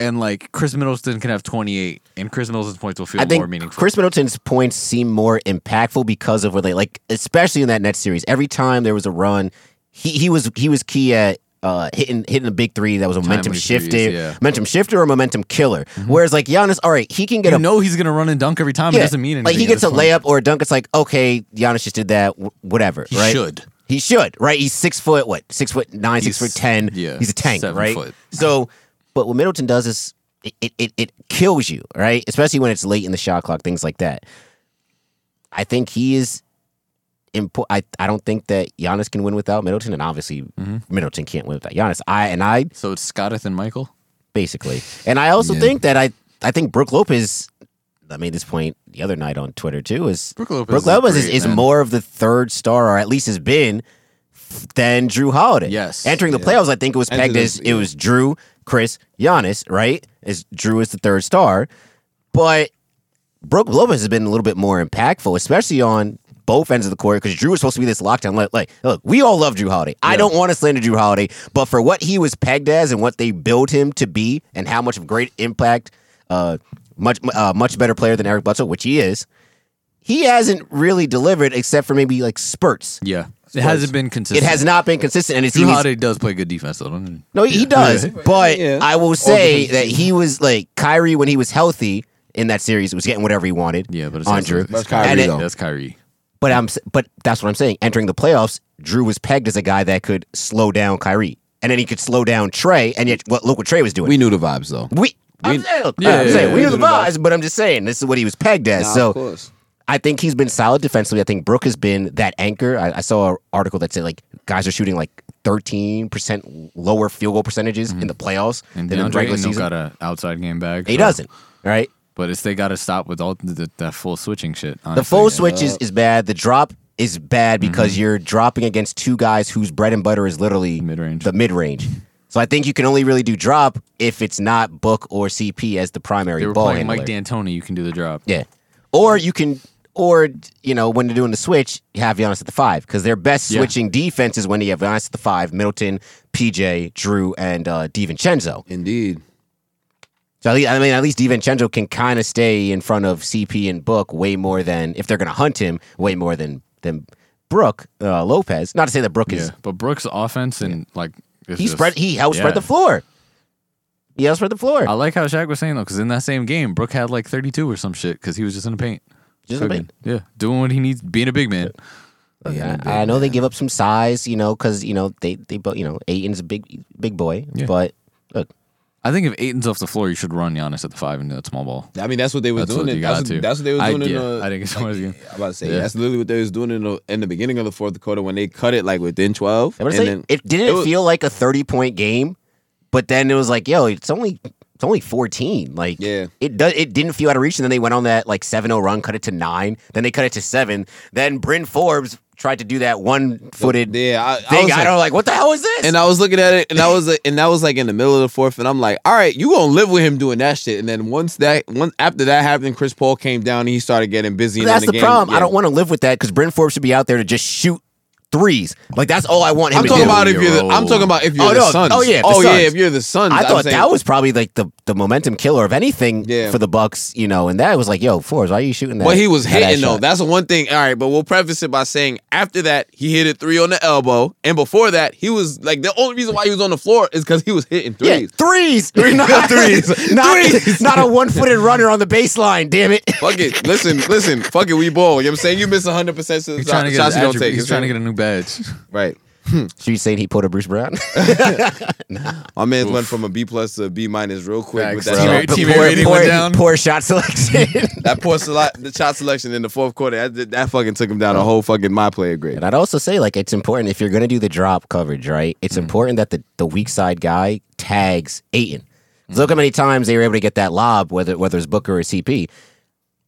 D: And like Chris Middleton can have 28, and Chris Middleton's points will feel
A: I
D: more
A: think
D: meaningful.
A: Chris Middleton's points seem more impactful because of where they like, especially in that Nets series. Every time there was a run, he he was he was key at uh, hitting hitting a big three that was a momentum
D: Timely threes,
A: shifter,
D: yeah. Mm-hmm.
A: momentum shifter or momentum killer. Whereas like Giannis, all right, he can get
D: you
A: a
D: know he's gonna run and dunk every time. It
A: yeah,
D: doesn't mean anything.
A: like he
D: at
A: gets a
D: this point.
A: layup or a dunk. It's like okay, Giannis just did that. wh- Whatever,
D: He
A: right?
D: should.
A: He should, right? He's six foot what? Six foot nine, six
D: He's-
A: foot ten.
D: yeah,
A: he's a tank,
D: seven
A: right?
D: foot.
A: So, but what Middleton does is it, it it it kills you, right? Especially when it's late in the shot clock, things like that. I think he is important. I I don't think that Giannis can win without Middleton, and obviously
D: Mm-hmm.
A: Middleton can't win without Giannis. I and I
D: So it's Scotteth and Michael.
A: basically. And I also think that I I think Brooke Lopez. I made this point the other night on Twitter too. Is
D: Brooke Lopez
A: Brooke
D: is
A: Lopez is,
D: great,
A: is
D: man.
A: more of the third star, or at least has been, than Drew Holiday.
D: Yes.
A: entering the playoffs, I think it was
B: Entering
A: pegged
B: the-
A: as it was Drew, Chris, Giannis. Right, as Drew is the third star, but Brooke Lopez has been a little bit more impactful, especially on both ends of the court, because Drew was supposed to be this lockdown. Like, like, look, we all love Drew Holiday. I don't want to slander Drew Holiday, but for what he was pegged as and what they built him to be, and how much of great impact, uh, much uh, much better player than Eric Bledsoe, which he is, he hasn't really delivered except for maybe like spurts.
D: Yeah, it hasn't been consistent.
A: It has not been consistent, and it's
D: Drew Holiday does play good defense though. doesn't he?
A: no, he he does. But
B: Yeah.
A: I will say
B: defensive
A: that he was like Kyrie when he was healthy in that series was getting whatever he wanted.
D: Yeah, but it's
A: on
D: also-
A: Drew.
D: it's
B: That's Kyrie,
A: And it-
B: though.
D: That's Kyrie.
A: But I'm s- but that's what I'm saying. Entering the playoffs, Drew was pegged as a guy that could slow down Kyrie, and then he could slow down Trey. And yet, what look what Trey was doing.
B: We knew the vibes though.
A: we I'm saying, I'm
D: yeah,
A: saying,
D: yeah,
A: we
D: yeah.
A: knew the vibes, but I'm just saying this is what he was pegged as.
B: Nah,
A: so
B: of course.
A: I think he's been solid defensively. I think Brooke has been that anchor. I, I saw an article that said like guys are shooting like 13 percent lower field goal percentages in the playoffs
D: Mm-hmm. And
A: than in the
D: DeAndre
A: regular
D: Ayton
A: season.
D: got an outside game bag.
A: he
D: so-
A: doesn't, right?
D: But it's they got to stop with all the, that full switching shit.
A: The
D: honestly.
A: full switch is, is bad. The drop is bad
D: Mm-hmm.
A: because you're dropping against two guys whose bread and butter is literally
D: Mid-range.
A: the mid range. So I think you can only really do drop if it's not Book or CP as the primary
D: They were
A: ball
D: playing Mike
A: handler.
D: D'Antoni. You can do the drop.
A: yeah, or you can, or you know, when they're doing the switch, you have Giannis at the five because their best
D: Yeah.
A: switching defense is when you have Giannis at the five, Middleton, PJ, Drew, and uh, Divincenzo.
B: Indeed.
A: So at least, I mean, at least Divincenzo can kind of stay in front of CP and Book way more than if they're going to hunt him way more than than Brooke uh, Lopez. Not to say that Brooke is
D: Yeah, but Brooks' offense and like it's
A: he
D: just-
A: spread he helped
D: yeah.
A: spread the floor. He helped spread the floor.
D: I like how Shaq was saying though, because in that same game, Brooke had like 32 or some shit because he was just in the paint,
A: Just in the
D: Cooking. yeah, doing what he needs, being a big man.
A: Yeah, I know they give up some size, you know, because you know they they bo- you know Aiton's a big big boy, but look,
D: I think if Aiton's off the floor, you should run Giannis at the five and do that small ball.
B: I mean, that's what they was
D: That's
B: doing.
D: what
B: in-
D: you
B: that's,
D: got to.
B: what, that's what they was
D: I,
B: doing. in
D: yeah,
B: the,
D: I think it's what you.
B: I'm about to say
D: Yeah.
B: that's literally what they was doing in the in the beginning of the fourth quarter when they cut it like within twelve.
A: I'm gonna
B: and
A: say,
B: then-
A: it didn't it
B: was-
A: feel like a thirty point game, but then it was like, yo, it's only it's only fourteen. Like,
B: Yeah.
A: it does it didn't feel out of reach, and then they went on that like 7-0 run, cut it to nine, then they cut it to seven, then Bryn Forbes tried to do that one footed
B: yeah, I, I
A: thing.
B: was
A: I,
B: like-
A: don't like what the hell is this?
B: and I was looking at it, and I was like, and that was like in the middle of the fourth, and I'm like, all right, you gonna live with him doing that shit. And then once that, once after that happened, Chris Paul came down and he started getting busy. and then
A: that's the,
B: game-
A: problem.
B: yeah.
A: I don't want to live with that because Bryn Forbes should be out there to just shoot threes. Like that's all I want him
B: I'm
A: to
B: talking
A: do.
B: about if you're. The, I'm talking about if you're
A: Oh,
B: the
A: no.
B: Suns.
A: Oh, yeah, if the
B: Oh yeah.
A: Suns.
B: If you're the Suns.
A: I
B: I'm
A: thought
B: saying-
A: that was probably like the, the momentum killer of anything
B: Yeah.
A: for the Bucks, you know. And that was like, yo, Forbes, why are you shooting that?
B: But he was
A: that
B: hitting
A: ass
B: though.
A: shot?
B: That's the one thing. All right, but we'll preface it by saying after that he hit a three on the elbow, and before that he was like the only reason why he was on the floor is because he was hitting
A: yeah,
B: threes.
A: threes, not
B: Threes.
A: not, not a one footed runner on the baseline. Damn it!
B: Fuck it. Listen, listen. Fuck it. We ball. You know what I'm saying? You miss 100% of the
D: He's
B: shot-
D: trying to get his
B: shots you don't
D: attribute-
B: take.
D: He's trying to get a new badge.
B: Right.
A: So you saying he pulled a Bruce Brown?
B: My man went from a B plus to a B minus real quick with
D: Facts,
B: that
D: bro.
B: shot.
D: Team- team rating
A: poor,
D: went down.
A: poor shot selection.
B: That poor sele- the shot selection in the fourth quarter. That, that fucking took him down a whole fucking my player grade.
A: And I'd also say, like, it's important if you're going to do the drop coverage, right? It's important that the, the weak side guy tags Aiton. 'Cause Look how many times they were able to get that lob, whether whether it's Booker or CP.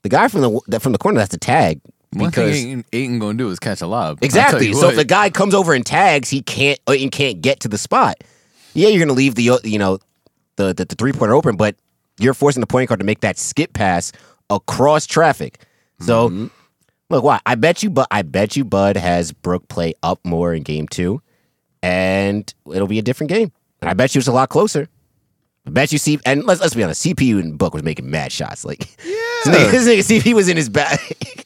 A: The guy from the that- from the corner has to tag
D: One
A: because
D: thing Aiton, Aiton gonna do is catch a lob. I'll tell
A: exactly.
D: you
A: So
D: what.
A: if the guy comes over and tags, he can't Aiton can't get to the spot. Yeah, you're going to leave the uh, you know the the, the three pointer open, but you're forcing the point guard to make that skip pass across traffic. So.
D: Mm-hmm.
A: Look, why? I bet you, but I bet you, Bud has Brook play up more in Game Two, and it'll be a different game. And I bet you it's a lot closer. I bet you see, and let's let's be honest, CPU and Book was making mad shots. Like, yeah. this, nigga, CP was in his back.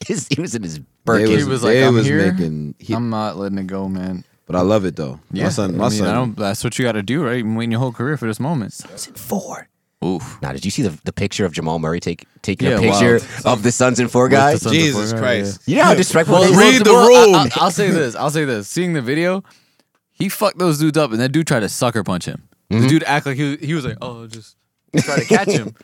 A: his, he was in his Birkin.
D: was- like, I'm here.
B: making. he-
D: I'm not letting it go, man.
B: but I love it though. My son, my
D: I mean, I
B: son.
D: don't, that's what you got to do, right? You've been waiting your whole career for this moment.
A: He was in four.
D: Oof.
A: Now, did you see the, the picture of Jamal Murray take, taking a
D: Yeah,
A: picture
D: wow.
A: of the Suns in four guys?
D: Suns.
B: Jesus
D: Yeah.
B: Christ.
A: You know how disrespectful
B: Well,
A: it is?
B: read the room.
D: I, will say this. I'll say this. Seeing the video, he fucked those dudes up, and that dude tried to sucker punch him. The dude act like he was, he was like, oh, just try to catch him.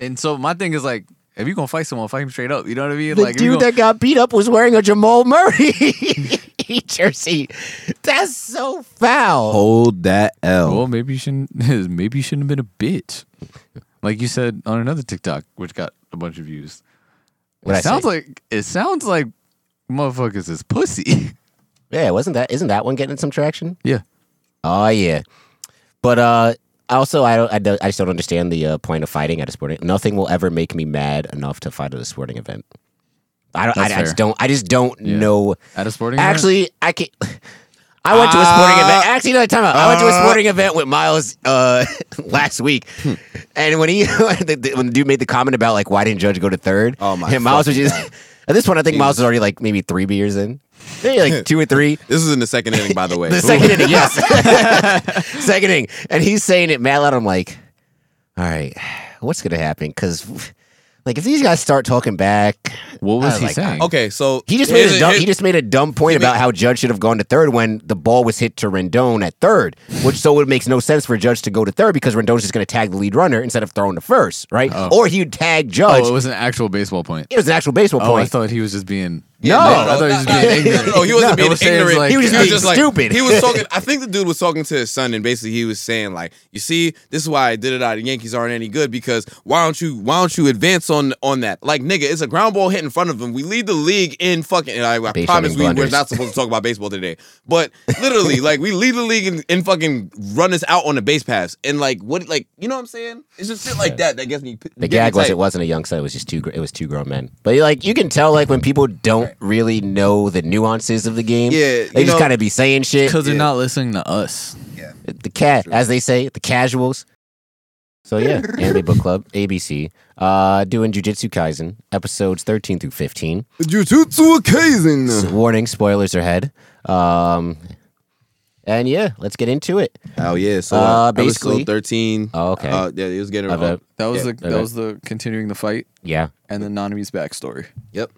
D: and so my thing is like, if you gonna fight someone, fight him straight up. You know what I mean?
A: The
D: like, if you
A: dude
D: gonna-
A: that got beat up was wearing a Jamal Murray jersey. That's so foul.
B: Hold that L.
D: well, maybe you shouldn't. Maybe you shouldn't have been a bitch, like you said on another TikTok, which got a bunch of views.
A: What'd I
D: it sounds
A: say?
D: like it sounds like motherfuckers is pussy.
A: Yeah, wasn't that? Isn't that one getting some traction?
D: yeah.
A: Oh yeah, but uh, also I don't, I don't, I just don't understand the uh, point of fighting at a sporting. Nothing will ever make me mad enough to fight at a sporting event. I don't. I,
D: That's
A: I just
D: fair.
A: don't. I just don't know.
D: At a sporting event?
A: Actually, I can. I went to a sporting
B: Uh,
A: event. Actually, no, time out. I went to a sporting event with Miles uh, last week,
B: Hmm.
A: and when he the- the- when the dude made the comment about like why didn't Judge go to third?
B: Oh, my
A: And Miles was just at this point. I think Miles was already like maybe three beers in, maybe like two or three.
B: This is in the second inning, by the way.
A: The second inning, yes. second inning. And he's saying it mad loud. I'm like, all right, what's going to happen? Because, like, if these guys start talking back,
D: What
A: I
D: was he
A: like-
D: saying?
B: Okay, so
A: he just made
B: here's
A: a dumb,
B: here-
A: he just made a dumb point about how Judge should have gone to third when the ball was hit to Rendon at third, which so it makes no sense for Judge to go to third because Rendon's just going to tag the lead runner instead of throwing to first, right? Or he'd tag Judge.
D: Oh, it
A: it, was,
D: was an actual baseball point.
A: an actual baseball
D: Oh, I
A: point.
D: thought he was just being.
A: No. Oh,
D: I thought he was just being ignorant.
B: No, he wasn't
D: It
B: being
D: was saying,
B: ignorant.
D: like-
A: He was just being
B: like-
A: stupid.
B: He was talking. I think the dude was talking to his son, and basically he was saying like, "You see, this is why I did it out. The Yankees aren't any good because why don't you why don't you advance on on that? Like, nigga, it's a ground ball hit in front of him. We lead the league in fucking. And I, I
A: Based on
B: promise
A: his
B: we we're
A: blunders.
B: not supposed to talk about baseball today, but literally, like, we lead the league in, in fucking runners out on the base pass, and like, what, like, you know what I'm saying? It's just shit like that that gets me.
A: The gag was it wasn't a young son; it was just two. gr- It was two grown men. But like you can tell, like when people don't really know the nuances of the game,
B: Yeah,
A: they
B: you
A: just
B: know-
A: kind of be saying shit.
D: Because they're not listening to us.
A: The cat, as they say, the casuals. So yeah, anime book club, ABC, uh, doing Jujutsu Kaisen episodes thirteen through fifteen.
B: Jujutsu Kaisen.
A: Warning, spoilers ahead. Um, and yeah, let's get into it.
B: Oh yeah, so
A: Uh,
B: uh,
A: basically-
B: episode thirteen.
A: Oh, okay.
B: uh, yeah, it was getting.
A: Of a-
B: Oh,
D: That was
B: yeah,
D: the that was the continuing the fight
A: Yeah,
D: and then Nanami's backstory.
B: Yep,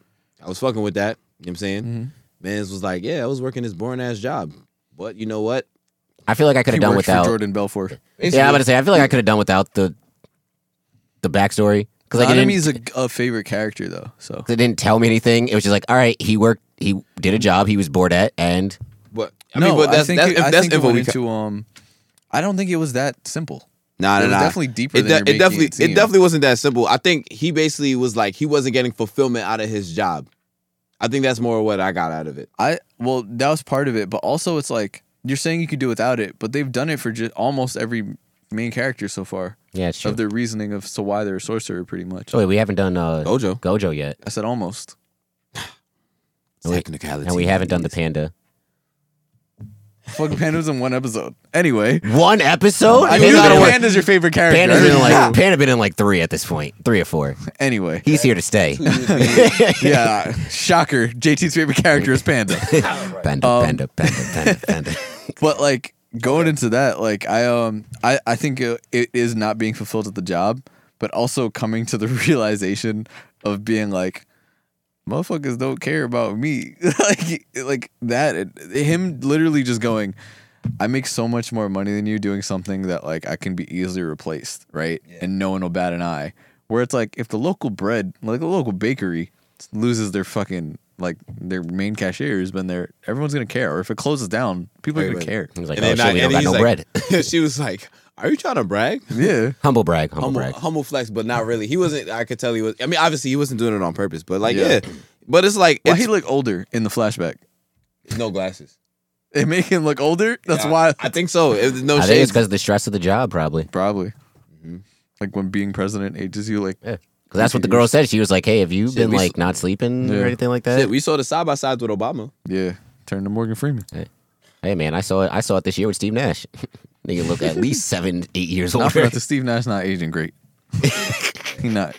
B: I was fucking with that. You know what I'm saying?
D: Mm-hmm.
B: Mans was like, yeah, I was working this boring ass job, but you know what?
A: I feel like I could
D: He
A: have done
D: works for
A: without.
D: Jordan Belfort.
A: Yeah, I'm gonna say I feel like I could have done without the the backstory because like it
D: Nanami's
A: didn't,
D: a, a favorite character though, so
A: it didn't tell me anything. It was just like, all right, he worked, he did a job he was bored at, and
B: But I
D: no,
B: mean, but that's
D: I think
B: that's,
D: it,
B: if
D: I
B: that's
D: think it
B: info
D: went
B: we ca-
D: into um. I don't think it was that simple.
B: Nah,
D: It
B: nah,
D: was
B: nah.
D: definitely deeper
B: It,
D: than
B: de-
D: you're
B: it
D: making
B: definitely,
D: it seem.
B: definitely wasn't that simple. I think he basically was like he wasn't getting fulfillment out of his job. I think that's more what I got out of it.
D: I well, that was part of it, but also it's like you're saying you could do without it, but they've done it for just almost every main character so far
A: yeah, it's true.
D: of their reasoning of so why they're a sorcerer, pretty much.
A: oh wait, we haven't done uh,
B: Gojo.
A: Gojo yet,
D: I said almost.
A: we-
B: Technicality.
A: and we haven't done the panda.
D: Fucking pandas in one episode. Anyway,
A: One episode.
D: I
A: Panda
D: knew
A: don't
D: that
A: work-
D: panda's your favorite character.
A: Panda's
D: I
A: been in
D: already
A: like
D: knew.
A: Panda been in like three at this point, three or four.
D: anyway,
A: He's here to stay.
D: yeah, shocker. JT's favorite character is panda.
A: Panda,
D: Um,
A: panda, panda, panda, panda.
D: but like going into that like i um i i think it, it is not being fulfilled at the job but also coming to the realization of being like motherfuckers don't care about me like like that it, him literally just going i make so much more money than you doing something that like i can be easily replaced right and no one will bat an eye where it's like if the local bread like a local bakery loses their fucking like their main cashier has been there everyone's gonna care or if it closes down people are gonna
B: Everybody.
D: care
A: He's like,
B: And
A: oh
B: then
A: shit,
B: I-
A: we don't
B: and
A: got
B: he's
A: no
B: like-
A: bread.
B: she was like, "Are you trying to brag?"
D: yeah
A: Humble brag, humble,
B: humble, Oh,
A: brag.
B: humble flex, but not really. He wasn't. I could tell he was. I mean, obviously he wasn't doing it on purpose, but like, yeah.
D: Yeah.
B: But it's like
D: why
B: it's,
D: he look older in the flashback
B: no glasses.
D: They make him look older. That's
B: Yeah,
D: why.
B: I think so. It, no
A: I think it's
B: shades.
A: because of the stress of the job, probably.
D: Probably.
B: Mm-hmm.
D: Like when being president ages you, like
A: Yeah. 'Cause that's what the girl said. She was like, "Hey, have you been
B: we
A: like not sleeping
D: Yeah.
A: or anything like that?"
B: Shit, we saw the side by sides with Obama.
D: yeah, turn to Morgan Freeman.
A: hey, man, I saw it. I saw it this year with Steve Nash. Nigga look at least seven, eight years
D: Not for
A: older.
D: nothing. Steve Nash not aging great. he not.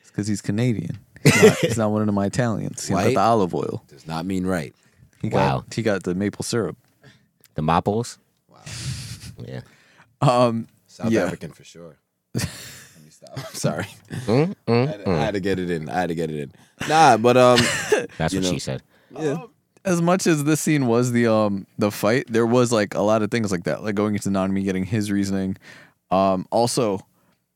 D: It's because he's Canadian. He's not, he's not one of my Italians. He got
B: White.
D: the olive oil.
B: Does not mean right.
D: He
A: Wow.
D: Got, he got the maple syrup.
A: The Mopples. Wow. Yeah.
D: Um.
B: South
D: Yeah.
B: African for sure. Let me stop. Mm, I'm sorry. I, had, I had to get it in. I had to get it in. Nah, but um,
A: That's
B: You
A: what
B: know.
A: she said.
D: As much as this scene was the um the fight, there was like a lot of things like that, like going into Nanami getting his reasoning. Um. Also,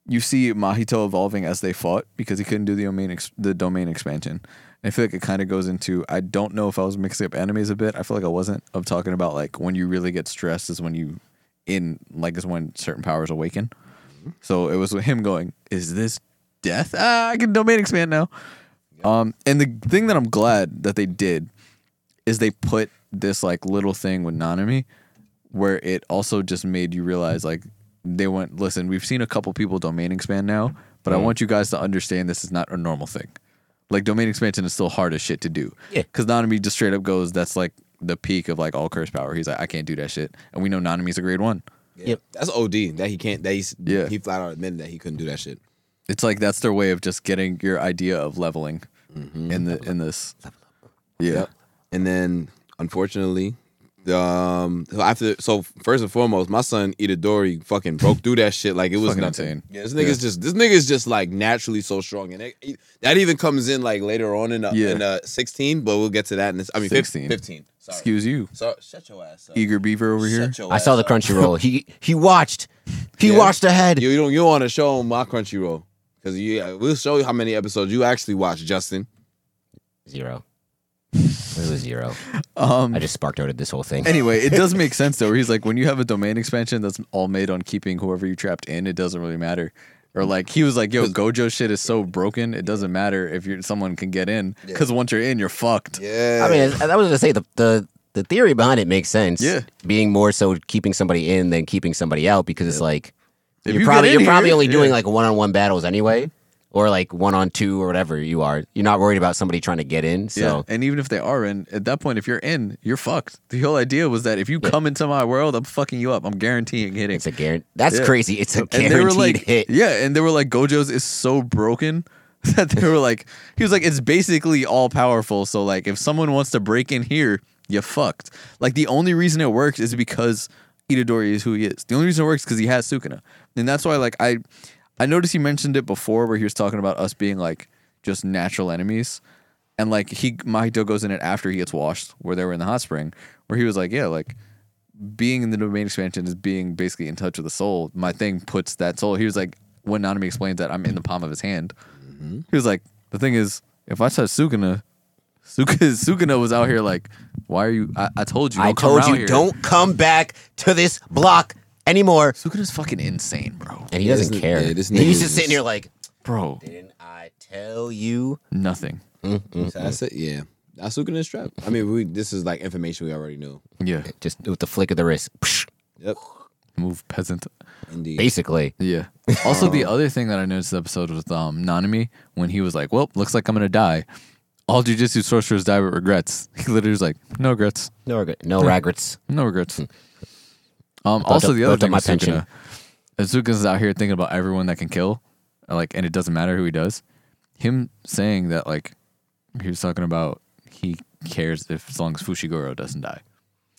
D: you see Mahito evolving as they fought because he couldn't do the domain ex- the domain expansion. And I feel like it kind of goes into I don't know if I was mixing up animes a bit. I feel like I wasn't of talking about like when you really get stressed is when you in like is when certain powers awaken. So it was with him going, "Is this death? Ah, I can domain expand now." Um, and the thing that I'm glad that they did is they put this like little thing with Nanami where it also just made you realize like they went listen we've seen a couple people domain expand now but
B: Mm.
D: i want you guys to understand this is not a normal thing like domain expansion is still hard as shit to do
A: Yeah.
D: because nanami just straight up goes that's like the peak of like all curse power he's like i can't do that shit and we know nanami's a grade one
A: Yep.
B: that's OD that he can't. That he's
D: Yeah.
B: He flat out admitted that he couldn't do that shit.
D: it's like that's their way of just getting your idea of leveling in the in this yeah
B: Mm-hmm. Yep. And then unfortunately, the, um so after so first and foremost, my son Itadori fucking broke through that shit like it was
D: Fucking
B: nothing.
D: insane.
B: Yeah, this nigga's just this nigga's just like naturally so strong, and it, it- that even comes in like later on in the,
D: Yeah.
B: in the sixteen. But we'll get to that in this. I mean,
D: 16.
B: fifteen. Fifteen. Sorry.
D: excuse you
B: So shut your ass up.
D: eager beaver over here
B: Shut your
A: I
B: ass
A: saw the
B: up.
A: Crunchyroll. he he watched. He
B: oh, Yeah.
A: watched ahead.
B: You, you don't. You want to show him my Crunchyroll because you. yeah, We'll show you how many episodes you actually watched, Justin.
A: Zero. It was zero.
D: um
A: I just spark noted this whole thing.
D: anyway, it does make sense though. Where he's like, when you have a domain expansion that's all made on keeping whoever you trapped in, it doesn't really matter. Or like he was like, yo, Gojo shit is so broken, it doesn't matter if you're someone can get in, because once you're in, you're fucked.
B: Yeah.
A: I mean, it's- I was gonna say the the the theory behind it makes sense.
D: Yeah.
A: being more so keeping somebody in than keeping somebody out because it's like
D: If
A: you're
D: you get
A: probably
D: in
A: you're probably
D: here-
A: only doing
D: yeah.
A: like one on one battles anyway. or like one on two or whatever you are. You're not worried about somebody trying to get in. So
D: and even if they are in, at that point, if you're in, you're fucked. The whole idea was that if you come into my world, I'm fucking you up. I'm guaranteeing hitting.
A: it's a guarantee. That's
D: Yeah.
A: crazy. It's a
D: and
A: guaranteed
D: they were like,
A: hit.
D: yeah, and they were like, Gojo's is so broken that they were like, he was like, it's basically all powerful. So like, if someone wants to break in here, you fucked. Like the only reason it works is because Itadori is who he is. The only reason it works because he has Sukuna, and that's why like I, I noticed he mentioned it before where he was talking about us being like just natural enemies. And like he, Mahito goes in it after he gets washed, where they were in the hot spring, where he was like, "Yeah, like being in the domain expansion is being basically in touch with the soul. My thing puts that soul. He was like, when Nanami explains that, I'm in the palm of his hand.
A: Mm-hmm.
D: He was like, the thing is, if I touch Sukuna, Suka, Sukuna was out here like, why are you? I, I told you.
A: I
D: don't come
A: told
D: around
A: you,
D: here.
A: don't come back to this block anymore.
D: Sukuna's fucking insane, bro.
A: And he doesn't
B: this-
A: care.
B: yeah, this nigga
A: He's
B: is-
A: just sitting here like,
D: Bro,
A: didn't I tell you?
D: nothing.
B: That's it. Yeah. That's looking this trap. I mean, we this is like information we already knew.
D: Yeah,
A: Just with the flick of the wrist. Psh,
B: Yep.
D: move peasant.
B: Indeed.
A: Basically.
D: Yeah. Also,
A: Uh.
D: the other thing that I noticed this episode was um, Nanami when he was like, "Well, looks like I'm gonna die." All jujitsu sorcerers die with regrets. He literally was like, "No regrets."
A: No regret. No regrets.
D: No regrets.
A: Hmm.
D: Um, also,
A: up-
D: the other
A: built up
D: thing
A: my
D: is Sukuna.
A: pension.
D: Azuka's out here thinking about everyone that can kill, like, and it doesn't matter who he does. Him saying that, like, he was talking about he cares if as long as Fushiguro doesn't die.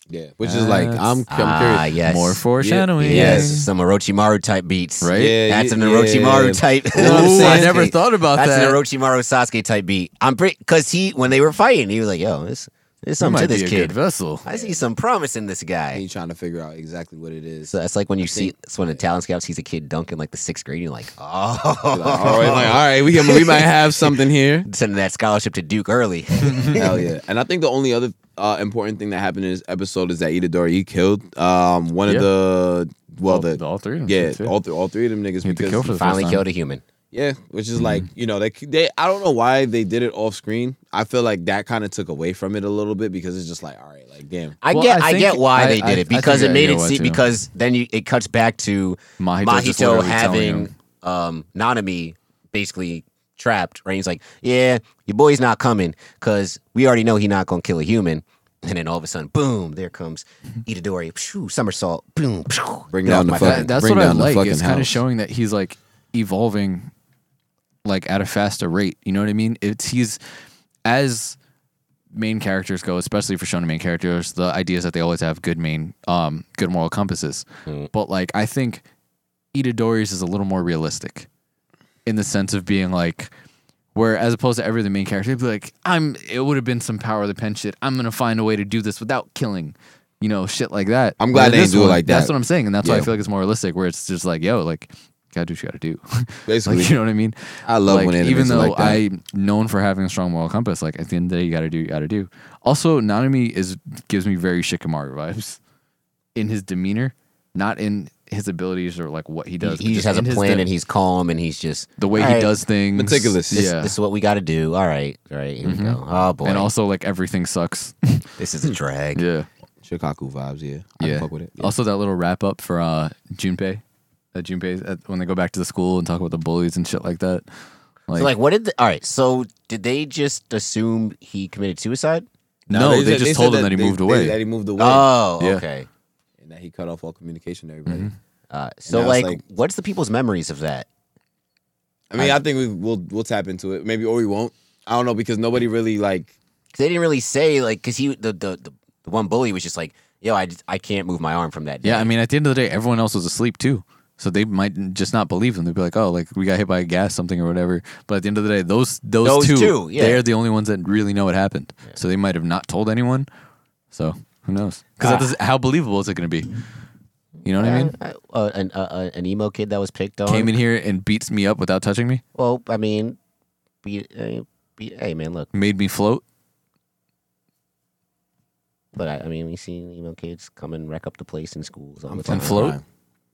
B: Yeah. Which is like I'm, I'm
A: Ah,
B: curious.
A: yes.
D: More foreshadowing.
A: Yes, some Orochimaru type beats.
D: Right?
B: Yeah,
A: That's
B: yeah,
A: an
B: yeah.
A: Orochimaru type.
B: know what I'm
D: Ooh, I
B: saying?
D: never thought about
A: That's
D: that.
A: an Orochimaru Sasuke type beat. I'm pretty because he when they were fighting, he was like, "Yo, this there's
D: That
A: something to
D: might be
A: this
D: a
A: kid.
D: good vessel.
A: I see some promise in this
B: And
A: guy."
B: you trying to figure out exactly what it is.
A: So that's like when you see that's when a talent scout sees a kid dunking like the sixth grade, you're like, "Oh,
B: Like, all right, like, all right, we can, we might have something here.
A: sending that scholarship to Duke early."
B: Hell yeah! And I think the only other uh, important thing that happened in this episode is that Itadori he killed um, one
D: Yeah.
B: of the well
D: All-
B: the
D: all three of them
B: yeah
D: did, too.
B: all, th- all three of them niggas
D: He had to
B: because
D: kill for the Mm-hmm.
A: Finally
D: first time.
A: killed a human.
B: yeah, which is like you know they they I don't know why they did it off screen. I feel like that kind of took away from it a little bit because it's just like all right, like damn,
A: I
D: Well,
A: get,
D: I
A: I, get
D: think-
A: why
D: I-
A: they
D: I-
A: did it
D: I
A: because
D: think
A: it
D: I
A: made
D: know
A: it
D: why,
A: see
D: too.
A: because then you, it cuts back to
D: Mahito
A: Mahito,
D: just literally telling
A: having
D: him.
A: um, Nanami basically trapped. Right, he's like, "Yeah, your boy's not coming because we already know he's not gonna kill a human." And then all of a sudden, boom! There comes Itadori. Pshoo, somersault. Boom. Pshoo,
B: Bring
A: get
B: down
A: off
B: the
A: my
B: fucking-
A: back.
D: That- that's
B: bring
D: what I
B: down the
D: like.
B: fucking
D: It's kind of
B: house.
D: showing that he's like evolving, like at a faster rate. You know what I mean? It's he's as main characters go, especially for shonen main characters, the idea is that they always have good main, um, good moral compasses.
B: Hmm.
D: But like, I think Itadori's is a little more realistic in the sense of being like. Where as opposed to every other main character, he'd be like, I'm it would have been some power of the pen shit. I'm gonna find a way to do this without killing, you know, shit like that.
B: I'm glad
D: Where
B: they didn't
D: this
B: do it
D: one-
B: like
D: That's
B: that.
D: what I'm saying, and that's why I
B: Yeah.
D: feel like it's more realistic, where it's just like, yo, like, gotta do what you gotta do.
B: Basically.
D: like, you know what I mean?
B: I love
D: like,
B: when animes
D: even
B: are
D: though
B: like that.
D: I'm known for having a strong moral compass, like at the end of the day, you gotta do, what you gotta do. Also, Nanami is gives me very Shikamaru vibes in his demeanor, not in his abilities or like what he does.
A: He, he just has a
D: in his
A: plan
D: de-
A: and he's calm and he's just
D: the way
A: "All
D: he
A: right,
D: does things,
B: Meticulous.
A: This,
D: yeah.
A: this is what we got to do. All right, all right, here we go. Oh boy,
D: and also like everything sucks.
A: this is a drag.
D: yeah,
B: Shikaku vibes. Yeah, I
D: yeah. Oh,
B: can fuck with it. Yeah.
D: Also, that little wrap up for uh, Junpei, that Junpei at, when they go back to the school and talk about the bullies and shit like that.
A: So like, what did? The, all right, so did they just assume he committed suicide?
D: No, they,
B: said-
D: just
B: said
D: told him that he
B: they-
D: moved
B: they-
D: away. Uh,
B: That he moved away,
A: Oh,
D: Yeah.
A: okay.
B: and that he cut off all communication. to Everybody.
D: Mm-hmm.
A: Uh, so
B: now
A: like,
B: it's like-
A: what's the people's memories of that?
B: I mean, I, think we will we'll tap into it. Maybe or we won't. I don't know because nobody really like
A: 'Cause they didn't really say like, because he the, the the the one bully was just like, yo, I just, I can't move my arm from that. Day.
D: yeah, I mean, at the end of the day, everyone else was asleep too. So they might just not believe them. They'd be like, "Oh, like we got hit by a gas, something or whatever." But at the end of the day, those those,
A: Those
D: two,
A: two, yeah.
D: they're the only ones that really know what happened. So they might have not told anyone. So who knows?
B: Ah.
D: Because how believable is it going to be? You know what I mean?
A: Uh, uh, an uh, uh, an emo kid that was picked on.
D: Came in here and beats me up without touching me,
A: well, I mean, be, uh, be, hey man, look,
D: made me float.
A: but I, I mean, we seen emo kids come and wreck up the place in schools all the time.
D: And float,
B: Ryan.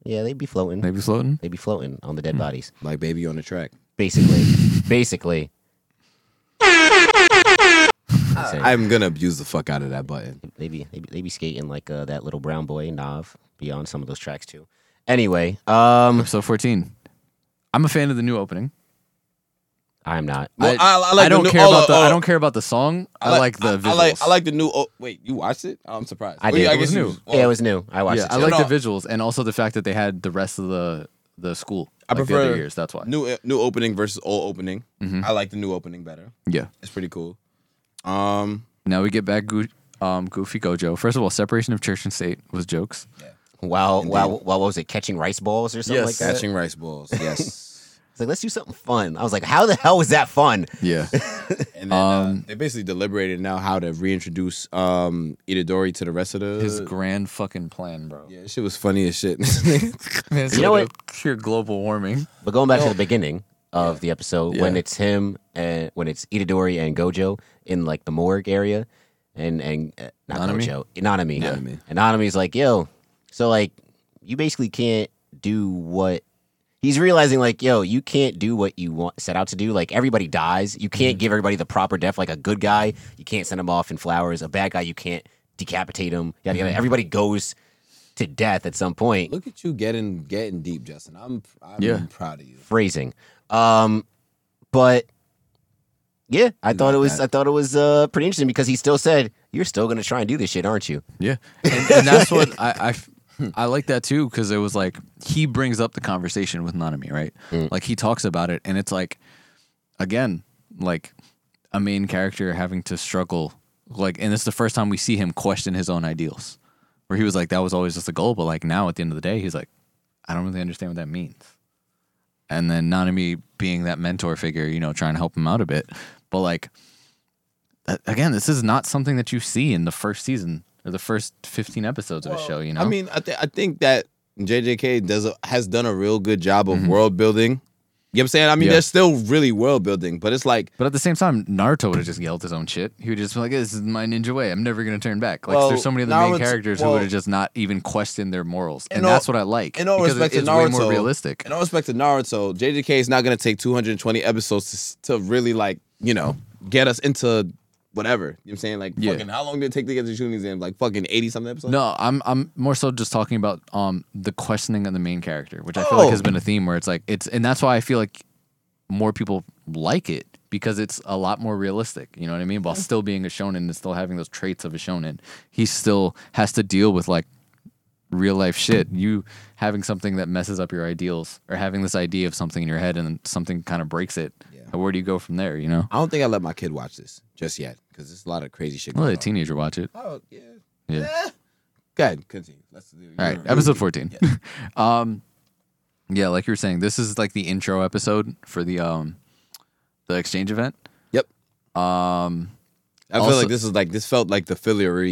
A: Yeah, they be floating. They
D: maybe floating.
A: would be floating on the dead
D: Hmm.
A: bodies,
B: like baby on the track.
A: basically. basically. Say-
B: I'm gonna abuse the fuck out of that button.
A: They be, they be, they be skating like uh, that little brown boy Nav be on some of those tracks too. Anyway, um,
D: Episode fourteen. I'm a fan of the new opening.
A: I'm not.
B: Well, I, I like
D: I
B: the
D: don't
B: new-
D: care
B: oh,
D: about the.
B: oh,
D: I don't care about the song. I like, the visuals.
B: I, like I like the new. Oh wait, you watched it? I'm surprised.
A: I
B: Well,
A: did.
B: yeah,
A: It was
B: guess you
D: new.
B: well,
A: yeah, it was new. I watched
D: Yeah,
A: it.
D: I
A: too.
D: like
B: No,
D: the visuals and also the fact that they had the rest of the the school.
B: I
D: like the
B: prefer
D: other years. That's why.
B: new uh, new opening versus old opening.
D: Mm-hmm.
B: I like the new opening better.
D: Yeah.
B: It's pretty cool. Um,
D: Now we get back Goo- um, Goofy Gojo. First of all, separation of church and state was jokes.
A: Wow, wow, wow, what was it? Catching rice balls or something
D: Yes.
A: like that?
B: catching rice balls. Yes.
A: It's like, let's do something fun. I was like, how the hell was that fun?
D: Yeah.
B: and then uh,
D: Um,
B: they basically deliberated now how to reintroduce um Itadori to the rest of the.
D: His grand fucking plan, bro.
B: yeah, shit was funny as shit.
D: It's
A: You know
D: like a Pure global warming.
A: But going back to the beginning of the episode, when
D: Oh. Yeah.
A: it's him and when it's Itadori and Gojo in like the morgue area, and and uh, not
D: Nanami?
A: Gojo, Anonymous,
B: Nanami.
A: and Anonymous like, yo, so like you basically can't do what. He's realizing, like, yo, you can't do what you want set out to do. Like, everybody dies. You
D: Mm-hmm.
A: can't give everybody the proper death. Like, a good guy, you can't send him off in flowers. A bad guy, you can't decapitate him. Yada,
D: Mm-hmm.
A: yada. Everybody goes to death at some point.
B: Look at you getting getting deep, Justin. I'm I'm
D: Yeah.
B: proud of you.
A: phrasing. Um, but yeah, I thought it was I thought it was uh, pretty interesting because he still said, "You're still gonna try and do this shit, aren't you?"
D: Yeah. And, and that's what I, I f- I like that too because it was like he brings up the conversation with Nanami, right? Like he talks about it, and it's like, again, like a main character having to struggle, like, and it's the first time we see him question his own ideals, where he was like, that was always just a goal, but like now at the end of the day, he's like, I don't really understand what that means. And then Nanami being that mentor figure, you know, trying to help him out a bit, but like a- again, this is not something that you see in the first season or the first 15 episodes of a show, you know?
B: I mean, I, th- I think that JJK does a, has done a real good job of world building. You know what I'm saying? I mean,
D: Mm-hmm. Yeah.
B: they're still really world building, but it's like,
D: but at the same time, Naruto would have just yelled his own shit. He would just be like, this is my ninja way. I'm never going to turn back. Like,
B: Well,
D: there's so many of the
B: Naruto-
D: main characters
B: well-
D: who would have just not even questioned their morals.
B: In
D: And
B: all-
D: that's what I like.
B: in all
D: because
B: respect
D: it
B: to
D: is
B: Naruto,
D: way more realistic.
B: in all respect to Naruto, JJK is not going to take 220 episodes to, s- to really like, you know, get us into whatever. You know what I'm saying? Like,
D: Yeah.
B: fucking, how long did it take to get the shooting exam? Like, fucking 80 something episodes?
D: No, I'm I'm more so just talking about um the questioning of the main character, which I feel like has been a theme where it's like it's and that's why I feel like more people like it because it's a lot more realistic, you know what I mean? While still being a shonen and still having those traits of a shonen, he still has to deal with like real life shit. You having something that messes up your ideals or having this idea of something in your head and then something kind of breaks it. Where do you go from there, you know?
B: I don't think I let my kid watch this just yet because there's a lot of crazy shit
D: I'll
B: going
D: let a teenager watch it.
B: on. Oh, yeah.
D: Yeah.
B: Go ahead, continue. Let's do
D: All right, episode 14. um yeah, like you were saying, this is like the intro episode for the um the exchange event.
B: Yep.
D: Um
B: I feel
D: Also-
B: like this is like this felt like the filler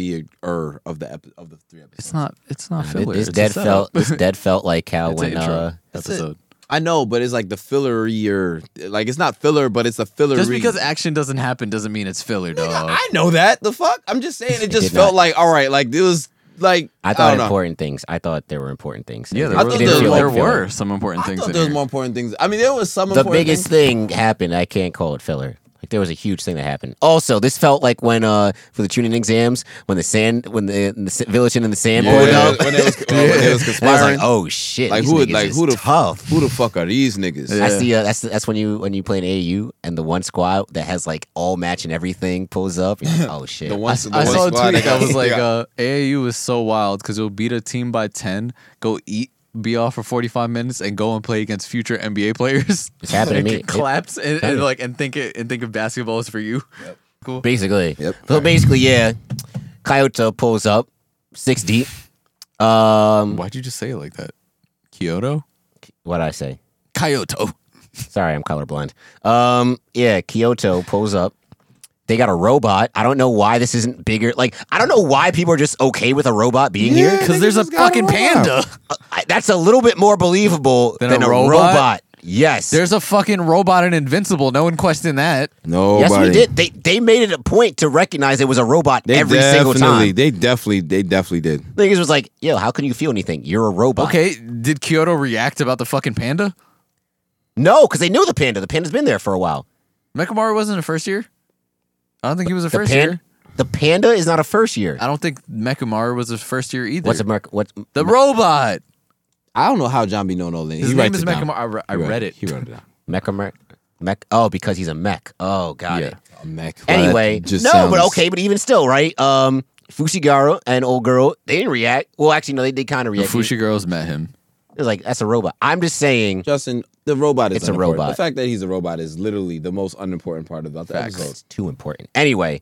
B: or of the epi- of the three episodes.
D: it's not it's not
A: It-
D: filler.
A: This
D: it's a
A: dead
D: setup.
A: felt this dead felt like how
D: It's an
A: when
D: intro
A: uh,
D: episode.
B: I know, but it's like the filler or like it's not filler, but it's a filler.
D: Just because action doesn't happen doesn't mean it's filler, dog.
B: I know that the fuck. I'm just saying it just
A: did
B: felt
A: not.
B: like all right, like it was like
A: I
B: I
A: thought
B: don't know.
A: important things. I thought there were important things.
D: Yeah,
A: It-
D: there,
A: it
D: were,
B: thought
A: didn't
B: there
A: feel
B: was-
A: like
D: there
A: filler.
D: were some important
B: I
D: things
B: thought
D: in
B: there was
D: here.
B: more important things. I mean, there was some
A: the
B: important
A: biggest
B: things.
A: thing happened. I can't call it filler. Like there was a huge thing that happened. Also, this felt like when uh for the tuning exams when the sand when the, the s- village in the sand
B: Yeah,
A: pulled
B: yeah,
A: up.
B: when they was- when
A: And
B: they was
A: I was like,
B: conspiring.
A: oh shit!
B: Like
A: these
B: who? would-
A: niggas
B: Like
A: is
B: who the
A: tough?
B: Who the fuck are these niggas?
A: That's the uh, that's the, that's when you when you play an AU and the one squad that has like all match and everything pulls up. And you're like, oh shit!
B: The one. the
D: I
B: one
D: saw a
B: squad
D: tweet that was like,
B: yeah.
D: uh, AAU is so wild because it'll beat a team by 10, go eat, be off for 45 minutes, and go and play against future NBA players.
A: It's happened to
D: And
A: me.
D: get
A: It-
D: Collapse and,
A: Done
D: and
A: it.
D: like and think it and think of basketball is for you. Cool.
A: basically.
B: Yep.
A: So basically, yeah, Kyoto pulls up six deep. Um,
D: Why'd you just say it like that? Kyoto?
A: what did I say?
D: Kyoto.
A: Sorry, I'm colorblind. Um, yeah, Kyoto pulls up. They got a robot. I don't know why this isn't bigger. Like, I don't know why people are just okay with a robot being here.
D: Because there's a fucking panda.
A: I, that's a little bit more believable than,
D: Than a
A: a, robot?
D: robot?
A: Yes.
D: There's a fucking robot in Invincible. No one questioned that.
B: nobody.
A: yes, we did. They they made it a point to recognize it was a robot
B: They
A: every single
B: definitely.
A: time.
B: They definitely. They definitely did.
A: Niggas was like, "Yo, how can you feel anything? You're a robot."
D: Okay, did Kyoto react about the fucking panda?
A: No, because they knew the panda. The panda's been there for a while.
D: Mekamaru wasn't a first year. I don't think he was a
A: The
D: first
A: pan-
D: year.
A: The panda is not a first year.
D: I don't think Mekamaru was a first year either.
A: What's a mark? What
D: The robot.
B: I don't know how John B. No no.
D: His name is Mekamaru. I, re- I read it.
B: He wrote it down.
A: Mecha Mer- Mech. Oh, because he's a mech. Oh, got it.
B: A mech. Wow, that
A: Anyway,
B: just
A: no, but
B: sounds-
A: okay, but even still, right? Um, Fushigara and old girl, they didn't react. Well, actually, no, they, they kind of reacted.
D: Fushi girls met him.
A: It's like that's a robot. I'm just saying.
B: Justin, the robot is
A: It's a
B: unimportant.
A: robot.
B: The fact that he's a robot is literally the most unimportant part about the episode.
A: It's too important. Anyway,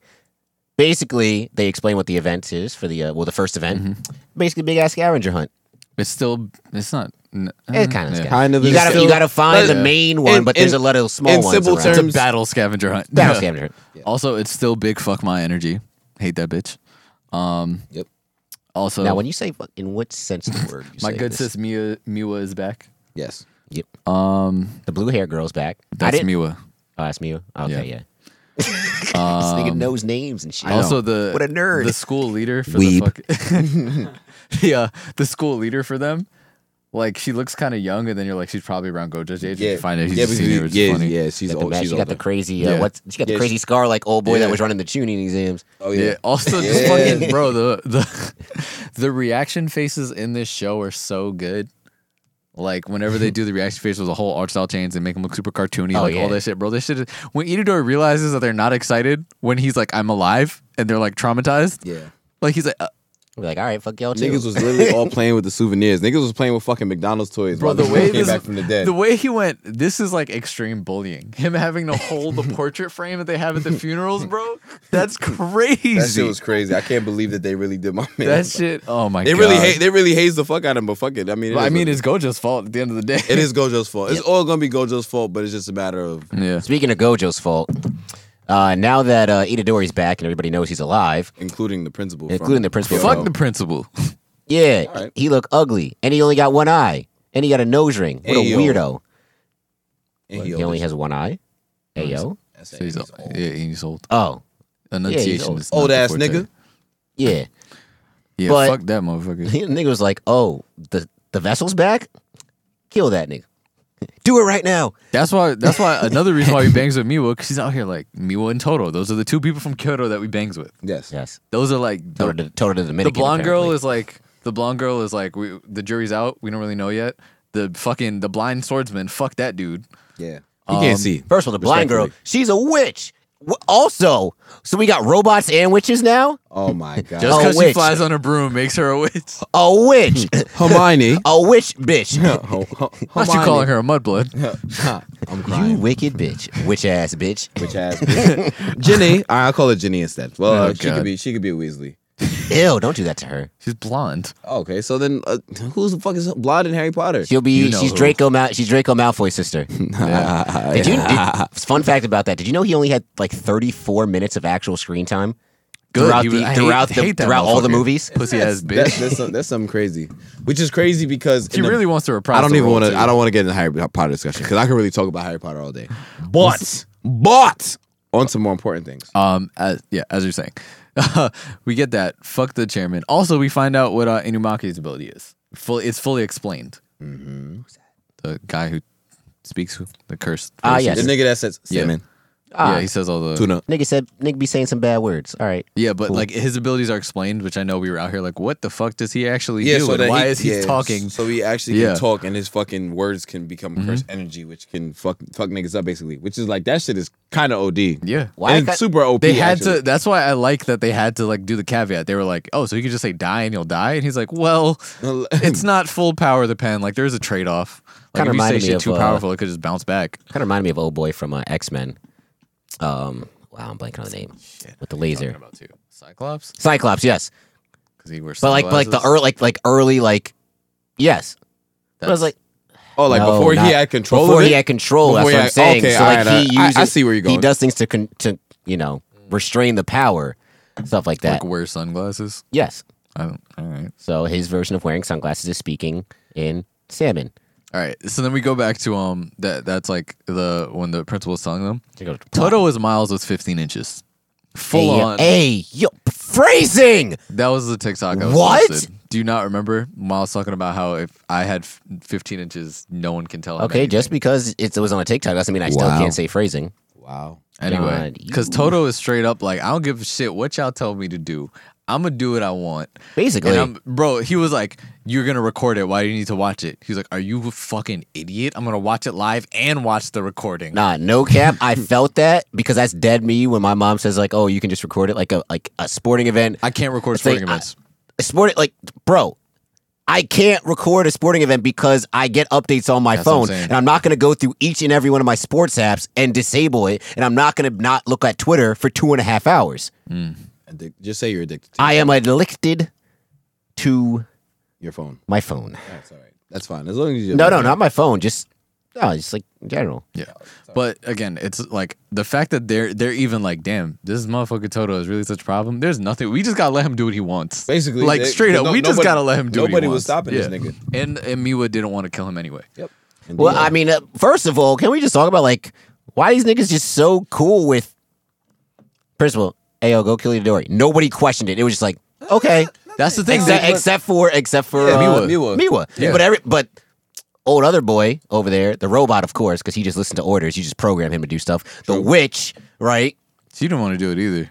A: basically, they explain what the event is for the uh, well, the first event.
B: Mm-hmm.
A: Basically, big ass scavenger hunt.
D: It's still. It's not. n- eh,
A: It's kind of scavenger.
D: yeah.
B: Mm-hmm. Kind of
A: You
B: is
A: gotta you
B: still-
A: gotta find
B: but-
A: the main one,
B: in-
A: but there's
B: in-
A: a lot of small
B: in
A: ones.
B: simple
A: around.
B: terms-
D: It's a battle scavenger hunt.
A: battle scavenger hunt.
D: Also, it's still big. Fuck my energy. Hate that bitch. Um.
B: Yep.
D: Also,
B: Oh.
A: Now, when you say fuck, in what sense of the word? You
D: my
A: say
D: good
A: this?
D: sis Mia Miwa is back.
B: Yes.
A: Yep.
D: Um.
A: The blue hair girl's back. I
D: That's
A: didn't.
D: Miwa.
A: Oh, that's Mew.
D: Yeah.
A: Okay, yeah. this nigga
B: Um,
A: knows names and shit.
D: Also, the
A: What a nerd.
D: The school leader for
A: Weeb.
D: the fuck. yeah, the school leader for them. Like she looks kind of young, and then you're like, she's probably around Gojo's age. Yeah, you find out he's
B: yeah,
D: a senior.
B: because
D: It's
B: he- yeah,
D: funny.
B: yeah, she's
A: Got the
B: old.
A: ma-
B: she's
A: she got the
B: older.
A: crazy. Uh,
D: Yeah.
A: What's she got the
B: Yeah,
A: crazy scar like old boy that
D: Yeah.
A: was running the tuning exams?
B: Oh
D: Yeah.
B: yeah.
D: Also, just
B: Yeah.
D: fucking bro, the the the reaction faces in this show are so good. Like whenever they do the reaction faces, the whole art style change, they make them look super cartoony,
A: Oh,
D: like
A: yeah.
D: all that shit, bro. This shit. Is, when Itadori realizes that they're not excited when he's like, "I'm alive," and they're like traumatized.
B: Yeah.
D: Like he's like, uh,
A: We're like, all right, fuck y'all too.
B: Niggas was literally all playing with the souvenirs. Niggas was playing with fucking McDonald's toys.
D: bro,
B: while
D: the
B: niggas
D: way
B: came
D: this,
B: back from the dead.
D: way he went, this is like extreme bullying. Him having to hold the portrait frame that they have at the funerals, bro. That's crazy.
B: that shit was crazy. I can't believe that they really did my man.
D: That shit- Oh my
B: They
D: god.
B: really hate. They really haze the fuck out of him. But fuck it. I mean, it
D: But I
B: is
D: mean,
B: what-
D: it's Gojo's fault at the end of the day.
B: it is Gojo's fault. It's all gonna be Gojo's fault. But it's just a matter of
D: Yeah.
A: Speaking of Gojo's fault, uh, now that uh, Itadori's back and everybody knows he's alive,
B: including the principal. from-
A: including the principal.
D: Fuck
A: though,
D: the principal.
A: yeah,
B: right.
A: he looked ugly, and he only got one eye, and he got a nose ring. What a
B: Ayo.
A: weirdo!
B: And
A: He
B: old
A: only
B: as-
A: has one eye. Hey yo.
B: that's it.
D: So he's, old.
B: He's
D: Yeah, he's old.
A: Oh
D: Enunciation
A: old.
D: is not
B: Old
D: the
B: ass
D: forte.
B: nigga.
A: yeah.
D: Yeah,
A: But-
D: fuck that motherfucker.
A: The nigga was like, "Oh, the the vessel's back. Kill that nigga. Do it right now."
D: That's why. That's why another reason why he bangs with Miwa because he's out here like Miwa and Toto. Those are the two people from Kyoto that we bangs with.
B: Yes.
A: Yes.
D: Those are like
A: Total,
D: the,
A: total to
D: the
A: Dominican.
D: blonde girl
A: apparently.
D: is like the blonde girl is like we the jury's out. We don't really know yet. The fucking the blind swordsman. Fuck that dude.
B: Yeah. He can't see.
D: Um,
A: First of all, the blind girl.
B: Respectfully.
A: She's a witch. W- Also, so we got robots and witches now.
B: Oh my god.
D: Just
A: Oh,
D: because
A: witch.
D: she flies on a broom makes her a witch.
A: A witch.
B: Hermione.
A: a witch bitch.
B: Ho- ho-
D: Why you
B: Hermione.
D: calling her a mudblood?
B: I'm
A: you
B: crying.
A: wicked bitch. Witch ass bitch.
B: Which ass? Ginny. All right, I'll call her Ginny instead. Well,
D: Oh,
B: uh, she
D: God.
B: could be. She could be a Weasley.
A: Ew, don't do that to her.
D: She's blonde.
B: Okay, so then uh, who's the fuck is Blood in Harry Potter?
A: She'll be.
D: know
A: she's
D: who.
A: Draco. Mal- she's Draco Malfoy's sister. Did you? Did, fun fact about that. Did you know he only had like 34 minutes of actual screen time?
D: Good.
A: Throughout
D: He was-
A: the-
D: I
A: throughout the-
D: that
A: throughout all the
D: motherfucker.
A: movies?
D: Pussy ass
B: That's,
D: bitch.
B: that's, some- that's something crazy, which is crazy because
D: She
B: in the-
D: really wants to reprise.
B: I don't
D: the
B: even
D: role,
B: want to.
D: too.
B: I don't want to get into Harry Potter discussion because I can really talk about Harry Potter all day. But but on to more important things.
D: Um, as, yeah, as you're saying, we get that. Fuck the chairman. Also, we find out what uh, Inumaki's ability is. Full, it's fully explained. Mm-hmm. The guy who speaks with the curse.
A: Ah,
D: voices.
A: yes. Ah.
B: The nigga that says
D: Yeah.
B: salmon,
D: Yeah, he says all the.
B: tuna.
A: Nigga said nigga be saying some bad words. All right.
D: Yeah, but like his abilities are explained, which I know we were out here like, what the fuck does he actually do? and
B: that
D: why is he
B: yeah,
D: talking?
B: So he actually
D: Yeah. Mm-hmm.
B: can talk, and his fucking words can become curse energy, which can fuck fuck niggas up basically. Which is like that shit is kind of od.
D: Yeah.
A: Why
B: and
A: got-
B: super op.
D: They had
B: actually.
D: to. That's why I like that they had to like do the caveat. They were like, "Oh, so you could just say die and you'll die," and he's like, "Well, it's not full power of the pen. Like there's a trade off. Like
A: Kinda
D: if you say
A: reminded me
D: shit
A: of,
D: too
A: uh,
D: powerful, it could just bounce back."
A: Kind of reminded me of old boy from uh, X Men. Um, wow, I'm blanking on the name. With the laser,
D: about too. Cyclops,
A: Cyclops. Yes,
D: because he wears.
A: but like, but like the early, like, like early, like, yes. But I was like,
B: Oh, like
A: no,
B: before
A: not-
B: he had control.
A: Before
B: of
A: he
B: it?
A: had control.
B: Before
A: that's
B: he
A: what I'm
B: had-
A: saying.
B: okay,
A: so like
B: alright,
A: he
B: I- I
A: uses.
B: see where you're
A: He
B: going.
A: does things to con- to you know restrain the power, stuff like that.
D: like wear sunglasses.
A: yes.
D: I don't. All right.
A: So his version of wearing sunglasses is speaking in salmon.
D: All right. So then we go back to um that that's like the when the principal was telling them
A: They go to-
D: Toto is Miles was 15 inches, full
A: Hey,
D: on.
A: Hey, yo, phrasing.
D: That was the TikTok. I was
A: What?
D: posted. Do you not remember Miles talking about how if I had f- 15 inches, no one can tell. him
A: Okay, just
D: anything.
A: because it was on a TikTok doesn't mean I still
B: Wow.
A: can't say phrasing.
B: Wow.
D: anyway,
A: God,
D: because
A: you-
D: Toto is straight up like I don't give a shit what y'all tell me to do. I'm gonna do what I want.
A: Basically.
D: And I'm, bro, he was like, "You're gonna record it. Why do you need to watch it?" He's like, "Are you a fucking idiot? I'm gonna watch it live and watch the recording."
A: Nah, no cap. I felt that because that's dead me when my mom says like, "Oh, you can just record it like a like a sporting event."
D: I can't record
A: It's like,
D: sporting events.
A: A sporting like, bro, I can't record a sporting event because I get updates on my
D: what I'm
A: phone,
D: saying.
A: and I'm not going to go through each and every one of my sports apps and disable it, and I'm not going to not look at Twitter for two and a half hours.
B: Addic- just say you're addicted to
A: I am addicted to
B: your phone.
A: my phone.
B: That's all right. That's fine. As long as you
A: No, no, not my phone. Just no, just like in general.
D: yeah. But again, it's like the fact that they're they're even like, "Damn, this motherfucker Toto is really such a problem." There's nothing. We just gotta let him do what he wants.
B: Basically,
D: like
B: they-
D: straight up,
B: no-
D: we just
B: nobody-
D: gotta let him do. what
B: nobody
D: he
B: was
D: wants.
B: stopping this nigga.
D: And and Miwa didn't want to kill him anyway.
B: Yep.
A: Well, I mean, uh, first of all, can we just talk about like why these niggas just so cool with? First of all, Ayo, go kill your Dory. Nobody questioned it. It was just like okay,
D: That's the thing.
A: except,
D: They,
A: except for except for
B: Yeah,
A: uh, Miwa.
B: Miwa. Miwa.
D: Yeah.
A: But every but old other boy over there, the robot, of course, because he just listened to orders. You just program him to do stuff. The witch, right? Eh,
D: she didn't want to do it either.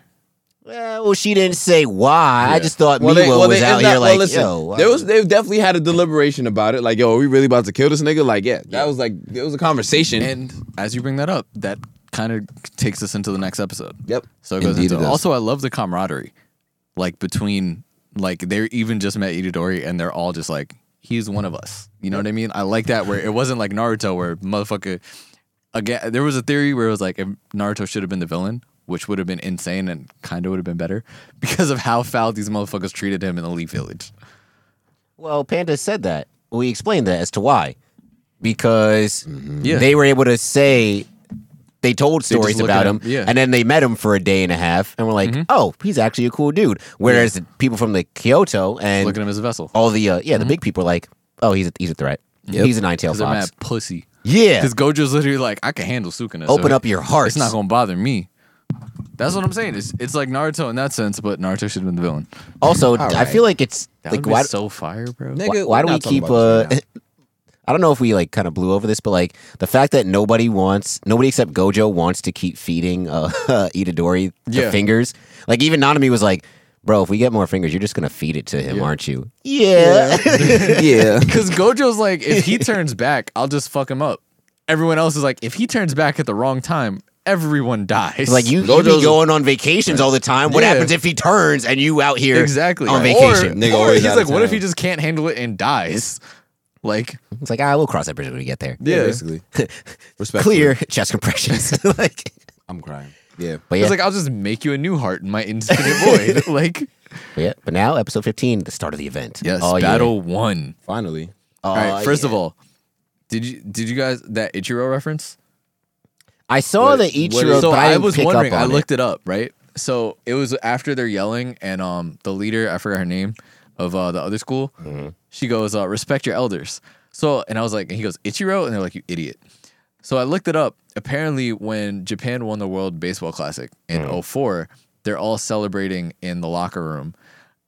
A: Well, well, she didn't say why. I just thought
B: well,
A: Miwa
B: they, well,
A: was
B: they,
A: out
B: it's
A: here
B: not-
A: like,
B: well, listen,
A: yo,
B: there
A: uh,
B: was they definitely had a deliberation about it. Like, yo, are we really about to kill this nigga? Like, yeah, that was like it was a conversation.
D: And as you bring that up, that kind of takes us into the next episode.
B: Yep.
D: So it goes
B: Indeed it
D: into
B: does.
D: also I love the camaraderie. Like between like they're even just met Itadori and they're all just like, he's one of us. You know what I mean? I like that where it wasn't like Naruto where motherfucker again there was a theory where it was like if Naruto should have been the villain, which would have been insane and kinda would have been better because of how foul these motherfuckers treated him in the Leaf Village.
A: Well, Panda said that. We explained that as to why. Because
D: Mm-hmm. Yeah.
A: they were able to say they told
D: just
A: stories
D: look
A: about
D: at
A: him,
D: him, yeah. Mm-hmm.
A: and then they met him for a day and a half, and were like, "Oh, he's actually a cool dude." Whereas the people from the Kyoto
D: Look at
A: and
D: him as a vessel.
A: all the uh, yeah, the big people, are like, "Oh, he's a, he's a threat. He's a nine tailed
D: Because they're
A: fox."
D: mad pussy.
A: Yeah,
D: Because Gojo's literally like, I can handle Sukuna. so
A: open up your heart.
D: It's not gonna bother me. That's what I'm saying. It's it's like Naruto in that sense, but Naruto should have been the villain.
A: Also, I feel like it's
D: That
A: like
D: would be
A: why
D: so fire, bro.
B: Nigga,
A: why,
B: we're
A: why do
B: not
A: we
B: talking
A: keep
B: about
A: uh
B: this right
A: I don't know if we like kind of blew over this, but like the fact that nobody wants, nobody except Gojo wants to keep feeding uh, Itadori the
D: Yeah.
A: fingers. Like even Nanami was like, "Bro, if we get more fingers, you're just gonna feed it to him, aren't you?" Yeah.
B: now. yeah.
D: Because Gojo's like, if he turns back, I'll just fuck him up. Everyone else is like, if he turns back at the wrong time, everyone dies.
A: like you, you be
B: Gojo's-
A: going on vacations all the time. What
D: Yeah.
A: happens if he turns and you out here
D: exactly
A: on
D: Or-
A: vacation?
B: Nigga
D: Or,
B: always
D: he's
B: out of
D: like, what if
B: town.
D: he just can't handle it and dies? Like,
A: it's like, ah, we'll cross that bridge when we get there.
D: Yeah.
B: Basically. Respect.
A: Clear chest compressions. like,
B: I'm crying. Yeah.
A: but
D: he's
A: yeah,
D: like, I'll just make you a new heart in my infinite void. Like,
A: but yeah. But now, episode 15, the start of the event.
D: yes,
A: Oh, yeah.
D: battle one.
B: Finally.
A: Oh,
D: All right. First
A: yeah.
D: of all, did you did you guys that Ichiro reference?
A: I saw the Ichiro,
D: so
A: but I,
D: I
A: didn't
D: was
A: pick
D: wondering.
A: Up
D: I
A: on it.
D: looked it. up, right? So it was after they're yelling, and um, the leader, I forgot her name, of uh, the other school,
A: Mm-hmm.
D: she goes, uh, "Respect your elders." So, and I was like, and he goes, "Ichiro," and they're like, "You idiot." So I looked it up. Apparently, when Japan won the World Baseball Classic in
A: Mm-hmm.
D: '04, they're all celebrating in the locker room.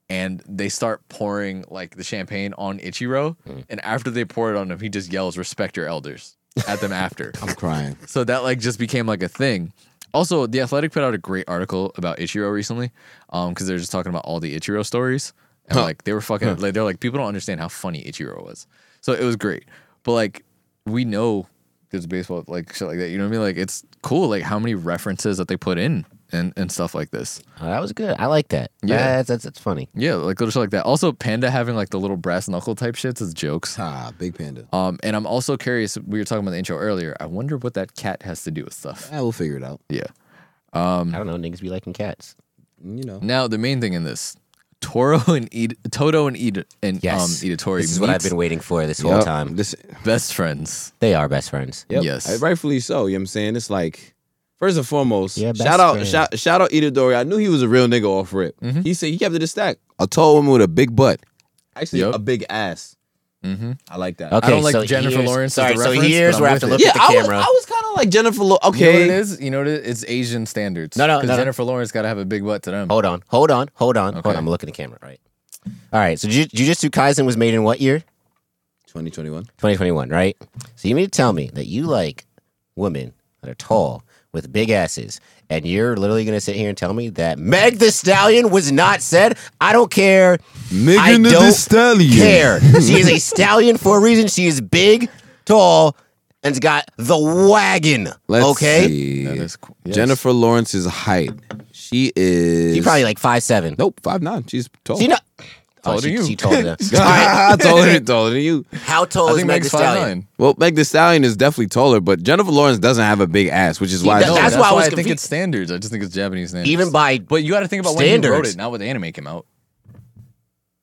D: And they start pouring like the champagne on Ichiro,
A: Mm.
D: and after they pour it on him, he just yells "Respect your elders" at them after.
B: I'm crying.
D: So that like just became like a thing. Also, The Athletic put out a great article about Ichiro recently, um, because they're just talking about all the Ichiro stories, and like they were fucking, like they're like people don't understand how funny Ichiro was. So it was great, but like we know there's baseball like shit like that. You know what I mean? Like it's cool, like how many references that they put in and and stuff like this.
A: Oh, that was good. I like that.
D: Yeah.
A: that's, that's that's funny.
D: Yeah, like little shit like that. Also, Panda having like the little brass knuckle type shits is jokes.
B: Ah, big panda.
D: Um, and I'm also curious. We were talking about the intro earlier. I wonder what that cat has to do with stuff.
B: Yeah, we'll figure it out.
D: Yeah. Um,
A: I don't know. Niggas be liking cats.
B: You know.
D: Now the main thing in this, Toro and Ed, Toto and Ed and
A: Yes,
D: um, Itatori
A: This is what I've
D: meets
A: been waiting for this whole
B: Yup.
A: time.
B: This,
D: best friends.
A: They are best friends.
B: yep.
D: Yes.
B: Uh, Rightfully so. You know what I'm saying? It's like, first and foremost,
A: Yeah, best
B: shout out,
A: friend.
B: shout, shout out Itadori. I knew he was a real nigga off rip. He said he kept it a stack. A tall woman with a big butt. Actually,
D: Yep.
B: a big ass.
D: Mm-hmm.
B: I like that.
A: Okay,
D: like
A: so
D: Jennifer
A: here's-
D: Lawrence as
A: Sorry,
D: the
A: so
D: reference,
A: here's
D: but I'm
A: where I have
D: with
A: to
D: it.
A: look
B: yeah,
A: at the
B: I
A: camera.
B: was, I was kind of like Jennifer. Lo-
D: You know what
B: okay,
D: it is? You know what it is? It's Asian standards.
A: No, no,
D: 'Cause
A: no, Oh, no.
D: Jennifer Lawrence got to have a big butt to them.
A: hold on, hold on, hold on, hold on.
D: Okay.
A: I'm looking at the camera. Right. All right. So Ju- Jujutsu Kaisen was made in what year?
B: 2021.
A: 2021. Right. So you mean to tell me that you like women that are tall with big asses, and you're literally gonna sit here and tell me that Meg the Stallion was not said. I don't care. I
B: Megan
A: don't
B: the Stallion.
A: Care. she is a stallion for a reason. She is big, tall, and's got the wagon.
B: Let's
A: okay,
B: see.
D: cool.
B: Jennifer Lawrence's height. She is.
A: she's probably like five seven.
B: nope, five nine. She's tall.
A: She not. Oh,
D: Taller
A: she,
D: than you.
A: she taller than us. All right,
B: Ah, taller, taller than you.
A: how tall
D: I
A: is
D: think
A: Meg the
D: Meg's five
A: Stallion?
D: nine.
B: Well, Meg the Stallion is definitely taller, but Jennifer Lawrence doesn't have a big ass, which is
A: She
B: why.
A: does-
D: No,
A: That's
D: that's,
A: why I
D: why I,
A: was
D: think
A: confused.
D: it's standards. I just think it's Japanese standards.
A: Even by
D: but you got to think about when you wrote
A: standards.
D: it, not when the anime came out.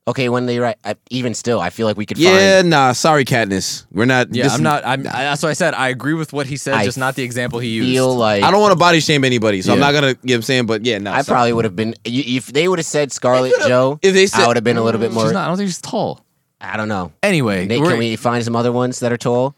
A: okay, when they right, I, even still, I feel like we could
B: yeah,
A: find.
B: nah. Sorry, Katniss. We're not.
D: Yeah,
B: this
D: I'm
B: is-
D: not. I'm, I, that's what I said. I agree with what he said,
A: I
D: just not the example he used.
A: Feel like
B: I don't want to body shame anybody, so I'm
D: Yeah.
B: not gonna. You know what I'm saying? But yeah, nah.
A: I
B: sorry.
A: probably would have been you- if they would have said Scarlet Joe.
B: if they said-
A: I would have been a little bit more.
D: She's not, I don't think she's tall.
A: I don't know.
D: Anyway,
A: Nate,
D: we're-
A: can we find some other ones that are tall?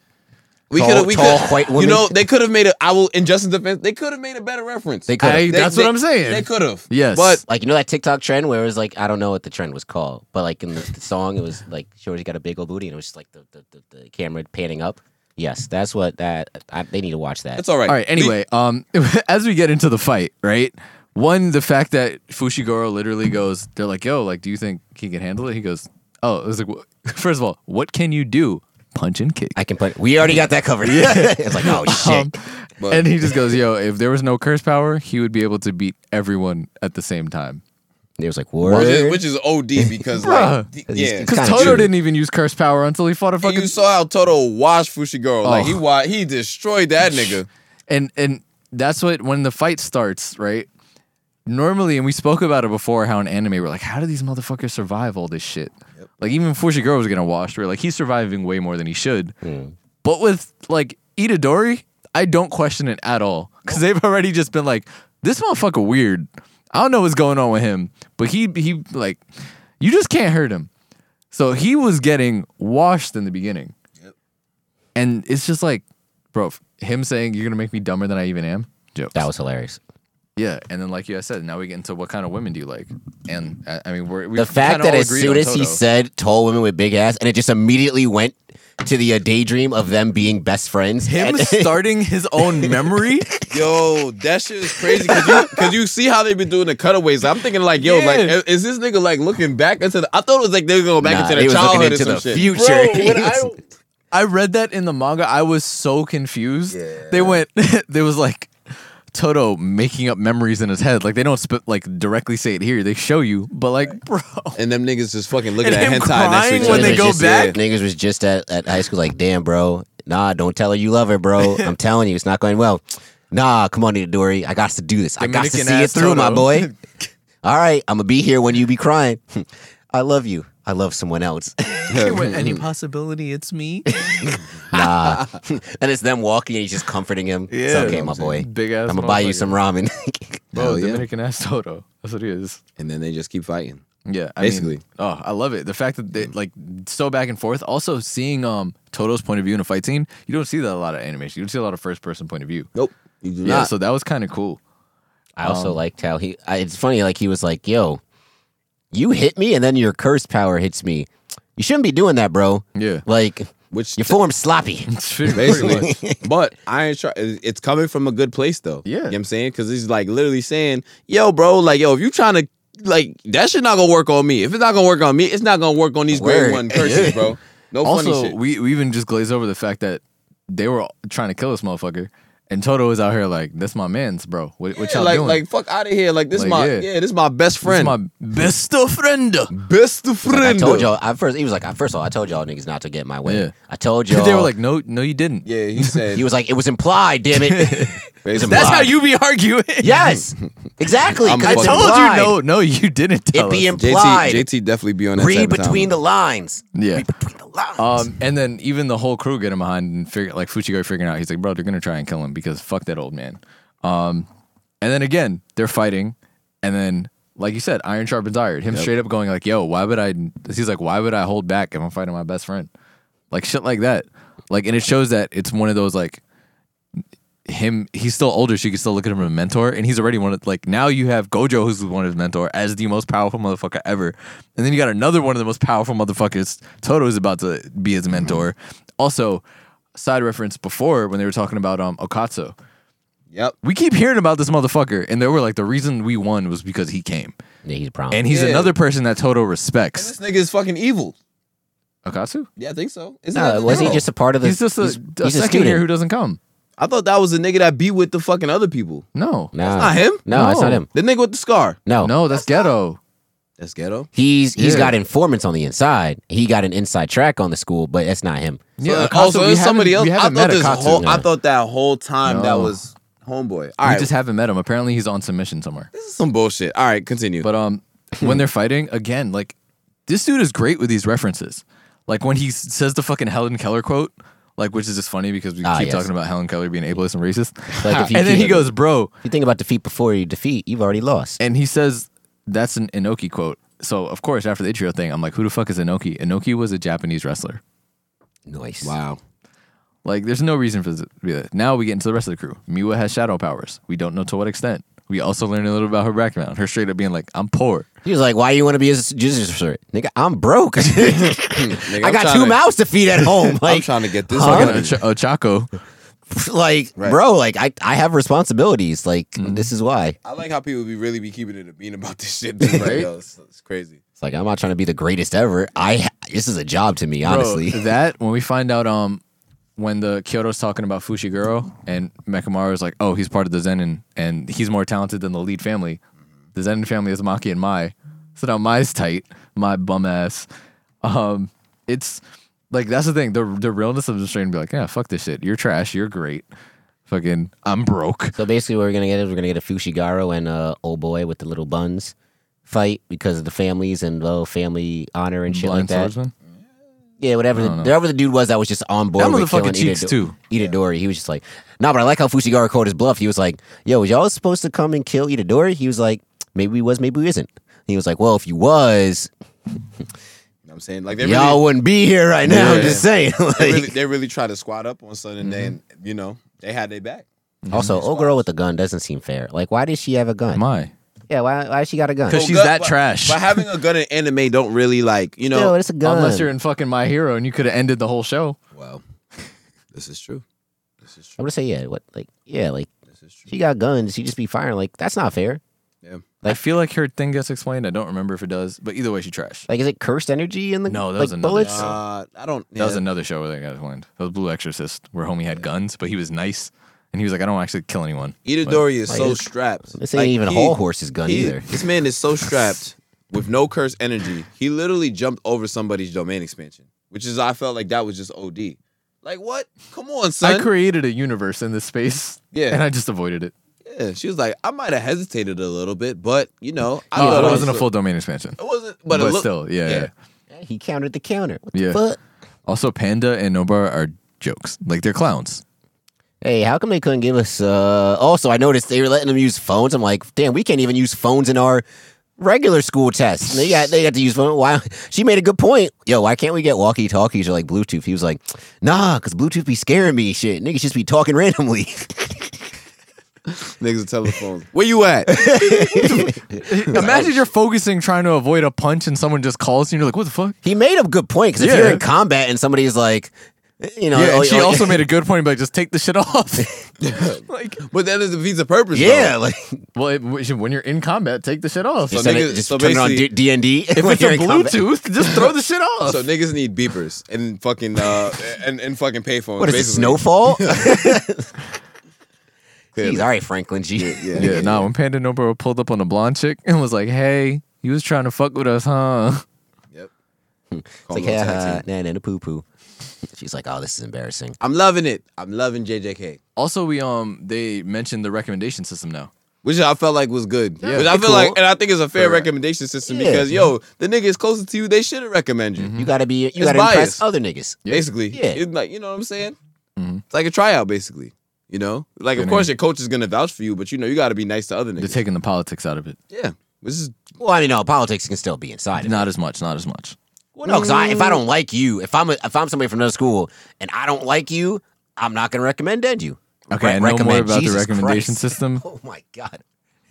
B: we
A: Tall-
B: could have. We
A: tall
B: could.
A: white
B: You
A: woman.
B: know, they could have made a. I will. In Justin's defense, they could have made a better reference.
A: They could.
D: I-
A: have
B: They-
D: that's
B: they-
D: what I'm saying.
B: They could have.
D: Yes.
B: but
A: Like you know that TikTok trend where it was like I don't know what the trend was called, but like in the, the song it was like Shorty got a big old booty and it was just like the, the, the, the camera panning up. Yes, that's what that I, they need to watch that.
B: that's all right.
D: All right. Anyway, um, as we get into the fight, right? One, the fact that Fushiguro literally goes, they're like, "Yo, like, do you think he can handle it?" He goes, "Oh, it was like, wh- first of all, what can you do? Punch and kick."
A: I can put. We already got that covered. it's like oh shit.
D: Um, and he just goes, "Yo, if there was no curse power, he would be able to beat everyone at the same time."
A: it was like
B: Which
A: word.
B: is, which is OD because like
D: Bruh.
B: d-
A: he's-
B: yeah.
A: It's
D: Because
A: kinda
D: Toto
A: true.
D: didn't even use curse power until he fought a
B: And
D: fucking.
B: you saw how Toto washed Fushiguro. Like
D: Oh.
B: he wa- he destroyed that nigga.
D: and and that's what when the fight starts, right? Normally, and we spoke about it before, how in anime we're like, how do these motherfuckers survive all this shit? Like even Fushiguro was getting washed. We're like, he's surviving way more than he should. But with like Itadori, I don't question it at all because they've already just been like, this motherfucker weird. I don't know what's going on with him, but he he like, you just can't hurt him. So he was getting washed in the beginning. And it's just like, bro, f- him saying you're gonna make me dumber than I even am. Jokes.
A: That was hilarious.
D: yeah. And then like you guys said, now we get into what kind of women do you like? And uh, I, I mean, we're, we
A: The fact that as soon as he said tall women with big ass, and it just immediately went to the uh, daydream of them being best friends.
D: him
A: And-
D: starting his own memory,
B: Yo, that shit is crazy because you, 'cause you see how they've been doing the cutaways. I'm thinking like, yo, like,
D: Yeah.
B: i- is this nigga like looking back into the? I thought it was like they were going back
A: Nah,
B: into
A: they
B: their
A: was looking
B: childhood
A: into
B: or some
A: the
B: shit.
A: future.
B: Bro, when I,
D: I read that in the manga. I was so confused. They went, there was like Toto making up memories in his head. Like they don't sp- like directly say it here. They show you, but like, bro,
B: and them niggas just fucking looking
D: And
B: at
D: him
B: hentai next to
D: crying
B: each
D: when
B: other.
D: they
A: Niggas
D: go
A: just-
D: back?
A: Niggas was just at, at high school like, damn, bro. Nah, don't tell her you love her, bro. I'm telling you, it's not going well. Nah, come on, Dory. I got to do this. I got to
D: Dominican
A: see it
D: ass
A: through, my
D: Toto.
A: boy. All right, I'm gonna be here when you be crying. I love you. I love someone else.
H: Any possibility it's me?
A: nah, and it's them walking, and he's just comforting him. it's
D: Yeah.
A: okay, my boy.
D: big ass.
A: I'm gonna buy you
D: motherfucker.
A: some ramen.
D: Bro,
B: yeah.
D: Oh, Dominican ass Toto. That's what he is.
B: And then they just keep fighting.
D: Yeah, I
B: Basically.
D: Mean, oh, I love it. The fact that they like so back and forth. Also, seeing um Toto's point of view in a fight scene, you don't see that a lot of animation. You don't see a lot of first person point of view.
B: Nope, you do
D: Yeah,
B: not.
D: so that was kind of cool.
A: I also liked how he. I, it's funny, like he was like, "Yo, you hit me, and then your curse power hits me. You shouldn't be doing that, bro.
D: Yeah.
A: Like
B: Which
A: your form's sloppy.
B: basically. but I ain't try. It's coming from a good place though.
D: Yeah.
B: you know what I'm saying because he's like literally saying, "Yo, bro, like, yo, if you trying to." Like that shit not gonna work on me. If it's not gonna work on me, it's not gonna work on these grade
A: Word.
B: one curses, bro. No funny
D: also,
B: shit.
D: we, we even just glazed over the fact that they were trying to kill this motherfucker, and Toto is out here like, "That's my man's, bro. What, what
B: Yeah,
D: y'all
B: like,
D: doing?
B: like fuck out of here. Like this
D: Like,
B: my yeah.
D: yeah.
B: this my best
D: this
B: friend.
D: is my best friend."
B: best friend.
A: I told y'all. I first he was like, I first of all, I told y'all niggas not to get in my way.
D: Yeah.
A: I told y'all.
D: they were like, "No, no, you didn't."
B: Yeah, he said.
A: he was like, it was implied. Damn it.
B: basically,
D: That's how you be arguing.
A: yes, exactly.
B: I'm
A: 'cause
D: I
A: it's
B: fucking-
D: told
A: implied.
D: you no, no, you didn't. Tell
A: It be
D: us.
A: implied.
B: JT, JT definitely be on that.
A: Read between the lines.
D: yeah.
A: Between the lines.
D: Um, and then even the whole crew get him behind and figure like Fuchigo figuring out he's like, bro, they're gonna try and kill him because fuck that old man. Um, and then again they're fighting, and then like you said, iron sharpens iron. Him straight up going like, yo, why would I? He's like, why would I hold back if I'm fighting my best friend? Like shit like that. Like and it shows that it's one of those like him he's still older so you can still look at him as a mentor and he's already one of like now you have gojo who's one of his mentor as the most powerful motherfucker ever and then you got another one of the most powerful motherfuckers toto is about to be his
B: Mm-hmm.
D: mentor also side reference before when they were talking about um okatsu
B: Yep.
D: We keep hearing about this motherfucker, and they were like, the reason we won was because he came,
A: Yeah, he's a problem.
D: and he's
B: Yeah.
D: another person that Toto respects.
B: This nigga is fucking evil.
D: Akasu,
B: Yeah, I think so. Isn't
A: no,
B: that-
A: was he
B: no.
A: just a part of the?
D: he's just a,
A: he's,
D: a
A: he's
D: second
A: student.
D: year who doesn't come.
B: I thought that was the nigga that be with the fucking other people.
D: No,
A: no,
B: Not him.
A: no, that's not
D: No.
A: him.
B: The nigga with the scar.
A: No,
D: no, that's ghetto.
B: That's ghetto.
A: He's he's
D: Yeah.
A: got informants on the inside. He got an inside track on the school, but that's not him.
D: Yeah,
B: So- oh,
D: Akasu,
B: so
D: we
B: it's somebody else.
D: haven't- we
B: I
D: haven't
B: thought
D: met
B: this
D: Akasu.
B: whole. I
A: no.
B: thought that whole time that
D: No.
B: was homeboy. All
D: We
B: right,
D: just haven't met him. Apparently, he's on submission somewhere.
B: this is some bullshit. All right, continue.
D: But um, when they're fighting again, like this dude is great with these references. Like when he s- says the fucking Helen Keller quote, like which is just funny because we
A: Ah,
D: keep
A: yes.
D: talking about Helen Keller being ableist and racist.
A: Like, if you
D: and then
A: keep-
D: he goes, "Bro,"
A: If you think about defeat before you defeat, you've already lost.
D: and he says that's an Inoki quote. So of course, after the Ichiro thing, I'm like, "Who the fuck is Inoki?" Inoki was a Japanese wrestler.
A: Nice.
B: wow.
D: Like, there's no reason for this. to be that. Now we get into the rest of the crew. Miwa has shadow powers. We don't know to what extent. We also learn a little about her background. Her straight up being like, "I'm poor."
A: He was like, "Why you want to be a jizz sorcerer, nigga? I'm broke.
B: Hmm, Nigga,
A: I
B: I'm
A: got
B: trying
A: two
B: to-
A: mouths to feed at home. Like,
B: I'm trying to get this.
A: huh?
B: fucking-
D: Fucking Ocha- Ochako.
A: like,
B: Right. Mm-hmm.
A: bro, like I, I have responsibilities. Like, this is why.
B: I like how people be really be keeping it a bean about this shit. Too, right? Yo, it's, it's crazy.
A: It's like I'm not trying to be the greatest ever. I ha- this is a job to me, honestly.
D: Bro, Oh, that when we find out um when the Kyoto's talking about Fushiguro and Mekamaru is like, oh, he's part of the Zenin and he's more talented than the lead family. The Zenin family is Maki and Mai. So now Mai's tight, my bum ass. Um it's like that's the thing. The the realness of the strain be like, yeah, fuck this shit. You're trash, you're great. Fucking I'm broke.
A: So basically, what we're gonna get is we're gonna get a Fushigaro and uh old boy with the little buns fight because of the families and well family honor and shit like
D: Blind
A: that.
D: swordsman.
A: Yeah, whatever. The, whatever the dude was that was just on board
D: That
A: with
D: motherfucker
A: killing
D: cheats,
A: Itadori-
D: too.
A: Itadori. He was just like, nah, but I like how Fushigara called his bluff. He was like, yo, was y'all supposed to come and kill Itadori? He was like, maybe we was, maybe we isn't. He was like, well, if you was,
B: You know what I'm saying like they really,
A: y'all wouldn't be here right now. I'm
B: Yeah.
A: just saying. like,
B: they really they really try to squat up on Southern Day, and you know they had their back.
A: also, old girl with a gun doesn't seem fair. Like, why did she have a gun?
D: My.
A: Yeah, why, why she got a gun?
D: Cause she's
B: gun-
D: that
B: but-
D: trash.
B: But having a gun in anime don't really like you
A: Yo,
B: know.
A: it's a gun.
D: Unless you're in fucking My Hero and you could have ended the whole show.
B: well, this is true. This is
A: I
B: true.
A: would say, yeah, what, like, yeah, like,
B: This is true.
A: she got guns. She just be firing. Like, that's not fair.
D: I feel like her thing gets explained. I don't remember if it does, but either way, she trash.
A: Like, is it cursed energy in the
D: No, that
A: like,
D: was another
A: bullets?
D: show.
B: Uh, I don't.
D: That was another show where they got explained. That was Blue Exorcist, where homie had guns, but he was nice, and he was like, "I don't actually kill anyone."
B: Itadori is
A: Like,
B: so
A: it's-
B: strapped.
A: This ain't
B: Like,
A: even a
B: he-
A: whole horse's gun
B: he-
A: either.
B: This man is so strapped with no curse energy. He literally jumped over somebody's domain expansion, which is I felt like that was just OD. Like what? Come on, son.
D: I created a universe in this space,
B: Yeah.
D: and I just avoided it.
B: yeah, she was like, I might have hesitated a little bit, but you know, I
D: No,
B: thought
D: it
B: I
D: wasn't a
B: was-
D: full domain expansion,
B: It wasn't, but,
D: but,
B: it looked,
D: still, yeah,
B: yeah.
D: yeah.
A: He countered the counter. What the
D: Yeah.
A: fuck?
D: Also, Panda and Nobara are jokes, like they're clowns.
A: Hey, how come they couldn't give us? Uh, also, I noticed they were letting them use phones. I'm like, damn, we can't even use phones in our regular school tests. They got they got to use phone. Why? She made a good point. Yo, why can't we get walkie talkies or like Bluetooth? He was like, nah, cause Bluetooth be scaring me. and Shit, niggas just be talking randomly.
B: Niggas with telephones. Where you at?
D: Imagine you're focusing trying to avoid a punch, and someone just calls you, and you're like, "What the fuck?"
A: he made a good point because if you're
D: Yeah.
A: in combat and somebody's like, you know,
D: Yeah,
A: oh,
D: and she
A: oh,
D: also made a good point, but like, just take the shit off. like,
B: but that is the piece of purpose. though.
A: yeah, like
D: Well, it, when you're in combat, take the shit off.
B: So
A: so
B: niggas-
A: just
B: so
A: turn it on
B: basically-
A: D and D.
D: if it's a Bluetooth, just throw the shit off.
B: So niggas need beepers and fucking uh and, and fucking payphones.
A: what is it,
B: basically.
A: snowfall?
B: Clearly.
A: Jeez, all right, Franklin G.
B: Yeah,
D: yeah, nah, when Panda Nobro pulled up on a blonde chick and was like, hey, you was trying to fuck with us, huh?
B: Yep. Hmm.
A: It's like, yeah, uh, nah, nah, nah, poo poo. She's like, oh, this is embarrassing.
B: I'm loving it. I'm loving JJK,
D: Also, we um they mentioned the recommendation system now.
B: which I felt like was good. Yeah, I feel
A: cool.
B: like, and I think it's a fair
D: Fair.
B: Mm-hmm. recommendation system
A: Yeah.
B: because yo, the nigga is closer to you. They should have recommend you.
D: Mm.
A: You gotta be, you gotta impress
B: biased.
A: other niggas.
B: Basically,
A: Yeah.
B: It's like you know what I'm saying. It's like a tryout, basically. You know, like of
D: Good
B: course your coach is gonna vouch for you, but you know you got to be nice to other
D: They're
B: niggas.
D: taking the politics out of it.
B: yeah, which is
A: Well, I mean, no, politics can still be inside. Of it.
D: Not as much, not as much.
A: Well, no, because I, if I don't like you, if I'm a, if I'm somebody from another school and I don't like you, I'm not gonna recommend you.
D: Okay,
A: Re-
D: I know more
A: recommend.
D: about
A: Jesus
D: the recommendation
A: Christ.
D: system.
A: Oh my god.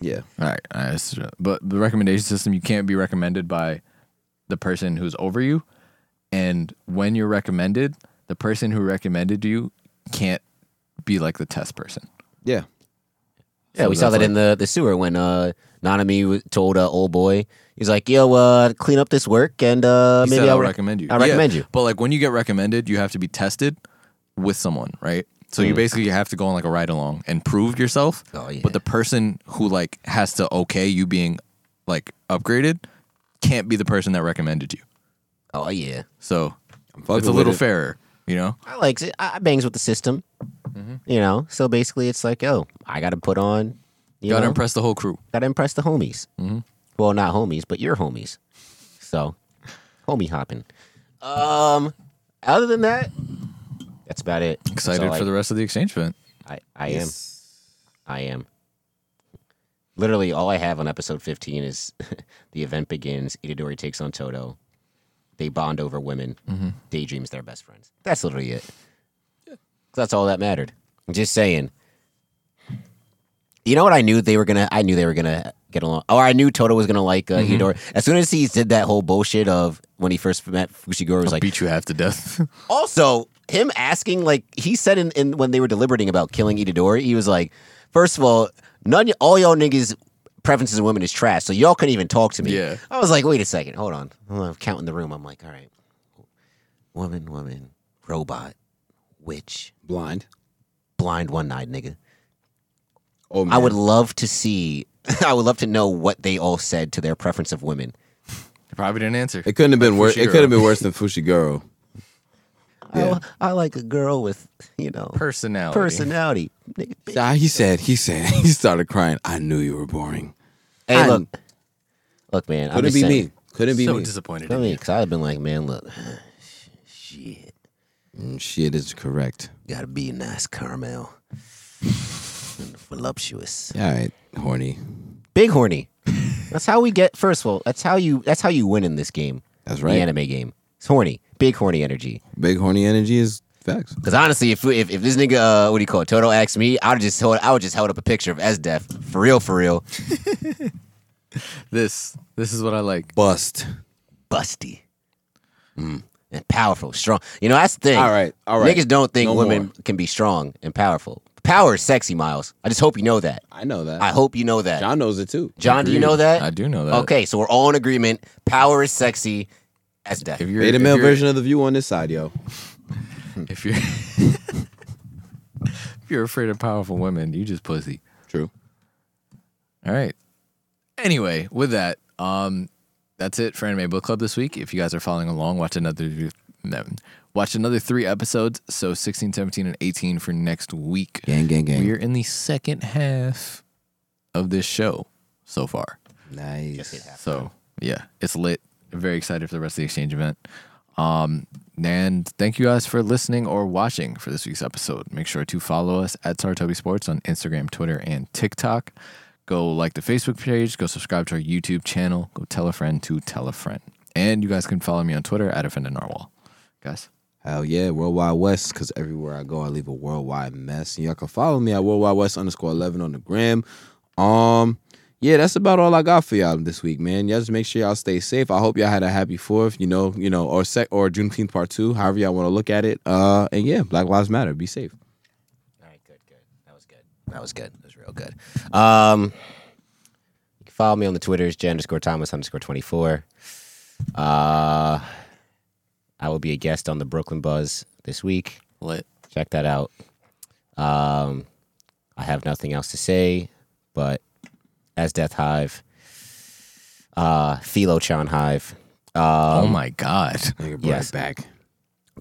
B: yeah.
D: All right, all right, that's true. but the recommendation system you can't be recommended by the person who's over you, and when you're recommended, the person who recommended you can't be like the test person.
B: Yeah.
A: Yeah, we
D: So
A: saw
D: that's
A: that in the, the sewer when uh, Nanami w- told uh, old boy, he's like, "Yo, uh, clean up this work, and uh,
D: He
A: maybe
D: said,
A: I'll,
D: I'll
A: re-
D: recommend you.
A: I'll
D: Yeah,
A: recommend you."
D: But like when you get recommended, you have to be tested with someone, right? So you basically have to go on like a ride along and prove yourself.
A: Oh, yeah.
D: But the person who like has to okay you being like upgraded can't be the person that recommended you.
A: Oh yeah,
D: So
B: fucking
D: it's a
B: with
D: little
B: it.
D: fairer, you know?
A: I like it. I I bangs with the system,
D: Mm-hmm.
A: you know. So basically, it's like, "Oh, I got to put on, you
D: You gotta Mm-hmm.
A: know,
D: impress the whole crew.
A: got to impress the homies." Well, not homies, but your homies. So, homie hopping. Um, other than that, that's about it. That's
D: Excited
A: all I-
D: for the rest of the exchange event.
A: I, I am. I am. Literally, all I have on episode 15 is the event begins, Itadori takes on Toto. They bond over women. Daydreams their best friends. That's literally it. 'Cause That's all that mattered. I'm just saying. You know what I knew they were gonna I knew they were gonna get along. Or I knew Toto was gonna like uh, Itadori. As soon as he did that whole bullshit of when he first met Fushiguro, he was like
D: Beat you half to death.
A: also, him asking, like he said in, in when they were deliberating about killing Itadori, he was like, first of all, none all y'all niggas preferences of women is trash, so y'all couldn't even talk to me.
D: Yeah.
A: I was like, wait a second, hold on. Hold on, I'm counting the room. I'm like, all right. Woman, woman, robot, witch,
B: blind.
A: blind one eyed nigga.
B: Oh man,
A: I would love to see I would love to know what they all said to their preference of women.
D: Probably didn't answer.
B: It couldn't have been worse. It
D: Fushiguro.
B: could have been worse than Fushiguro. Yeah.
A: I, I like a girl with, you know,
D: Personality.
A: personality. Nigga,
B: Ah, he said. He said. He started crying. I knew you were boring.
A: Hey,
B: I'm-
A: look, look, man. I'm
B: Couldn't
A: just
B: be
A: saying.
B: me. Couldn't be
D: So
B: me.
D: disappointed.
A: I
D: in
A: mean,
D: you.
A: because I've been like, man, look, shit,
B: Mm, Shit is correct.
A: gotta be a nice caramel, voluptuous,
B: All right, horny.
A: big horny. That's how we get. First of all, that's how you. That's how you win in this game,
B: That's
A: the
B: right.
A: anime game. It's horny, big horny energy.
B: Big horny energy is facts.
A: Because honestly, if, if if this nigga, uh, what do you call it, Toto asked me, I'd just hold, I would just held up a picture of S Def for real, for real,
D: This this is what I like.
B: Bust.
A: busty, mm. and powerful, strong. You know that's the thing.
B: All right, all right.
A: Niggas don't think
B: No
A: women
B: more.
A: can be strong and powerful. Power is sexy, Miles. I just hope you know that.
B: I know that.
A: I hope you know that. John,
B: John knows it too.
A: do you know that?
D: I do know that.
A: Okay, so we're all in agreement. Power is sexy as death.
D: If you're
B: Beta
D: if
B: male
D: you're-
B: version of the view on this side, yo.
D: If you're if you're afraid of powerful women, you just pussy.
B: True.
D: All right. Anyway, with that, um, that's it for Anime Book Club this week. If you guys are following along, watch another no, watch another three episodes. So 16, 17, and 18 for next week.
B: Gang, gang, gang.
D: We are in the second half of this show so far.
B: Nice.
D: So yeah, it's lit. Very excited for the rest of the exchange event. Um, and thank you guys for listening or watching for this week's episode. Make sure to follow us at Saratobi Sports on Instagram, Twitter, and TikTok. Go like the Facebook page. Go subscribe to our YouTube channel. Go tell a friend to tell a friend. And you guys can follow me on Twitter at Offended Narwhal. Guys,
B: Hell yeah, Worldwide West, because everywhere I go, I leave a worldwide mess. And y'all can follow me at Worldwide West underscore 11 on the gram. Um, yeah, that's about all I got for y'all this week, man. Y'all just make sure y'all stay safe. I hope y'all had a happy 4th, you know, you know, or sec or Juneteenth part 2, however y'all want to look at it. Uh, and yeah, Black Lives Matter. Be safe.
A: All right, good, good. That was good. That was good. That was real good. Um, you can follow me on the Twitters, J underscore Thomas underscore 24. Uh, I will be a guest on the Brooklyn Buzz this week.
D: lit.
A: Check that out. Um, I have nothing else to say, but as Death Hive, uh, Philo Chan Hive, um,
D: oh my god,
B: Nigga brought
A: yes.
B: it back.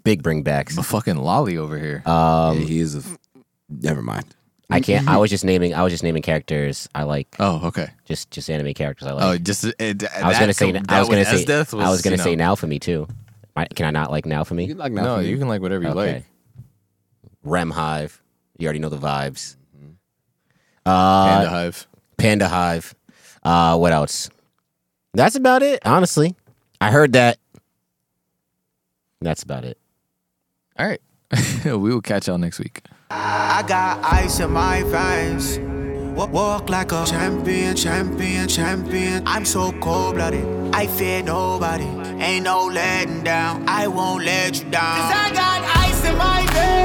A: big bringbacks.
D: a fucking lolly over here.
A: Uh,
B: yeah, he is a. F- Never mind.
D: Mm-hmm.
A: I can't. I was just naming. I was just naming characters I like.
D: oh okay.
A: Just just anime characters I like.
D: Oh, just uh, I
A: I was gonna say. I was gonna say.
D: Death was,
A: I was gonna
D: you know,
A: say now for me too. I, can I not like now for
B: You
A: me?
B: like
D: No, you can like whatever you
A: Okay.
D: like.
A: Rem Hive. You already know the vibes.
D: Mm-hmm.
A: Uh,
D: Panda Hive.
A: Panda Hive. Uh, what else? That's about it. Honestly, I heard that. That's about it.
D: All right. we will catch y'all next week.
C: I got ice in my veins. Wa- Walk like a champion, champion, champion. I'm so cold blooded. I fear nobody. Ain't no letting down. I won't let you down. Cause I got ice in my veins.